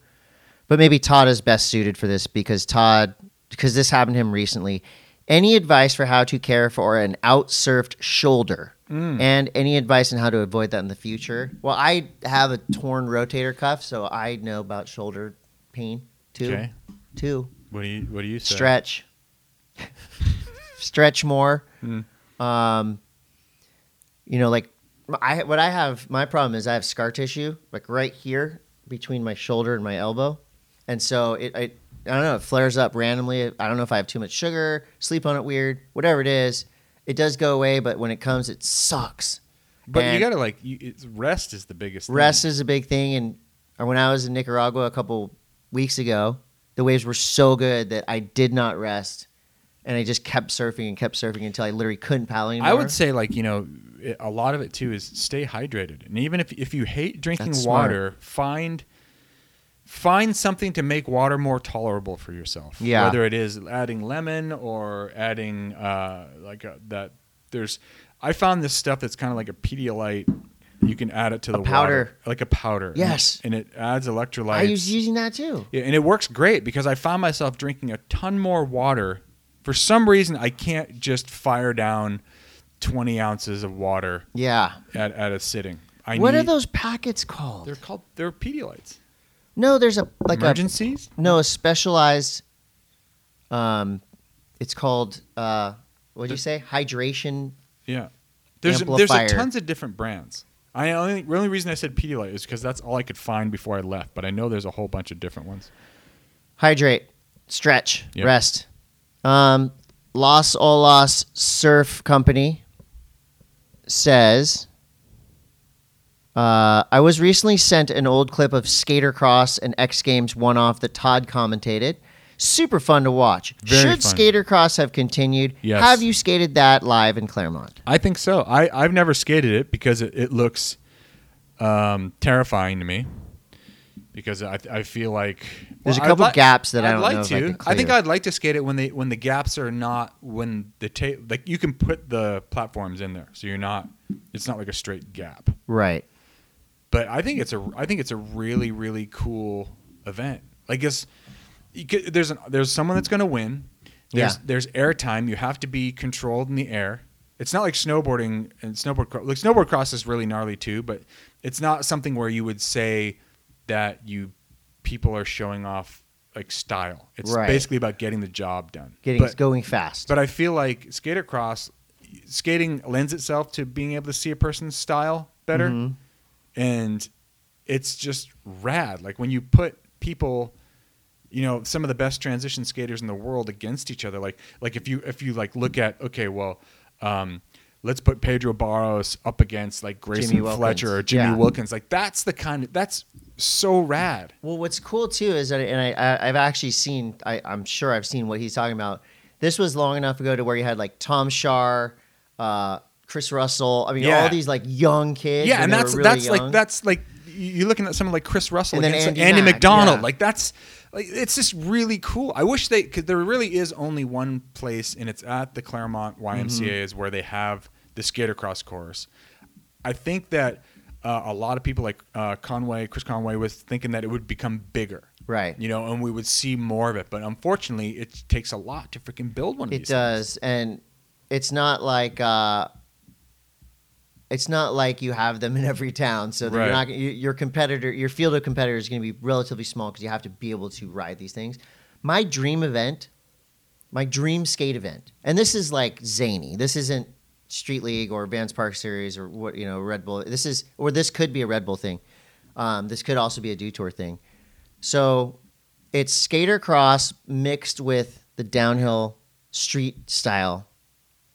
Speaker 1: but maybe Todd is best suited for this because Todd because this happened to him recently. Any advice for how to care for an outsurfed shoulder?
Speaker 2: Hmm.
Speaker 1: And any advice on how to avoid that in the future? Well, I have a torn rotator cuff, so I know about shoulder pain too.
Speaker 2: Okay.
Speaker 1: Too
Speaker 2: What do you What do you say?
Speaker 1: stretch stretch more
Speaker 2: Mm.
Speaker 1: um you know like i what i have my problem is i have scar tissue like right here between my shoulder and my elbow and so it i, I don't know it flares up randomly i don't know if i have too much sugar sleep on it weird whatever it is it does go away but when it comes it sucks
Speaker 2: But you
Speaker 1: And-
Speaker 2: got to like you, it's, rest is the biggest. thing.
Speaker 1: Rest is a big thing, and or when I was in Nicaragua a couple weeks ago, the waves were so good that I did not rest, and I just kept surfing and kept surfing until I literally couldn't paddle anymore.
Speaker 2: I would say like you know it- a lot of it too is stay hydrated, and even if if you hate drinking
Speaker 1: That's smart.
Speaker 2: water, find find something to make water more tolerable for yourself.
Speaker 1: Yeah.
Speaker 2: whether it is adding lemon or adding uh, like a, that. There's I found this stuff that's kind of like a Pedialyte. You can add it to the
Speaker 1: powder.
Speaker 2: water, like a powder. and it-
Speaker 1: Yes.
Speaker 2: and it, adds electrolytes.
Speaker 1: I was using that too.
Speaker 2: Yeah, and it works great because I found myself drinking a ton more water. For some reason, I can't just fire down 20 ounces of water
Speaker 1: Yeah.
Speaker 2: at, at a sitting. I
Speaker 1: what
Speaker 2: need,
Speaker 1: are those packets called?
Speaker 2: They're called they're Pedialytes.
Speaker 1: no, there's a like
Speaker 2: Emergencies.
Speaker 1: a no a specialized. Um, it's called uh, what did you say? Hydration.
Speaker 2: yeah, there's there's a
Speaker 1: Amplifier.
Speaker 2: tons of different brands. I only the only reason I said Pedialyte is because that's all I could find before I left. But I know there's a whole bunch of different ones.
Speaker 1: hydrate, stretch,
Speaker 2: Yep.
Speaker 1: rest. Um, Los Olas Surf Company says, uh, I was recently sent an old clip of Skater Cross and X Games one off that Todd commentated. Super fun to watch.
Speaker 2: Very
Speaker 1: Should
Speaker 2: fun.
Speaker 1: Skater Cross have continued?
Speaker 2: Yes.
Speaker 1: Have you skated that live in Claremont?
Speaker 2: I think so. I, I've never skated it because it, it looks um, terrifying to me. Because I, I feel like
Speaker 1: There's a
Speaker 2: I'd
Speaker 1: couple gaps that I
Speaker 2: I'd
Speaker 1: don't
Speaker 2: like
Speaker 1: know if I
Speaker 2: to.
Speaker 1: can
Speaker 2: think
Speaker 1: clear.
Speaker 2: I'd like to skate it when they when the gaps are not when the tape like you can put the platforms in there, so you're not it's not like a straight gap.
Speaker 1: Right.
Speaker 2: But I think it's a I think it's a really really cool event. Like it's you could, there's an, there's someone that's going to win. There's
Speaker 1: Yeah.
Speaker 2: there's airtime. You have to be controlled in the air. It's not like snowboarding and snowboard cro- like snowboard cross is really gnarly too, but it's not something where you would say that you people are showing off like style. It's
Speaker 1: Right.
Speaker 2: basically about getting the job done.
Speaker 1: Getting
Speaker 2: but,
Speaker 1: going fast.
Speaker 2: but I feel like skater cross skating lends itself to being able to see a person's style better
Speaker 1: Mhm.
Speaker 2: and it's just rad. Like when you put people, you know, some of the best transition skaters in the world against each other. Like like if you if you like look at okay, well, um, let's put Pedro Barros up against like Grayson
Speaker 1: Jimmy Wilkins.
Speaker 2: Fletcher or Jimmy
Speaker 1: Yeah.
Speaker 2: Wilkins. Like that's the kind of that's so rad.
Speaker 1: Well, what's cool too is that, and I, I I've actually seen, I, I'm sure I've seen what he's talking about. This was long enough ago to where you had like Tom Shar, uh, Chris Russell. I mean,
Speaker 2: Yeah.
Speaker 1: all these like young kids.
Speaker 2: yeah,
Speaker 1: when
Speaker 2: and
Speaker 1: they were
Speaker 2: that's
Speaker 1: really
Speaker 2: that's like
Speaker 1: young.
Speaker 2: that's like you're looking at someone like Chris Russell
Speaker 1: And then
Speaker 2: against
Speaker 1: Andy
Speaker 2: Andy,
Speaker 1: Mack,
Speaker 2: McDonald.
Speaker 1: yeah.
Speaker 2: Like that's like it's just really cool. I wish they because there really is only one place, and it's at the Claremont YMCA
Speaker 1: Mm-hmm.
Speaker 2: is where they have the skater cross course. I think that uh, a lot of people like uh, Conway, Chris Conway, was thinking that it would become bigger.
Speaker 1: Right.
Speaker 2: You know, and we would see more of it, but unfortunately, it takes a lot to freaking build one of
Speaker 1: It
Speaker 2: these.
Speaker 1: does, and it's not like uh, it's not like you have them in every town. So that
Speaker 2: Right.
Speaker 1: you're not you- your competitor, your field of competitors is going to be relatively small because you have to be able to ride these things. My dream event, my dream skate event, and this is like zany. This isn't Street League or Vans Park Series or what you know Red Bull. This is or this could be a Red Bull thing. Um, this could also be a Detour thing. So it's skater cross mixed with the downhill street style.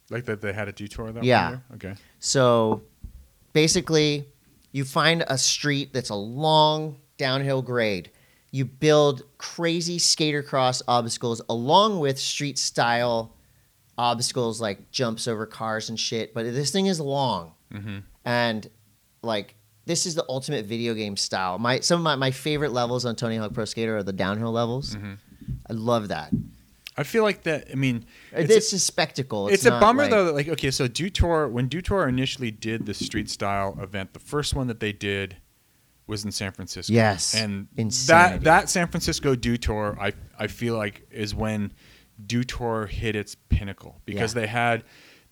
Speaker 2: Like that they had a detour that
Speaker 1: Yeah.
Speaker 2: one year? Okay.
Speaker 1: So basically, you find a street that's a long downhill grade. you build crazy skater cross obstacles along with street style obstacles like jumps over cars and shit. But this thing is long,
Speaker 2: Mm-hmm.
Speaker 1: and like this is the ultimate video game style. My some of my, my favorite levels on Tony Hawk Pro Skater are the downhill levels.
Speaker 2: Mm-hmm.
Speaker 1: I love that.
Speaker 2: I feel like that. I mean,
Speaker 1: It's,
Speaker 2: it's,
Speaker 1: a spectacle.
Speaker 2: it's a
Speaker 1: not
Speaker 2: bummer
Speaker 1: like-
Speaker 2: though that like okay, so Dutour when Dutour initially did the street style event, the first one that they did was in San Francisco.
Speaker 1: Yes.
Speaker 2: and
Speaker 1: Insanity.
Speaker 2: that that San Francisco Dutour, I I feel like is when Dutour hit its pinnacle because
Speaker 1: Yeah.
Speaker 2: they had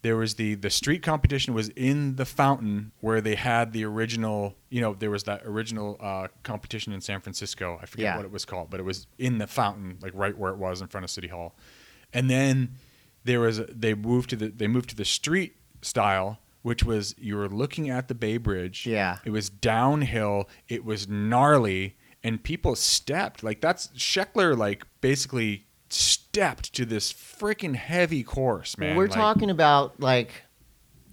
Speaker 2: there was the the street competition was in the fountain where they had the original you know there was that original uh, competition in San Francisco I forget
Speaker 1: Yeah.
Speaker 2: what it was called but it was in the fountain like right where it was in front of City Hall and then there was they moved to the they moved to the street style which was you were looking at the Bay Bridge
Speaker 1: Yeah.
Speaker 2: it was downhill it was gnarly and people stepped like that's Scheckler like basically stepped to this freaking heavy course man
Speaker 1: We're
Speaker 2: Like,
Speaker 1: talking about like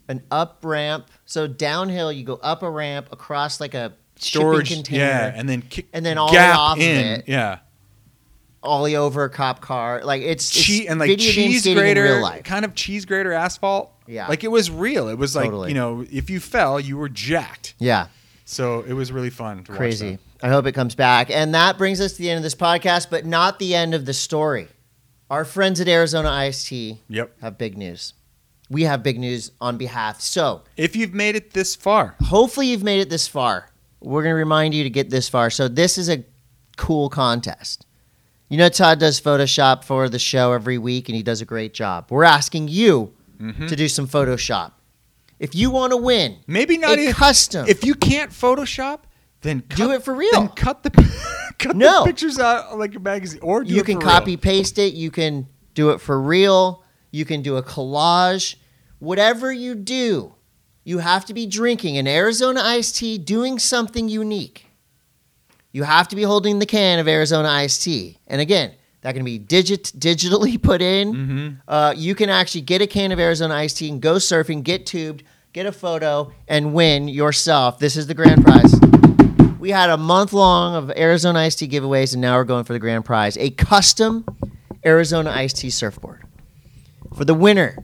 Speaker 1: an up ramp. So downhill, you go up a ramp across like a
Speaker 2: storage
Speaker 1: shipping container,
Speaker 2: yeah and then kick
Speaker 1: and then all
Speaker 2: gap
Speaker 1: the way off of
Speaker 2: in
Speaker 1: it.
Speaker 2: yeah
Speaker 1: ollie over a cop car. Like it's, it's
Speaker 2: cheese and like
Speaker 1: video game
Speaker 2: cheese
Speaker 1: skating in
Speaker 2: grater
Speaker 1: real life.
Speaker 2: kind of cheese grater asphalt
Speaker 1: Yeah.
Speaker 2: like it was real it was like
Speaker 1: Totally.
Speaker 2: you know if you fell you were jacked
Speaker 1: Yeah,
Speaker 2: so it was really fun to watch
Speaker 1: crazy.
Speaker 2: that.
Speaker 1: I hope it comes back. And that brings us to the end of this podcast, but not the end of the story. Our friends at Arizona IST
Speaker 2: yep
Speaker 1: have big news. We have big news on behalf. So
Speaker 2: if you've made it this far
Speaker 1: hopefully you've made it this far. We're going to remind you to get this far. So this is a cool contest. You know Todd does Photoshop for the show every week and he does a great job. We're asking you
Speaker 2: Mm-hmm.
Speaker 1: to do some Photoshop. If you want to win
Speaker 2: maybe not
Speaker 1: a
Speaker 2: even
Speaker 1: custom,
Speaker 2: if you can't photoshop then cut,
Speaker 1: Do it for real.
Speaker 2: then cut the cut
Speaker 1: No.
Speaker 2: the pictures out like a magazine or do
Speaker 1: you
Speaker 2: it
Speaker 1: can
Speaker 2: for
Speaker 1: copy
Speaker 2: real.
Speaker 1: paste it, you can do it for real, you can do a collage. Whatever you do, you have to be drinking an Arizona iced tea, doing something unique. You have to be holding the can of Arizona iced tea. And again, that can be digit digitally put in.
Speaker 2: Mm-hmm.
Speaker 1: Uh, you can actually get a can of Arizona iced tea and go surfing, get tubed, get a photo, and win yourself. This is the grand prize. We had a month long of Arizona iced tea giveaways, and now we're going for the grand prize a custom Arizona iced tea surfboard. For the winner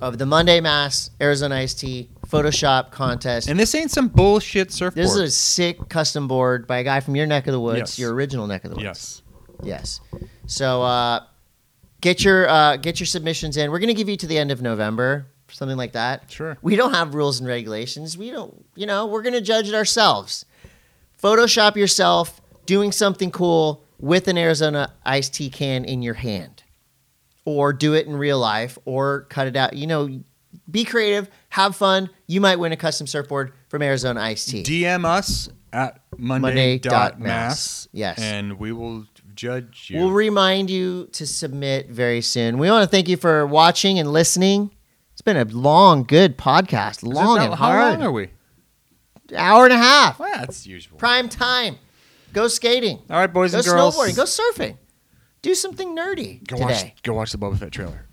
Speaker 1: of the Monday Mass Arizona iced tea Photoshop contest,
Speaker 2: and this ain't some bullshit surfboard
Speaker 1: this is a sick custom board by a guy from your neck of the woods,
Speaker 2: Yes.
Speaker 1: your original neck of the woods.
Speaker 2: yes
Speaker 1: Yes. So uh, get your uh, get your submissions in. We're gonna give you to the end of November, something like that.
Speaker 2: Sure.
Speaker 1: We don't have rules and regulations. We don't. You know, we're gonna judge it ourselves. Photoshop yourself doing something cool with an Arizona iced tea can in your hand, or do it in real life, or cut it out. You know, be creative, have fun. You might win a custom surfboard from Arizona iced tea.
Speaker 2: dm us at
Speaker 1: Monday
Speaker 2: monday
Speaker 1: dot
Speaker 2: dot mass
Speaker 1: mass. Yes.
Speaker 2: and we will judge you
Speaker 1: We'll remind you to submit very soon. We want to thank you for watching and listening. It's been a long, good podcast.
Speaker 2: Is it
Speaker 1: Long
Speaker 2: that-
Speaker 1: and
Speaker 2: how
Speaker 1: hard.
Speaker 2: long are we
Speaker 1: Hour and a half.
Speaker 2: well that's usual
Speaker 1: Prime time. Go skating.
Speaker 2: all right boys
Speaker 1: Go
Speaker 2: and girls
Speaker 1: snowboarding. Go surfing. Do something nerdy
Speaker 2: go
Speaker 1: today.
Speaker 2: watch go watch the boba fett trailer